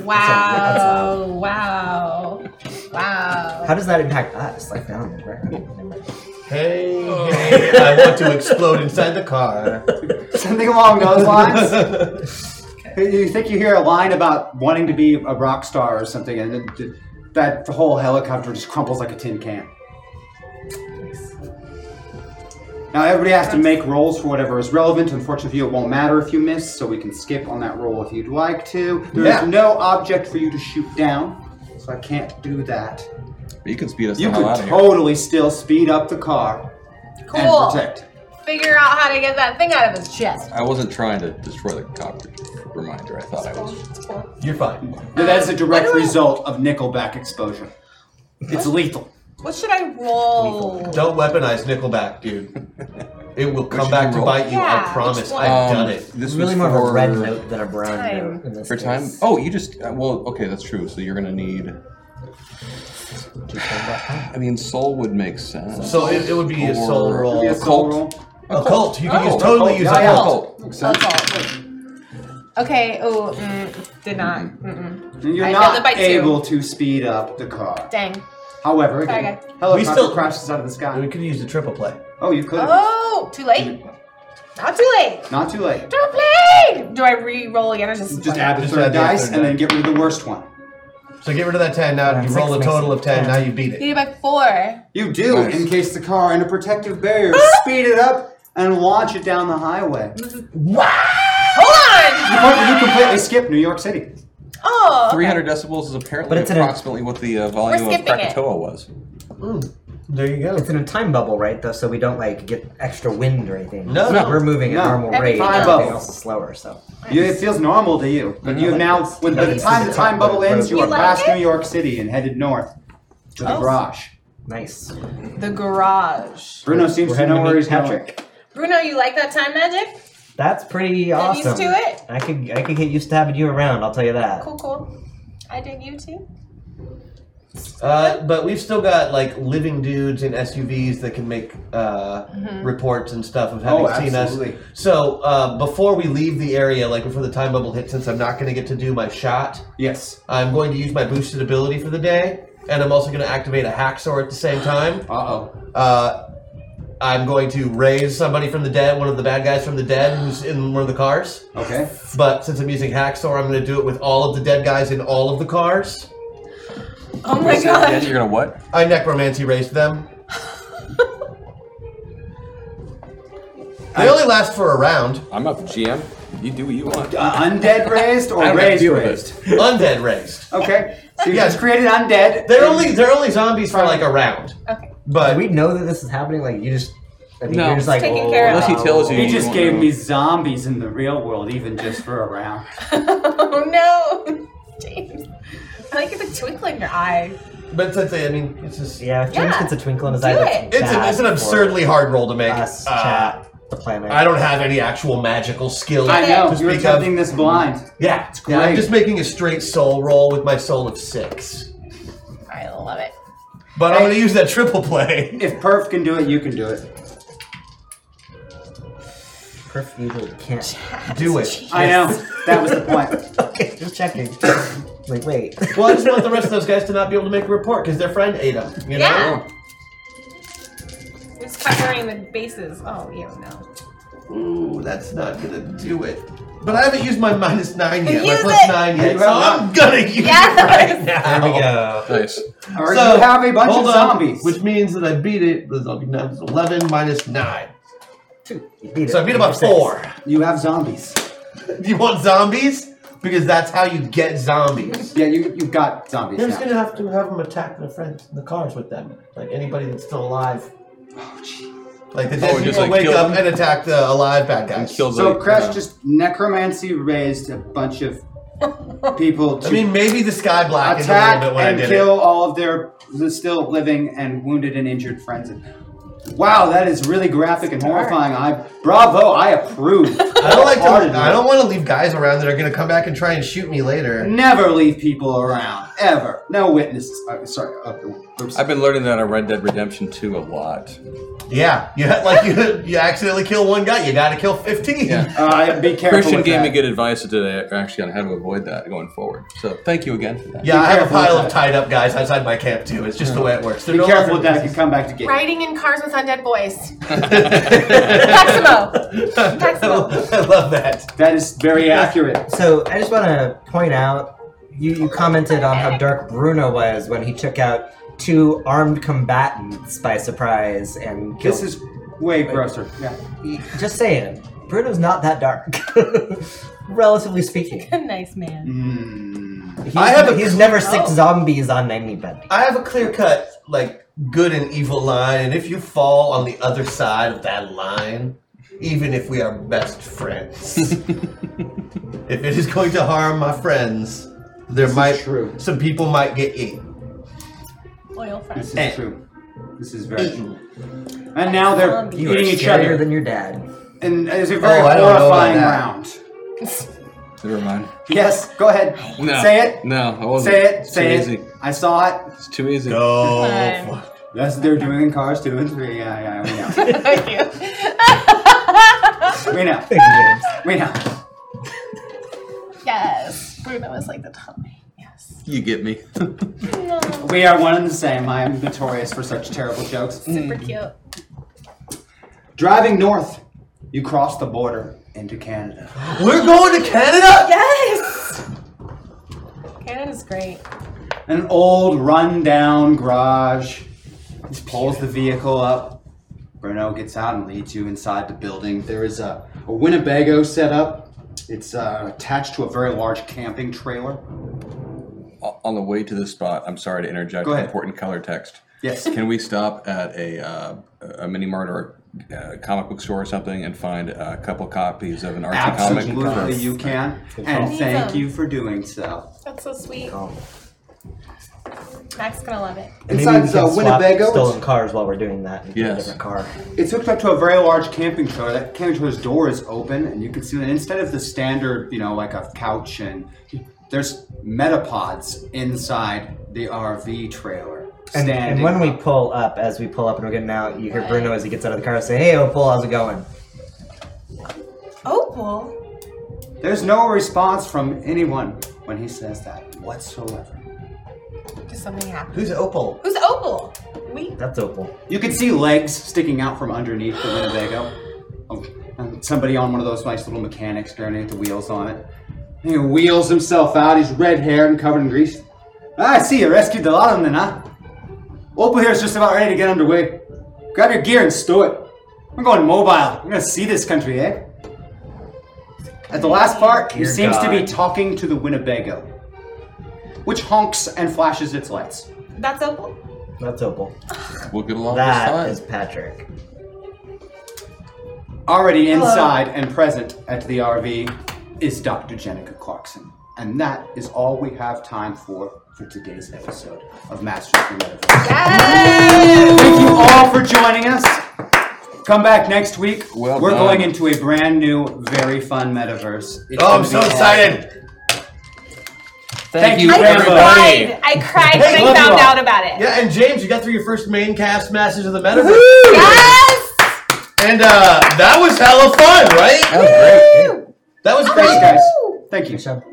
S7: Wow. Wow. Wow.
S9: How does that impact us? Like, down the ground?
S8: Hey, hey, I want to explode inside the car.
S4: Something along those lines. you think you hear a line about wanting to be a rock star or something, and then th- that whole helicopter just crumbles like a tin can. Now everybody has to make rolls for whatever is relevant. Unfortunately, it won't matter if you miss, so we can skip on that roll if you'd like to. There is
S8: Yeah.
S4: no object for you to shoot down, so I can't do that.
S3: But you can speed us
S4: You
S3: the hell out
S4: could
S3: of here.
S4: totally still speed up the car and
S7: Cool.
S4: protect.
S7: Figure out how to get that thing out of his chest.
S3: I wasn't trying to destroy the copter. Reminder, I thought I was.
S8: You're fine.
S4: Now, that is a direct result of Nickelback exposure. It's lethal.
S7: What should I roll?
S8: Don't weaponize Nickelback, dude. It will come
S3: should
S8: back
S3: you
S8: to
S3: roll?
S8: bite you.
S7: Yeah,
S8: I promise.
S7: which one?
S8: I've
S3: Um,
S8: done it.
S3: This
S9: It's really
S3: was
S9: more
S3: for
S9: of a red note than a brown
S7: Time.
S9: note in this
S3: For
S9: case.
S3: time? Oh, you just uh, well, okay, that's true. So you're gonna need. I mean, soul would make sense.
S8: So it, it would be a soul
S3: Or-
S8: roll.
S4: Yeah,
S8: A
S4: soul
S3: cult.
S4: roll.
S8: cult. You can
S7: Oh.
S8: just totally use a
S4: Yeah, yeah.
S8: cult.
S7: Okay. Oh, mm, did not. Mm-mm.
S4: And you're
S7: I failed it by
S4: not
S7: two.
S4: able to speed up the car.
S7: Dang.
S4: However,
S7: Sorry,
S4: again,
S7: guys.
S4: helicopter
S8: We still-
S4: crashes out of the
S8: We
S4: sky.
S8: could use a triple play.
S4: Oh, you could.
S7: Oh, too late. Not too late.
S4: Not too late.
S7: Don't play. Do I re-roll again or just?
S4: Just add the
S8: Just
S4: third
S8: add the
S4: dice
S8: third
S4: and then get rid of the worst one.
S8: So get rid of that ten. Now you
S9: Six
S8: roll a
S9: makes
S8: total
S9: it
S8: of ten.
S9: ten.
S8: Now you beat it.
S7: Beat it by four.
S4: You do
S3: Nice.
S4: encase the car in a protective barrier, speed it up, and launch it down the highway.
S7: Hold on.
S4: You you completely skip New York City.
S7: Oh.
S3: 300 decibels is apparently
S9: But it's an-
S3: approximately what the uh, volume
S7: We're
S3: of
S7: skipping it.
S3: Krakatoa was.
S8: There you go.
S9: It's in a time bubble, right? Though, so we don't like get extra wind or anything.
S8: No. No.
S9: we're moving
S4: No.
S9: at normal
S7: Every
S9: rate.
S7: time
S9: and
S4: bubble.
S9: Everything else is slower. So
S4: You, it feels normal to you, but you have now, when, by the time the time bubble ends, you
S7: You
S4: are
S7: like
S4: past
S7: it?
S4: New York City and headed north to the
S7: Oh.
S4: garage.
S9: nice.
S7: The garage.
S4: Bruno seems to
S9: heading
S4: know
S9: to
S4: where
S9: meet
S4: he's going.
S9: Patrick.
S7: Bruno, you like that time magic?
S9: That's pretty
S7: Get
S9: awesome.
S7: used to it.
S9: I could I could get used to having you around. I'll tell you that.
S7: Cool, cool. I did you too.
S8: Uh, but we've still got like living dudes in SUVs that can make uh, reports and stuff of having
S4: Oh,
S8: seen
S4: absolutely.
S8: us. So uh, before we leave the area, like before the time bubble hits, since I'm not going to get to do my shot,
S4: Yes.
S8: I'm going to use my boosted ability for the day, and I'm also going to activate a hacksaw at the same time.
S4: Uh oh.
S8: Uh, I'm going to raise somebody from the dead, one of the bad guys from the dead who's in one of the cars.
S4: Okay.
S8: But since I'm using hacksaw, I'm going to do it with all of the dead guys in all of the cars.
S7: Oh my
S3: So then
S7: god.
S3: you're gonna what?
S8: I necromancy raised them. they only last for a round.
S3: I'm up, GM. You do what you want.
S4: Uh, undead raised or raised raised?
S8: Undead raised.
S4: Okay. So you
S8: Yeah.
S4: just created undead.
S8: They're only they're only zombies for like a round.
S7: Okay.
S8: But
S9: Do we know that this is happening? Like you just, I mean,
S3: No.
S9: you're just like
S7: Taken
S9: oh,
S7: care of.
S3: Unless he tells you.
S4: You
S3: you
S4: just
S3: won't
S4: gave
S3: know.
S4: me zombies in the real world, even just for a round.
S7: Oh no. James. I like the twinkle in your eye.
S8: but since they, I mean, it's just
S9: Yeah, if James
S7: Yeah.
S9: gets a twinkle in his
S7: Do
S9: eye,
S7: it.
S9: that's
S8: it's, an,
S9: bad
S8: it's an
S9: for
S8: absurdly hard roll to make.
S9: us
S8: Uh,
S9: chat the planet.
S8: I don't have any actual magical skill.
S4: I know.
S8: to
S4: You were
S8: speak of.
S4: attempting this blind.
S8: Yeah,
S4: It's
S8: yeah, I'm
S4: great.
S8: just making a straight soul roll with my soul of six.
S7: I love it.
S8: But I'm going to use that triple play.
S4: If Perf can do it, you can do it.
S9: Perf evil can't
S8: do it.
S4: I know. That was the point.
S9: Just checking. Like, wait.
S8: Well, I just want the rest of those guys to not be able to make a report because their friend ate them. You know?
S7: Yeah. It's covering the bases. Oh, you don't know.
S8: Ooh, that's not gonna do it. But I haven't used my minus nine yet, my
S7: Use
S8: plus
S7: it!
S8: nine yet,
S7: Use
S8: so
S7: it.
S8: I'm gonna use
S7: Yes!
S8: it right now.
S9: There we go.
S3: Nice.
S4: Or you have a bunch of
S8: hold on,
S4: zombies.
S8: which means that I beat it. The zombie now is eleven minus nine,
S9: You beat it.
S8: so I beat it by
S9: Number six.
S8: four.
S4: You have zombies.
S8: Do you want zombies? Because that's how you get zombies.
S4: Yeah, you you got zombies.
S8: You're just
S4: now.
S8: gonna have to have them attack their friends in the cars with them, like anybody that's still alive.
S4: Oh,
S8: Like the dead
S3: Oh, just,
S8: people
S3: like,
S8: wake
S3: kill
S8: up
S3: them?
S8: and attack the alive bad guys.
S3: Kills
S4: So
S3: a-
S4: Crash
S8: um,
S3: uh,
S4: just necromancy raised a bunch of people to
S8: I mean, maybe the sky black is a little
S4: attack
S8: bit when I
S4: and
S8: did
S4: kill all of their the still living and wounded and injured friends. Wow, that is really graphic and horrifying. I bravo, I approve.
S8: it. I don't like to.
S4: Wholeheartedly.
S8: I don't want to leave guys around that are going to come back and try and shoot me later.
S4: Never leave people around ever. No witnesses. Uh, sorry. Uh, oops.
S3: I've been learning that on Red Dead Redemption 2 a lot.
S8: Yeah, you had- like you you accidentally kill one guy, you got to kill fifteen.
S3: Yeah.
S4: Uh, be careful.
S3: Christian
S4: with
S3: gave
S4: that.
S3: me good advice today, actually, on how to avoid that going forward. So thank you again for that.
S8: Yeah, I have a
S4: careful
S8: pile
S4: with
S8: of tied up guys outside my camp too. It's just the way it works. They're
S4: Be
S8: no
S4: careful with
S8: longer-
S4: that. I can come back to get you.
S7: Riding in cars with undead boys. Maximo. Maximo.
S8: I love that.
S4: That is very accurate.
S9: So I just want to point out, you, you commented on how dark Bruno was when he took out two armed combatants by surprise and killed.
S4: This is way grosser. Yeah.
S9: just saying, Bruno's not that dark, relatively speaking.
S7: nice man.
S8: Mm.
S9: He's,
S8: I have a
S9: he's
S8: cl-
S9: never six zombies on anybody.
S8: I have a clear cut like good and evil line, and if you fall on the other side of that line, even if we are best friends, if it is going to harm my friends, there might
S4: true.
S8: some people might get eaten.
S7: Loyal friend.
S4: This
S8: Eh.
S4: is true. This is
S8: Oh,
S4: very true. And now they're
S7: Zombie.
S3: You are
S4: eating each
S9: Scarier
S4: other,
S9: than your dad.
S4: and it's a very
S8: Oh, I don't know about
S4: horrifying
S8: that.
S4: round.
S3: Never mind.
S4: Yes, go ahead.
S3: No.
S4: Say it.
S3: No, I wasn't.
S4: Say it.
S3: It's
S4: Say
S3: too
S4: it.
S3: easy.
S4: I saw it.
S3: It's too easy.
S8: Oh,
S7: Fine.
S8: fuck.
S4: That's what they're doing in Cars 2 and 3. Yeah, yeah, we know.
S7: Thank you.
S4: we know.
S9: Thank you, James.
S4: We know.
S7: Yes. Bruno is like the Tommy. Yes.
S3: You get me.
S4: We are one and the same. I am notorious for such terrible jokes.
S7: Super
S8: Mm.
S7: cute.
S4: Driving north, you cross the border into Canada.
S8: we're going to Canada.
S7: Yes. Canada's great.
S4: An old rundown garage. He pulls the vehicle up. Bruno gets out and leads you inside the building. There is a, a Winnebago set up. It's uh, attached to a very large camping trailer.
S3: O- On the way to this spot, I'm sorry to interject.
S4: Go ahead.
S3: Important color text.
S4: Yes.
S3: Can we stop at a uh, a mini mart or a comic book store or something and find a couple copies of an Archie comic?
S4: Absolutely,
S3: for-
S4: you can. And
S7: Need
S4: thank
S7: them.
S4: you for doing so.
S7: That's so sweet.
S8: Oh.
S7: Mac's gonna love it.
S9: And maybe
S4: Besides,
S9: we can
S4: uh,
S9: swap
S4: Winnebago, it's-
S9: stolen cars while we're doing that. and get
S3: Yes.
S9: A different car.
S4: It's hooked up to a very large camping trailer. That camping trailer's door is open, and you can see that instead of the standard, you know, like a couch and there's metapods inside the RV trailer.
S9: And, and
S4: standing
S9: when we
S4: up.
S9: pull up, as we pull up and we're getting out, you hear Bruno as he gets out of the car say, "Hey, Opal, how's it going?"
S7: Opal.
S4: there's no response from anyone when he says that whatsoever.
S7: Just something happened.
S8: Who's Opal?
S7: Who's Opal? We.
S9: That's Opal.
S4: You can see legs sticking out from underneath the Winnebago. Oh, and somebody on one of those nice little mechanics staring at the wheels on it. He wheels himself out. He's red haired and covered in grease. Ah, I see you rescued the lot of them, then, huh? Opal here's just about ready to get underway. Grab your gear and stow it. We're going mobile. We're gonna see this country, eh? At the last part, he
S8: Dear
S4: seems to be
S8: God.
S4: talking to the Winnebago, which honks and flashes its lights.
S7: That's Opal.
S9: That's Opal.
S3: We'll get along just
S9: That
S3: fine.
S9: is Patrick.
S4: Already inside and present at the RV is Dr. Jenica Clarkson. And that is all we have time for for today's episode of Masters of the Metaverse. Thank you all for joining us. Come back next week.
S3: Well
S4: We're
S3: done.
S4: going into a brand new, very fun metaverse. It's
S8: Oh,
S4: gonna
S8: I'm
S4: be
S8: so
S4: awesome.
S8: excited. Thank you,
S7: I
S8: everybody.
S7: cried. I cried when
S8: Hey,
S7: I
S8: love you
S7: found
S8: all.
S7: out about it.
S8: Yeah, and James, you got through your first main cast Masters of the Metaverse.
S7: Yes!
S8: And uh, that was hella fun, right? That was great. That was great, guys.
S4: Thank you, Seb.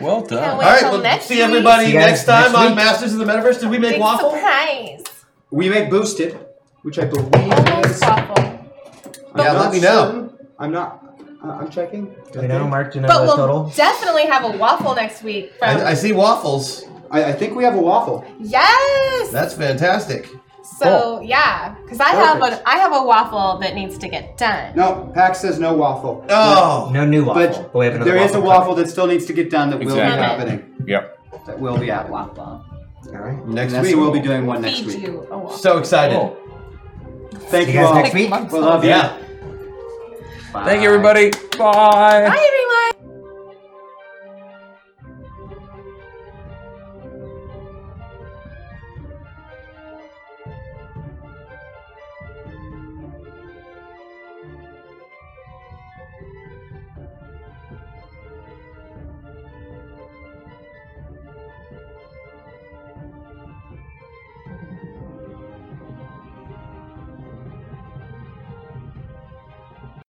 S2: Well done.
S8: All right, well, see everybody next time on Masters of the Metaverse. Did we make
S7: Big
S8: waffle?
S7: surprise.
S4: We make boosted, which I believe. is-
S8: Yeah,
S4: I'm
S8: let
S4: not
S8: me know.
S4: certain. I'm not. Uh, I'm checking.
S9: Do we know, Mark? Do you know
S7: But
S9: the
S7: we'll
S9: total?
S7: definitely have a waffle next week. From
S8: I, I see waffles.
S4: I, I think we have a waffle.
S7: yes.
S8: That's fantastic.
S7: so yeah, because I have
S4: Perfect.
S7: a I have a waffle that needs to get done.
S4: No, Pax says no waffle.
S8: Oh,
S9: No new waffle.
S4: but
S9: but we have another
S4: there is a
S9: waffle
S4: waffle that still needs to get done that will be
S2: Exactly.
S4: happening.
S2: Yep.
S4: That will be at Waffle.
S9: coming. All right.
S8: Next
S4: That's
S8: week.
S4: we'll be doing one next
S7: Feed
S4: week.
S7: you a waffle.
S8: So excited.
S2: Cool.
S4: Thank
S9: See
S4: you,
S9: you guys
S4: all.
S9: next week.
S4: We love you.
S8: Yeah.
S2: Thank you, everybody. Bye.
S7: Bye,